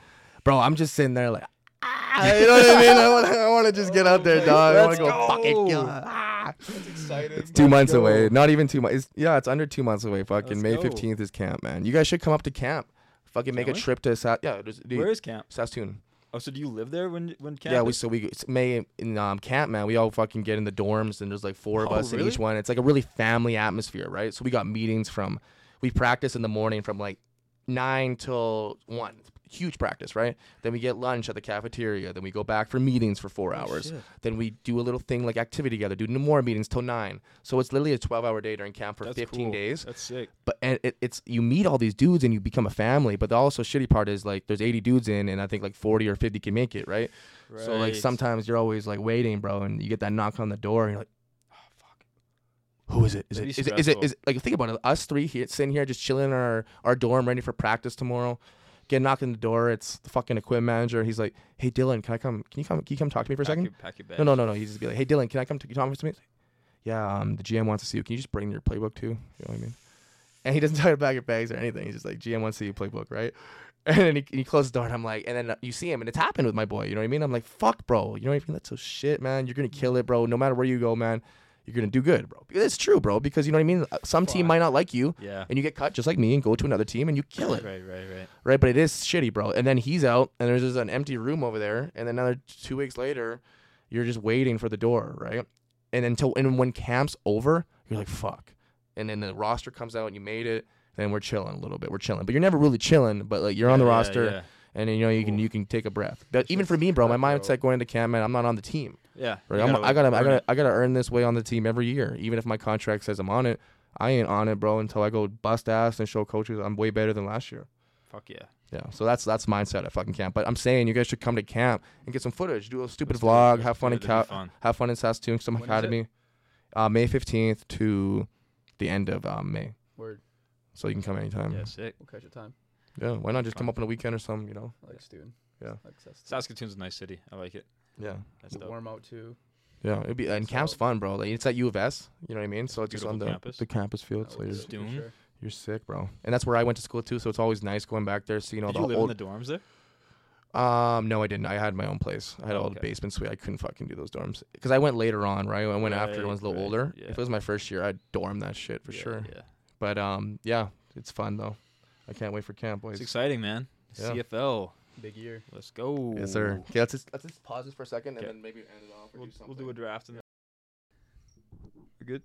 Speaker 3: bro, I'm just sitting there like, ah, you know what I mean? I want, I want to just get out there, dog. I
Speaker 4: Let's
Speaker 3: want to go, fucking
Speaker 2: go.
Speaker 3: kill. it. Ah.
Speaker 4: It's exciting.
Speaker 3: Two months away. Not even two months. Yeah, it's under two months away. Fucking
Speaker 2: Let's
Speaker 3: May
Speaker 2: go.
Speaker 3: 15th is camp, man. You guys should come up to camp. Fucking make
Speaker 2: Can
Speaker 3: a
Speaker 2: we?
Speaker 3: trip to South. Yeah, just, dude,
Speaker 2: Where is camp?
Speaker 3: Saskatoon.
Speaker 2: Oh, so do you live there when when camp?
Speaker 3: Yeah, we
Speaker 2: is?
Speaker 3: so we it's May in um, camp, man. We all fucking get in the dorms, and there's like four of
Speaker 2: Oh,
Speaker 3: us in
Speaker 2: really?
Speaker 3: each one. It's like a really family atmosphere, right? So we got meetings from, we practice in the morning from like nine till one. huge practice, right? Then we get lunch at the cafeteria. Then we go back for meetings for
Speaker 2: Oh,
Speaker 3: four hours. Then we do a little thing like activity together, do no more meetings till nine. So it's literally a 12 hour day during camp for
Speaker 2: That's
Speaker 3: 15
Speaker 2: cool.
Speaker 3: days.
Speaker 2: That's sick.
Speaker 3: But and it, it's you meet all these dudes and you become a family. But the also shitty part is like there's 80 dudes in, and I think like 40 or 50 can make it, right? So like
Speaker 2: Right.
Speaker 3: sometimes you're always like waiting, bro, and you get that knock on the door, and you're like, oh fuck, who is it? Is
Speaker 2: That'd
Speaker 3: it
Speaker 2: be
Speaker 3: is it, is it
Speaker 2: stressful.
Speaker 3: is it like think about it? Us three here sitting here just chilling in our our dorm, ready for practice tomorrow. Get knocked on the door. It's the fucking equipment manager. He's like, hey Dylan, can I come? Can you come? Can you come talk to me for a
Speaker 2: Pack
Speaker 3: second?
Speaker 2: your- pack your
Speaker 3: No,
Speaker 2: bags.
Speaker 3: no, no, no. He'd just be like, hey Dylan, can I come to you talk to me? Yeah, um, the GM wants to see you. Can you just bring your playbook too? You know what I mean? And he doesn't tell you to bag your bags or anything. He's just like, GM wants to see your playbook, right? And then he, he closes the door, and I'm like, and then uh, you see him, and it's happened with my boy. You know what I mean? I'm like, fuck, bro. You know what I mean? That's so shit, man. You're gonna kill it, bro. No matter where you go, man, you're gonna do good, bro. It's true, bro. Because you know what I mean? Uh, Some team might not like you,
Speaker 2: Yeah.
Speaker 3: and you get cut just like me, and go to another team, and you kill it,
Speaker 2: Right, right, right.
Speaker 3: right? But it is shitty, bro. And then he's out, and there's just an empty room over there. And then another two weeks later, you're just waiting for the door, right? And until and when camp's over, you're like fuck. And then the roster comes out, and you made it. Then we're chilling a little bit. We're chilling, but you're never really chilling. But like you're on the
Speaker 2: Yeah, yeah,
Speaker 3: roster,
Speaker 2: yeah.
Speaker 3: and then, you know you can you can take a breath. But even for me, bro, my mindset going to camp, man, I'm not on the team.
Speaker 2: Yeah.
Speaker 3: Right?
Speaker 2: you
Speaker 3: I'm, I gotta I
Speaker 2: earn
Speaker 3: gotta
Speaker 2: it.
Speaker 3: I gotta earn this way on the team every year, even if my contract says I'm on it. I ain't on it, bro, until I go bust ass and show coaches I'm way better than last year.
Speaker 2: Fuck yeah.
Speaker 3: Yeah, so that's that's mindset at fucking camp. But I'm saying you guys should come to camp and get some footage, do a stupid vlog,
Speaker 2: Let's
Speaker 3: have
Speaker 2: do
Speaker 3: fun
Speaker 2: it.
Speaker 3: in
Speaker 2: That'd
Speaker 3: Ca-
Speaker 2: be fun.
Speaker 3: have fun in Saskatoon Some
Speaker 4: When is it?
Speaker 3: Academy, uh, May 15th to the end of um, May.
Speaker 4: Word.
Speaker 3: So you can come anytime.
Speaker 2: Yeah, sick.
Speaker 4: We'll catch a time.
Speaker 3: Yeah, why not just come up on a weekend or something? You know.
Speaker 4: I like student.
Speaker 3: Yeah.
Speaker 4: Like that's
Speaker 2: Saskatoon's a nice city. I like it.
Speaker 3: Yeah,
Speaker 2: That's dope.
Speaker 4: warm out too.
Speaker 3: yeah. It'd be and
Speaker 4: So-
Speaker 3: camp's fun, bro. Like it's at U of S. You know what I mean? So it's just
Speaker 2: Beautiful
Speaker 3: on the
Speaker 2: campus.
Speaker 3: the campus field.
Speaker 4: That
Speaker 3: So
Speaker 4: would be
Speaker 3: you're,
Speaker 4: dope for
Speaker 2: Student.
Speaker 4: sure.
Speaker 3: you're sick, bro. And that's where I went to school too. So it's always nice going back there, seeing all
Speaker 2: Did you
Speaker 3: the
Speaker 2: live
Speaker 3: old.
Speaker 2: in the dorms there?
Speaker 3: Um, no, I didn't. I had my own place. I had
Speaker 2: Oh,
Speaker 3: an old
Speaker 2: okay.
Speaker 3: basement suite. I couldn't fucking do those dorms because I went later on, right? I went after
Speaker 2: Right,
Speaker 3: I was a little
Speaker 2: right,
Speaker 3: older.
Speaker 2: yeah.
Speaker 3: If it was my first year, I'd dorm that shit for
Speaker 2: Yeah,
Speaker 3: sure.
Speaker 2: Yeah.
Speaker 3: But um, yeah, it's fun though. I can't wait for camp,
Speaker 2: It's
Speaker 3: boys.
Speaker 2: exciting, man.
Speaker 3: Yeah.
Speaker 2: CFL.
Speaker 4: Big year.
Speaker 2: Let's go.
Speaker 3: Yes, sir. Okay, let's just, let's just pause this for a second
Speaker 2: Okay.
Speaker 3: and then maybe end it off. Or
Speaker 2: We'll,
Speaker 3: do something.
Speaker 2: we'll do a draft. And We're good.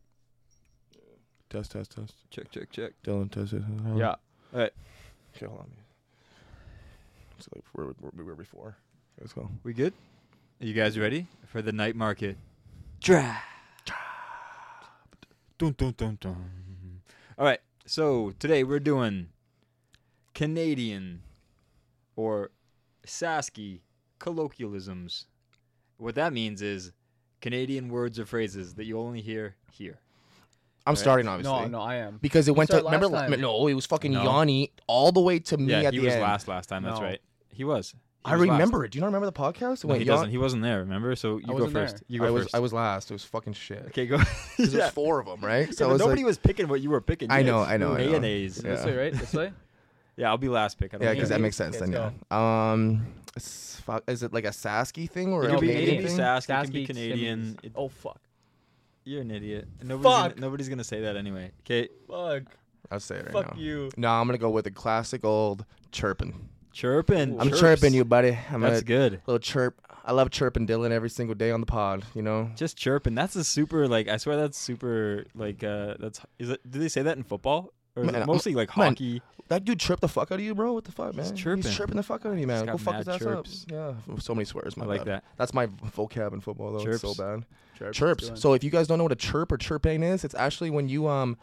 Speaker 3: test, test, test.
Speaker 2: Check, check, check.
Speaker 3: Dylan, test, test.
Speaker 2: Yeah. All right.
Speaker 3: Okay, hold on. It's like where where we were before. Let's go.
Speaker 2: We good? Are you guys ready for the night market? Draft. Dun, dun, dun, dun. All right. So today we're doing Canadian or Sasky colloquialisms. What that means is Canadian words or phrases that you only hear here.
Speaker 3: I'm
Speaker 2: Right.
Speaker 3: starting obviously.
Speaker 4: No, no, I am.
Speaker 3: Because it went to
Speaker 4: started last
Speaker 3: remember la-
Speaker 4: time.
Speaker 3: no, it was fucking
Speaker 2: No.
Speaker 3: Yanni all the way to me
Speaker 2: yeah,
Speaker 3: at
Speaker 2: he
Speaker 3: the
Speaker 2: was
Speaker 3: end.
Speaker 2: last last time. That's
Speaker 4: No.
Speaker 2: right. He was. He
Speaker 3: I
Speaker 2: was last.
Speaker 3: remember it. Do you not remember the podcast? It
Speaker 2: No,
Speaker 3: went
Speaker 2: he
Speaker 3: Yanni-
Speaker 2: doesn't. He wasn't there. Remember? So you go
Speaker 4: wasn't
Speaker 2: first.
Speaker 4: there.
Speaker 2: You go
Speaker 3: I was
Speaker 2: first.
Speaker 3: I was last. It was fucking shit.
Speaker 2: okay, go.
Speaker 3: Because
Speaker 2: Yeah.
Speaker 3: there's four of them, right?
Speaker 2: So
Speaker 3: So it was
Speaker 2: nobody
Speaker 3: like,
Speaker 2: was picking what you were picking.
Speaker 3: I
Speaker 2: You
Speaker 3: know,
Speaker 2: guys
Speaker 3: I know,
Speaker 2: threw
Speaker 3: I know.
Speaker 2: Mayonnaise.
Speaker 4: Is it This way, right? This way.
Speaker 2: Yeah, I'll be last pick. I don't
Speaker 3: yeah,
Speaker 2: care.
Speaker 3: because that makes sense.
Speaker 4: Let's
Speaker 3: Then yeah. Um, it's fu- is it like a Sasky thing or
Speaker 2: It
Speaker 3: a
Speaker 2: could be
Speaker 3: Canadian
Speaker 2: Canadian.
Speaker 3: thing?
Speaker 2: Sask, it can be
Speaker 4: Sasky
Speaker 2: Canadian.
Speaker 4: Simmons.
Speaker 2: It-
Speaker 4: Oh fuck.
Speaker 2: you're an idiot. Nobody's gonna,
Speaker 4: Fuck.
Speaker 2: nobody's gonna say that anyway. Okay,
Speaker 4: Fuck.
Speaker 3: I'll say it right
Speaker 4: fuck
Speaker 3: now.
Speaker 4: you.
Speaker 3: No, I'm gonna go with the classic old chirping.
Speaker 2: chirping.
Speaker 3: I'm
Speaker 2: chirps.
Speaker 3: chirping you, buddy. I'm
Speaker 2: That's
Speaker 3: a
Speaker 2: good.
Speaker 3: little chirp. I love chirping Dylan every single day on the pod. You know,
Speaker 2: Just chirping. That's a super like. I swear that's super like. Uh, that's is it? Do they say that in football or is
Speaker 3: Man,
Speaker 2: it
Speaker 3: I'm-
Speaker 2: mostly like
Speaker 3: man,
Speaker 2: hockey?
Speaker 3: that dude chirped the fuck out of you, bro. What the fuck, man?
Speaker 2: He's chirping.
Speaker 3: He's chirping the fuck out of you, man.
Speaker 2: got
Speaker 3: Go fuck his
Speaker 2: mad
Speaker 3: ass
Speaker 2: chirps.
Speaker 3: up. Yeah, so many swears. My
Speaker 2: I like
Speaker 3: bad.
Speaker 2: that.
Speaker 3: That's my vocab in football though. It's so
Speaker 2: Chirps.
Speaker 3: bad.
Speaker 4: Chirps.
Speaker 3: chirps.
Speaker 4: Dylan.
Speaker 3: So if you guys don't know what a chirp or chirping is, it's actually when you um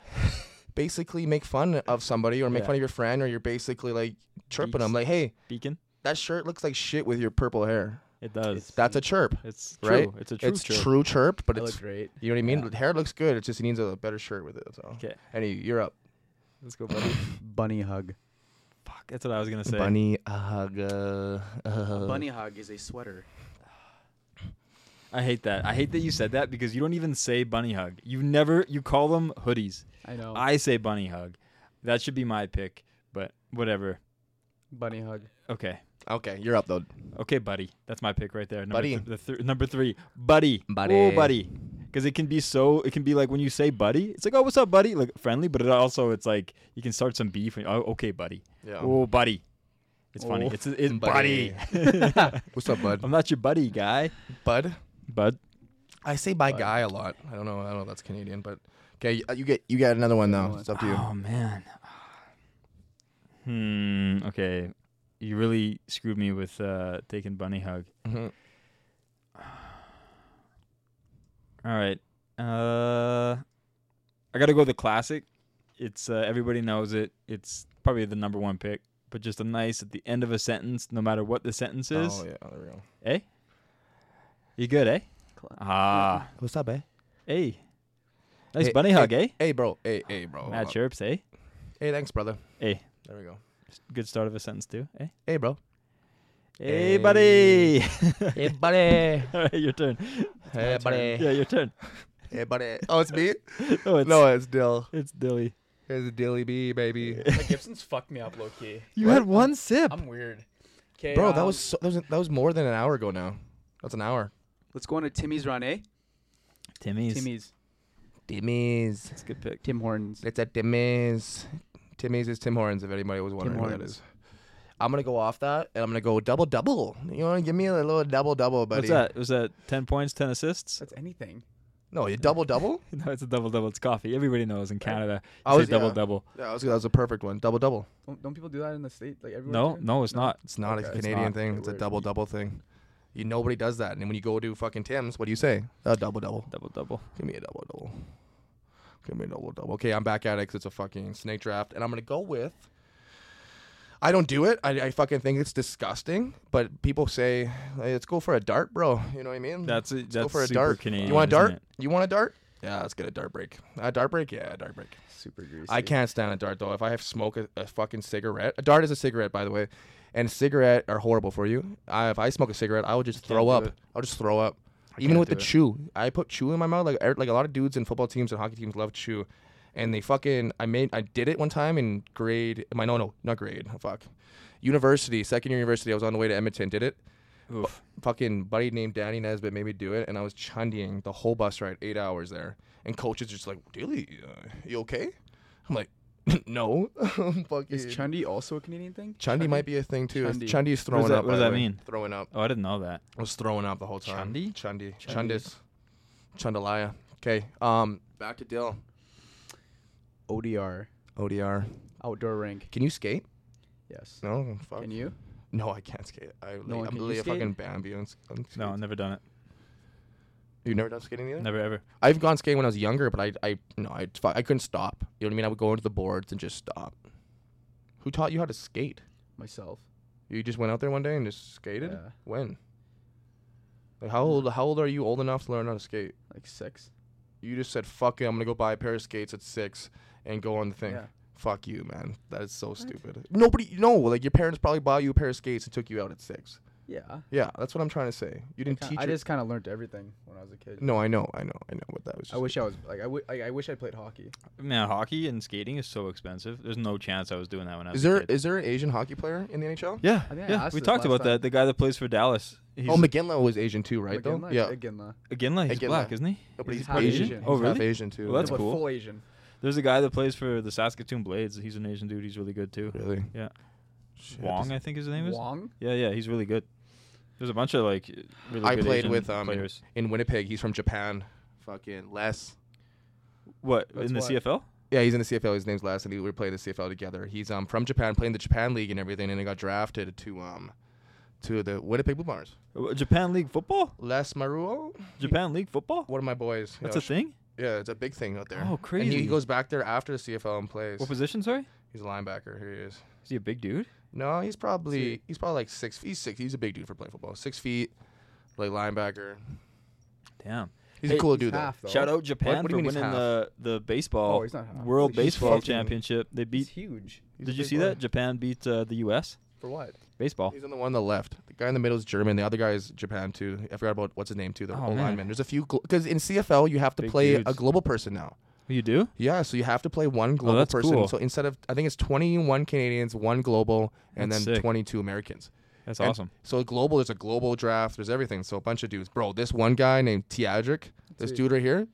Speaker 3: basically make fun of somebody or make
Speaker 2: Yeah.
Speaker 3: fun of your friend or you're basically like chirping
Speaker 2: Beats.
Speaker 3: them like, "Hey,
Speaker 2: Beacon.
Speaker 3: that shirt looks like shit with your purple hair."
Speaker 2: It does. It's,
Speaker 4: It's-
Speaker 3: That's a chirp.
Speaker 2: true.
Speaker 3: right?
Speaker 2: It's a true
Speaker 3: it's
Speaker 2: chirp.
Speaker 3: true chirp, but
Speaker 4: I
Speaker 3: it's
Speaker 4: look great.
Speaker 3: you know what I mean?
Speaker 2: Yeah.
Speaker 3: The hair looks good. It just needs a better shirt with it. That's all.
Speaker 2: Okay,
Speaker 3: Anyway, you're up.
Speaker 2: let's go, buddy.
Speaker 1: Bunny hug.
Speaker 2: Fuck, that's what I was gonna say.
Speaker 3: Bunny a hug. Uh, uh,
Speaker 1: hug is a sweater.
Speaker 2: I hate that. I hate that you said that because you don't even say bunny hug. You never. You call them hoodies.
Speaker 4: I know.
Speaker 2: I say bunny hug. That should be my pick, but whatever.
Speaker 4: Bunny hug.
Speaker 2: Okay.
Speaker 3: Okay, you're up though.
Speaker 2: Okay, buddy. That's my pick right there. Number
Speaker 3: Buddy.
Speaker 2: th- the th- number three, buddy.
Speaker 3: Buddy.
Speaker 2: Oh, buddy. Because it can be so. It can be like when you say buddy, it's like, oh, what's up, buddy? Like friendly, but it also it's like you can start some beef. And, oh, okay, buddy.
Speaker 3: Yeah.
Speaker 2: Oh, buddy. It's funny.
Speaker 4: Oh,
Speaker 2: It's it's buddy.
Speaker 3: buddy. What's up, bud?
Speaker 2: I'm not your buddy, guy.
Speaker 3: bud.
Speaker 2: Bud.
Speaker 3: I say by
Speaker 4: Bud.
Speaker 3: guy a lot. I don't know. I don't know if that's Canadian, but okay, uh, you, you get you get another one
Speaker 4: Another
Speaker 3: though.
Speaker 4: one.
Speaker 3: It's up to you.
Speaker 2: Oh man. Hmm. Okay. you really screwed me with uh, taking bunny hug.
Speaker 3: Mhm.
Speaker 2: All right. Uh, I got to go with the classic. It's uh, everybody knows it. It's probably the number one pick, but just a nice at the end of a sentence, no matter what the sentence is.
Speaker 3: Oh yeah, there we go.
Speaker 2: Eh? You good, eh?
Speaker 1: Cla-
Speaker 2: Ah,
Speaker 3: What's up, eh?
Speaker 2: hey. Nice
Speaker 3: Hey,
Speaker 2: bunny
Speaker 3: hey,
Speaker 2: hug, eh?
Speaker 3: Hey, bro. Hey, hey, bro.
Speaker 2: Matt
Speaker 3: Uh,
Speaker 2: chirps, eh?
Speaker 3: Hey, thanks, brother.
Speaker 2: Hey.
Speaker 3: There we go.
Speaker 2: Good start of a sentence too, eh?
Speaker 3: Hey, bro.
Speaker 2: Hey, buddy.
Speaker 3: Hey, buddy.
Speaker 2: All right, your turn.
Speaker 3: hey, buddy.
Speaker 2: Yeah, your turn.
Speaker 3: Hey, buddy. Oh, it's me.
Speaker 2: Oh, it's
Speaker 3: no, it's Dill.
Speaker 2: it's Dilly.
Speaker 3: It's Dilly B, baby.
Speaker 4: Like, Gibson's fucked me up low key.
Speaker 2: You had one sip.
Speaker 4: I'm weird. 'Kay,
Speaker 3: Bro, that
Speaker 4: um,
Speaker 3: was so, that was that was more than an hour ago now. That's an hour.
Speaker 1: Let's go on to Timmy's run, eh?
Speaker 2: Timmy's.
Speaker 1: Timmy's,
Speaker 3: Timmy's.
Speaker 2: That's a good pick.
Speaker 1: Tim Hortons.
Speaker 3: It's at Timmy's. Timmy's is Tim Hortons. If anybody was wondering who that
Speaker 1: Hortons.
Speaker 3: is. I'm gonna go off that, and I'm gonna go double double. You want to give me a little double double, buddy?
Speaker 2: What's that? Was that ten points, ten assists?
Speaker 4: That's anything.
Speaker 3: No, you double double.
Speaker 2: No, it's a double double. It's coffee. Everybody knows in Canada.
Speaker 3: I
Speaker 2: You
Speaker 3: was-
Speaker 2: say double
Speaker 3: yeah.
Speaker 2: double.
Speaker 3: Yeah, that was, that was a perfect one. Double double.
Speaker 4: Don't, don't people do that in the state? Like everywhere?
Speaker 2: No,
Speaker 4: too?
Speaker 2: no, it's not.
Speaker 3: It's not
Speaker 4: Okay.
Speaker 3: a
Speaker 4: It's
Speaker 3: Canadian
Speaker 2: not.
Speaker 3: thing.
Speaker 4: Okay,
Speaker 3: It's a
Speaker 4: word.
Speaker 3: double double thing. You nobody does that. And when you go to fucking Tim's, what do you say? A double double.
Speaker 2: Double double.
Speaker 3: Give me a double double. Give me a double double. Okay, I'm back at it 'cause it's a fucking snake draft, and I'm gonna go with. I don't do it. I, I fucking think it's disgusting. But people say, hey, let's go for a dart, bro. You know what I mean?
Speaker 2: That's a,
Speaker 3: Hmm. go
Speaker 2: that's
Speaker 3: for a
Speaker 2: super
Speaker 3: dart.
Speaker 2: Canadian.
Speaker 3: you want a
Speaker 2: isn't
Speaker 3: dart?
Speaker 2: it?
Speaker 3: You want a dart? Yeah, let's get a dart break. A dart break? Yeah, a dart break.
Speaker 1: Super greasy.
Speaker 3: I can't stand a dart though. If I have smoke a, a fucking cigarette, a dart is a cigarette, by the way, and a cigarette are horrible for you. I, if I smoke a cigarette, I will just throw
Speaker 2: do
Speaker 3: up.
Speaker 2: it.
Speaker 3: I'll just throw up. Even
Speaker 1: can't
Speaker 3: with the
Speaker 1: do it.
Speaker 3: chew, I put chew in my mouth. Like er- like a lot of dudes in football teams and hockey teams love chew, and they fucking I made I did it one time in grade. My no no not grade. Fuck, university second year university. I was on the way to Edmonton. Did it.
Speaker 2: Oof.
Speaker 3: Fucking buddy named Danny Nesbitt made me do it, and I was chundying the whole bus ride, eight hours there. And coach is just like, "Dilly, uh, you okay?" I'm like, "No, I'm fucking."
Speaker 1: Is Chundi also a Canadian thing?
Speaker 3: Chundi might be a thing too. Chundi,
Speaker 1: Chundi.
Speaker 3: Chundy's throwing
Speaker 2: that-
Speaker 3: up.
Speaker 2: what
Speaker 3: by
Speaker 2: does
Speaker 3: the
Speaker 2: that
Speaker 3: way.
Speaker 2: mean?
Speaker 3: Throwing up.
Speaker 2: Oh, I didn't know that.
Speaker 3: I was throwing up the whole time.
Speaker 2: Chundi?
Speaker 3: Chundi.
Speaker 2: Chundi.
Speaker 3: Chundis. Chundalaya. Okay. Um. Back to Dill.
Speaker 1: ODR,
Speaker 3: ODR.
Speaker 1: outdoor rink.
Speaker 3: Can you skate?
Speaker 1: Yes.
Speaker 3: No. Fuck.
Speaker 1: Can you?
Speaker 3: No, I can't skate. I, like,
Speaker 1: one
Speaker 3: I'm
Speaker 1: can you
Speaker 3: literally a
Speaker 1: skate?
Speaker 3: fucking Bambi. On, s- on
Speaker 2: No,
Speaker 3: skates.
Speaker 2: never done it.
Speaker 3: You never done skating either.
Speaker 2: Never ever.
Speaker 3: I've gone skating when I was younger, but I, I, no, I, fu- I couldn't stop. You know what I mean? I would go into the boards and just stop. Who taught you how to skate?
Speaker 1: Myself. Uh,
Speaker 3: You just went out there one day and just skated.
Speaker 1: Yeah.
Speaker 3: When? Like how old? How old are you? Old enough to learn how to skate?
Speaker 1: Like six.
Speaker 3: You just said, "Fuck it, I'm gonna go buy a pair of skates at six and go on the thing."
Speaker 1: Yeah.
Speaker 3: Fuck you, man. That is so stupid. Nobody, no, like your parents probably bought you a pair of skates and took you out at six.
Speaker 1: Yeah.
Speaker 3: Yeah, that's what I'm trying to say. You didn't
Speaker 1: Ki-
Speaker 3: teach.
Speaker 1: I
Speaker 3: your-
Speaker 1: just kind of learned everything when I was a kid.
Speaker 3: no, I know, I know, I know what that
Speaker 1: I
Speaker 3: was. Just,
Speaker 1: wish I was like I wi- I- I wish I played hockey.
Speaker 2: Man, hockey and skating is so expensive. There's no chance I was doing that when I was.
Speaker 3: is
Speaker 2: a
Speaker 3: there is
Speaker 2: kid.
Speaker 3: there an Asian hockey player in the NHL?
Speaker 2: Yeah,
Speaker 1: I think I
Speaker 2: yeah.
Speaker 1: asked
Speaker 2: We
Speaker 1: this last
Speaker 2: talked about
Speaker 1: time.
Speaker 2: that. The guy that plays for Dallas. He's,
Speaker 3: oh, McGinley was Asian too, right? Though,
Speaker 1: Iginla-
Speaker 3: yeah.
Speaker 1: Iginla.
Speaker 2: Aginla, he's
Speaker 3: Aginla.
Speaker 2: black, isn't he?
Speaker 3: No,
Speaker 1: He's half
Speaker 3: Asian.
Speaker 1: Asian.
Speaker 2: Oh,
Speaker 3: He's half
Speaker 2: really?
Speaker 3: Asian too.
Speaker 2: Well, that's
Speaker 3: yeah.
Speaker 1: but
Speaker 2: cool.
Speaker 1: Full Asian.
Speaker 2: There's a guy that plays for the Saskatoon Blades. He's an Asian dude. He's really good too.
Speaker 3: really.
Speaker 2: Yeah.
Speaker 3: Shit.
Speaker 2: Wong, I think his name is.
Speaker 1: Wong.
Speaker 2: Yeah, yeah, he's really good. There's a bunch of like really
Speaker 3: I
Speaker 2: good
Speaker 3: played
Speaker 2: Asian
Speaker 3: with, um,
Speaker 2: players.
Speaker 3: In Winnipeg, he's from Japan. Fucking Les.
Speaker 2: What
Speaker 1: That's
Speaker 2: in the
Speaker 1: why-
Speaker 2: CFL?
Speaker 3: Yeah, he's in the CFL. His name's Les, and he, we were playing the CFL together. He's um from Japan, playing the Japan League and everything, and he got drafted to um to the Winnipeg Blue Bombers.
Speaker 2: Uh, Japan League football?
Speaker 3: Les Maruo,
Speaker 2: Japan League football?
Speaker 3: one of my boys.
Speaker 2: That's
Speaker 3: yeah,
Speaker 2: a thing.
Speaker 3: yeah, it's a big thing out there.
Speaker 2: Oh,
Speaker 3: And
Speaker 2: crazy!
Speaker 3: he, he goes back there after the CFL and plays.
Speaker 2: what position? Sorry,
Speaker 3: he's a linebacker. Here he is.
Speaker 2: is he a big dude?
Speaker 3: No, he's probably he's probably like six feet. He's six. He's a big dude for playing football. Six feet, like linebacker.
Speaker 2: Damn!
Speaker 3: He's
Speaker 2: Hey,
Speaker 3: a cool
Speaker 1: He's
Speaker 3: dude. though.
Speaker 1: half, though.
Speaker 2: Shout out Japan
Speaker 3: what do
Speaker 2: for
Speaker 3: you mean he's
Speaker 2: winning
Speaker 3: half?
Speaker 2: the the baseball
Speaker 1: Oh, he's not half.
Speaker 2: World
Speaker 1: Holy shit.
Speaker 2: Baseball
Speaker 3: fucking-
Speaker 2: Championship. They
Speaker 1: He's
Speaker 2: beat.
Speaker 1: huge.
Speaker 3: He's a
Speaker 2: Did you
Speaker 3: big
Speaker 2: see
Speaker 3: boy.
Speaker 2: that Japan beat uh, the U.S.
Speaker 1: For what?
Speaker 2: baseball?
Speaker 3: He's on the one on the left. The guy in the middle is German. The other guy is Japan too. I forgot about what's his name too. The
Speaker 2: Oh,
Speaker 3: old
Speaker 2: man.
Speaker 3: lineman. There's a few because in CFL you have to
Speaker 2: Big
Speaker 3: play a
Speaker 2: dudes.
Speaker 3: global person now.
Speaker 2: You do?
Speaker 3: Yeah, so you have to play one global
Speaker 2: that's
Speaker 3: person.
Speaker 2: cool.
Speaker 3: So instead of I think it's 21 Canadians, one global, and
Speaker 2: That's
Speaker 3: then
Speaker 2: sick.
Speaker 3: 22 Americans.
Speaker 2: That's
Speaker 3: And
Speaker 2: awesome.
Speaker 3: So global, there's a global draft. There's everything. So a bunch of dudes. Bro, this one guy named Tiadric, this
Speaker 1: it.
Speaker 3: dude right here,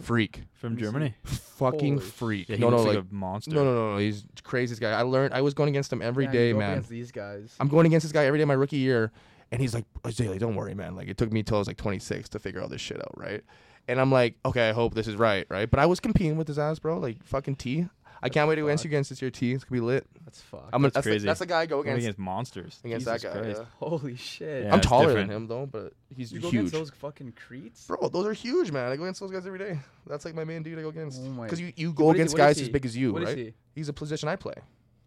Speaker 3: freak,
Speaker 2: From Germany.
Speaker 3: fucking
Speaker 1: Holy
Speaker 3: freak.
Speaker 2: Yeah, he
Speaker 3: no, no,
Speaker 2: looks like,
Speaker 3: like,
Speaker 2: a monster.
Speaker 3: no, no, no, no. He's crazy. This guy. I learned. I was going against him every
Speaker 1: Yeah,
Speaker 3: day,
Speaker 1: you go up
Speaker 3: man.
Speaker 1: Against these guys.
Speaker 3: I'm going against this guy every day my rookie year, and he's like, Azalea, don't worry, man. Like it took me till I was like 26 to figure all this shit out, right? And I'm like, okay, I hope this is right, right? But I was competing with his ass, bro. Like fucking T. I I can't wait to against you against this year, T. It's gonna be lit.
Speaker 1: That's fucked.
Speaker 3: I'm gonna, that's,
Speaker 2: crazy.
Speaker 3: The, that's the guy I go
Speaker 2: Against,
Speaker 3: against.
Speaker 2: against monsters.
Speaker 3: Against
Speaker 2: Jesus
Speaker 3: that guy.
Speaker 2: Christ.
Speaker 3: yeah.
Speaker 1: Holy shit.
Speaker 2: Yeah.
Speaker 3: I'm
Speaker 2: it's
Speaker 3: taller
Speaker 2: different.
Speaker 3: than him though, but he's
Speaker 4: You go
Speaker 3: huge.
Speaker 4: against those fucking creeds?
Speaker 3: Bro, those are huge, man. I go against those guys every day. That's like my main dude I go against.
Speaker 1: Oh my-
Speaker 3: Because you, you go
Speaker 4: What is he-
Speaker 3: against
Speaker 4: what is
Speaker 3: guys as
Speaker 4: he?
Speaker 3: big as you,
Speaker 4: What is
Speaker 3: right?
Speaker 4: he?
Speaker 3: He's a position I play
Speaker 1: No,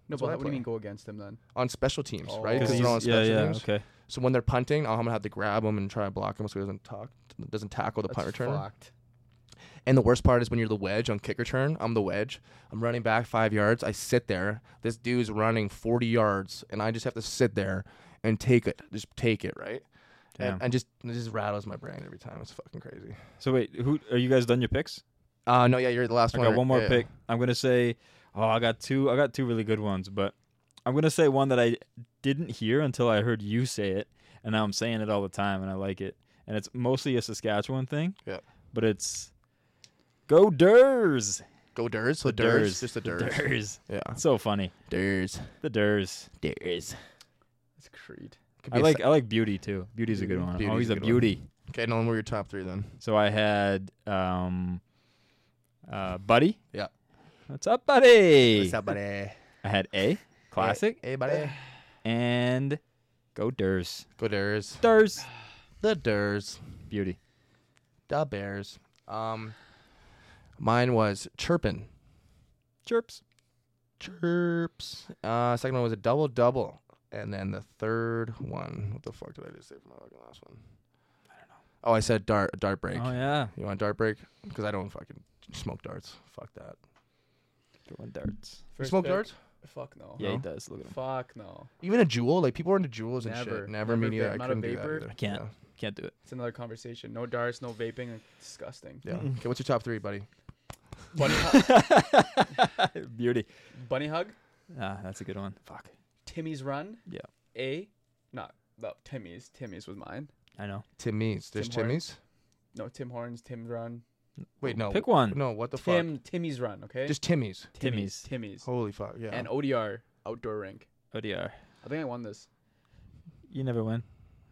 Speaker 3: That's what I
Speaker 1: but what do you
Speaker 3: play.
Speaker 1: mean go against them then?
Speaker 3: on special teams,
Speaker 1: Oh.
Speaker 3: right?
Speaker 1: 'Cause
Speaker 3: Because
Speaker 2: he's-
Speaker 3: they're on
Speaker 2: yeah,
Speaker 3: special
Speaker 2: yeah,
Speaker 3: teams.
Speaker 2: okay.
Speaker 3: So when they're punting, I'm gonna have to grab him and try to block him so he doesn't talk, doesn't tackle the punt
Speaker 1: That's
Speaker 3: returner.
Speaker 1: fucked.
Speaker 3: And the worst part is when you're the wedge on kick return. I'm the wedge. I'm running back five yards. I sit there. This dude's running 40 yards, and I just have to sit there and take it. Just take it, right?
Speaker 2: Damn.
Speaker 3: And, and just it just rattles my brain every time. It's fucking crazy.
Speaker 2: So wait, who are you guys done your picks?
Speaker 3: Uh no, yeah, you're the last
Speaker 2: I
Speaker 3: one.
Speaker 2: got one more
Speaker 3: Yeah, yeah.
Speaker 2: pick. I'm gonna say, oh, I got two. I got two really good ones, but I'm gonna say one that I didn't hear until I heard you say it, and now I'm saying it all the time, and I like it. And it's mostly a Saskatchewan thing.
Speaker 3: Yeah.
Speaker 2: But it's go Durs.
Speaker 3: Go Durs. So
Speaker 2: The
Speaker 3: Durs. Just the Durs.
Speaker 2: Durs.
Speaker 3: Yeah.
Speaker 2: It's so funny.
Speaker 3: Durs.
Speaker 2: The Durs.
Speaker 3: Durs.
Speaker 4: It's creed.
Speaker 2: I like I like Beauty too. Beauty's a good one.
Speaker 3: Mm-hmm. Beauty's
Speaker 2: oh, he's
Speaker 3: a
Speaker 2: a,
Speaker 3: good one.
Speaker 2: beauty.
Speaker 3: Okay, Nolan, we're your top three then.
Speaker 2: So I had um, uh, Buddy.
Speaker 3: Yeah.
Speaker 2: What's up, Buddy?
Speaker 3: What's up, buddy? Eh.
Speaker 2: I had A, Eh. classic,
Speaker 3: Hey, buddy.
Speaker 2: and go Durs.
Speaker 3: Go Durs.
Speaker 2: Durs.
Speaker 3: The Durs.
Speaker 2: Beauty.
Speaker 3: The Bears. Um, mine was Chirpin.
Speaker 2: Chirps.
Speaker 3: Chirps. Uh, second one was a double double, and then the third one. What the fuck did I just say for my fucking last one? I don't know. Oh, I said dart dart break.
Speaker 2: Oh yeah.
Speaker 3: You want a dart break? Because I don't fucking smoke darts. Fuck that.
Speaker 2: Going darts.
Speaker 3: You
Speaker 4: First
Speaker 3: smoke
Speaker 4: pick?
Speaker 3: darts?
Speaker 4: Fuck no.
Speaker 2: Yeah, he
Speaker 3: No.
Speaker 2: does. Look at him.
Speaker 4: Fuck no.
Speaker 3: Even a jewel? Like people are into jewels and
Speaker 4: Never.
Speaker 3: shit.
Speaker 4: Never
Speaker 3: Never, me neither.
Speaker 4: vape.
Speaker 3: I
Speaker 4: Not a
Speaker 3: couldn't do that
Speaker 4: vapor.
Speaker 3: either.
Speaker 2: I can't.
Speaker 3: Yeah.
Speaker 2: Can't do it.
Speaker 4: It's another conversation. No darts, no vaping. like, Disgusting.
Speaker 3: Yeah. Okay, what's your top three, buddy?
Speaker 4: Bunny, hu-
Speaker 2: Beauty.
Speaker 4: bunny hug,
Speaker 2: Ah, that's a good one. Fuck.
Speaker 4: Timmy's run.
Speaker 2: Yeah.
Speaker 4: A, not no, Timmy's. Timmy's was mine.
Speaker 2: I know.
Speaker 3: Timmy's. There's
Speaker 4: Tim Hortons.
Speaker 3: Timmy's.
Speaker 4: No, Tim Horns, Tim's run.
Speaker 3: Wait, no.
Speaker 2: Pick one.
Speaker 3: No, what the fuck?
Speaker 4: Tim, Timmy's run. Okay.
Speaker 3: Just Timmy's.
Speaker 2: Timmy's.
Speaker 4: Timmy's.
Speaker 3: Holy fuck. Yeah.
Speaker 4: And ODR outdoor rink.
Speaker 2: ODR.
Speaker 4: I think I won this.
Speaker 2: You never win.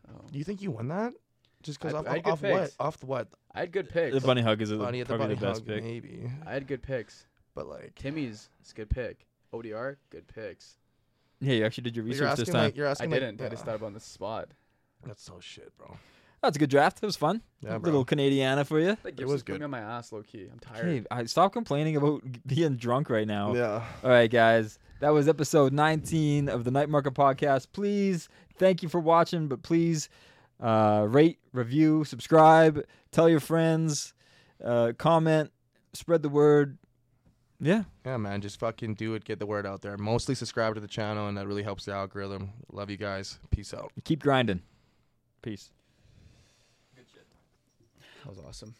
Speaker 4: Oh.
Speaker 3: you think you won that? Just because
Speaker 4: I-
Speaker 3: off,
Speaker 4: I had good
Speaker 3: off what?
Speaker 4: picks.
Speaker 3: Off the what?
Speaker 4: I had good picks.
Speaker 2: The bunny hug is a,
Speaker 3: Bunny at the
Speaker 2: probably
Speaker 3: bunny
Speaker 2: the best
Speaker 3: hug,
Speaker 2: pick.
Speaker 3: maybe.
Speaker 4: I had good picks.
Speaker 3: But like,
Speaker 4: Timmy's is good pick. ODR, good picks.
Speaker 2: Yeah, you actually did your
Speaker 3: But
Speaker 2: research this
Speaker 3: asking
Speaker 2: time.
Speaker 3: Like, you're
Speaker 4: I
Speaker 3: asking like-
Speaker 4: didn't. I just
Speaker 3: yeah.
Speaker 4: thought about the spot.
Speaker 3: That's so shit, bro.
Speaker 2: That's a good draft. It was fun.
Speaker 3: Yeah,
Speaker 2: a
Speaker 3: bro.
Speaker 2: little Canadiana for you.
Speaker 4: That
Speaker 3: It
Speaker 4: gives
Speaker 3: was
Speaker 4: was coming
Speaker 3: good.
Speaker 4: on my ass, low key. I'm tired.
Speaker 2: Hey, I stop complaining about being drunk right now.
Speaker 3: Yeah.
Speaker 2: All right, guys. That was episode 19 of the Night Market Podcast. Please, thank you for watching, but please uh, rate, review, subscribe, tell your friends, uh, comment, spread the word. Yeah.
Speaker 3: Yeah, man. Just fucking do it. Get the word out there. Mostly subscribe to the channel, and that really helps the algorithm. Love you guys. Peace out.
Speaker 2: Keep grinding. Peace.
Speaker 4: That was awesome.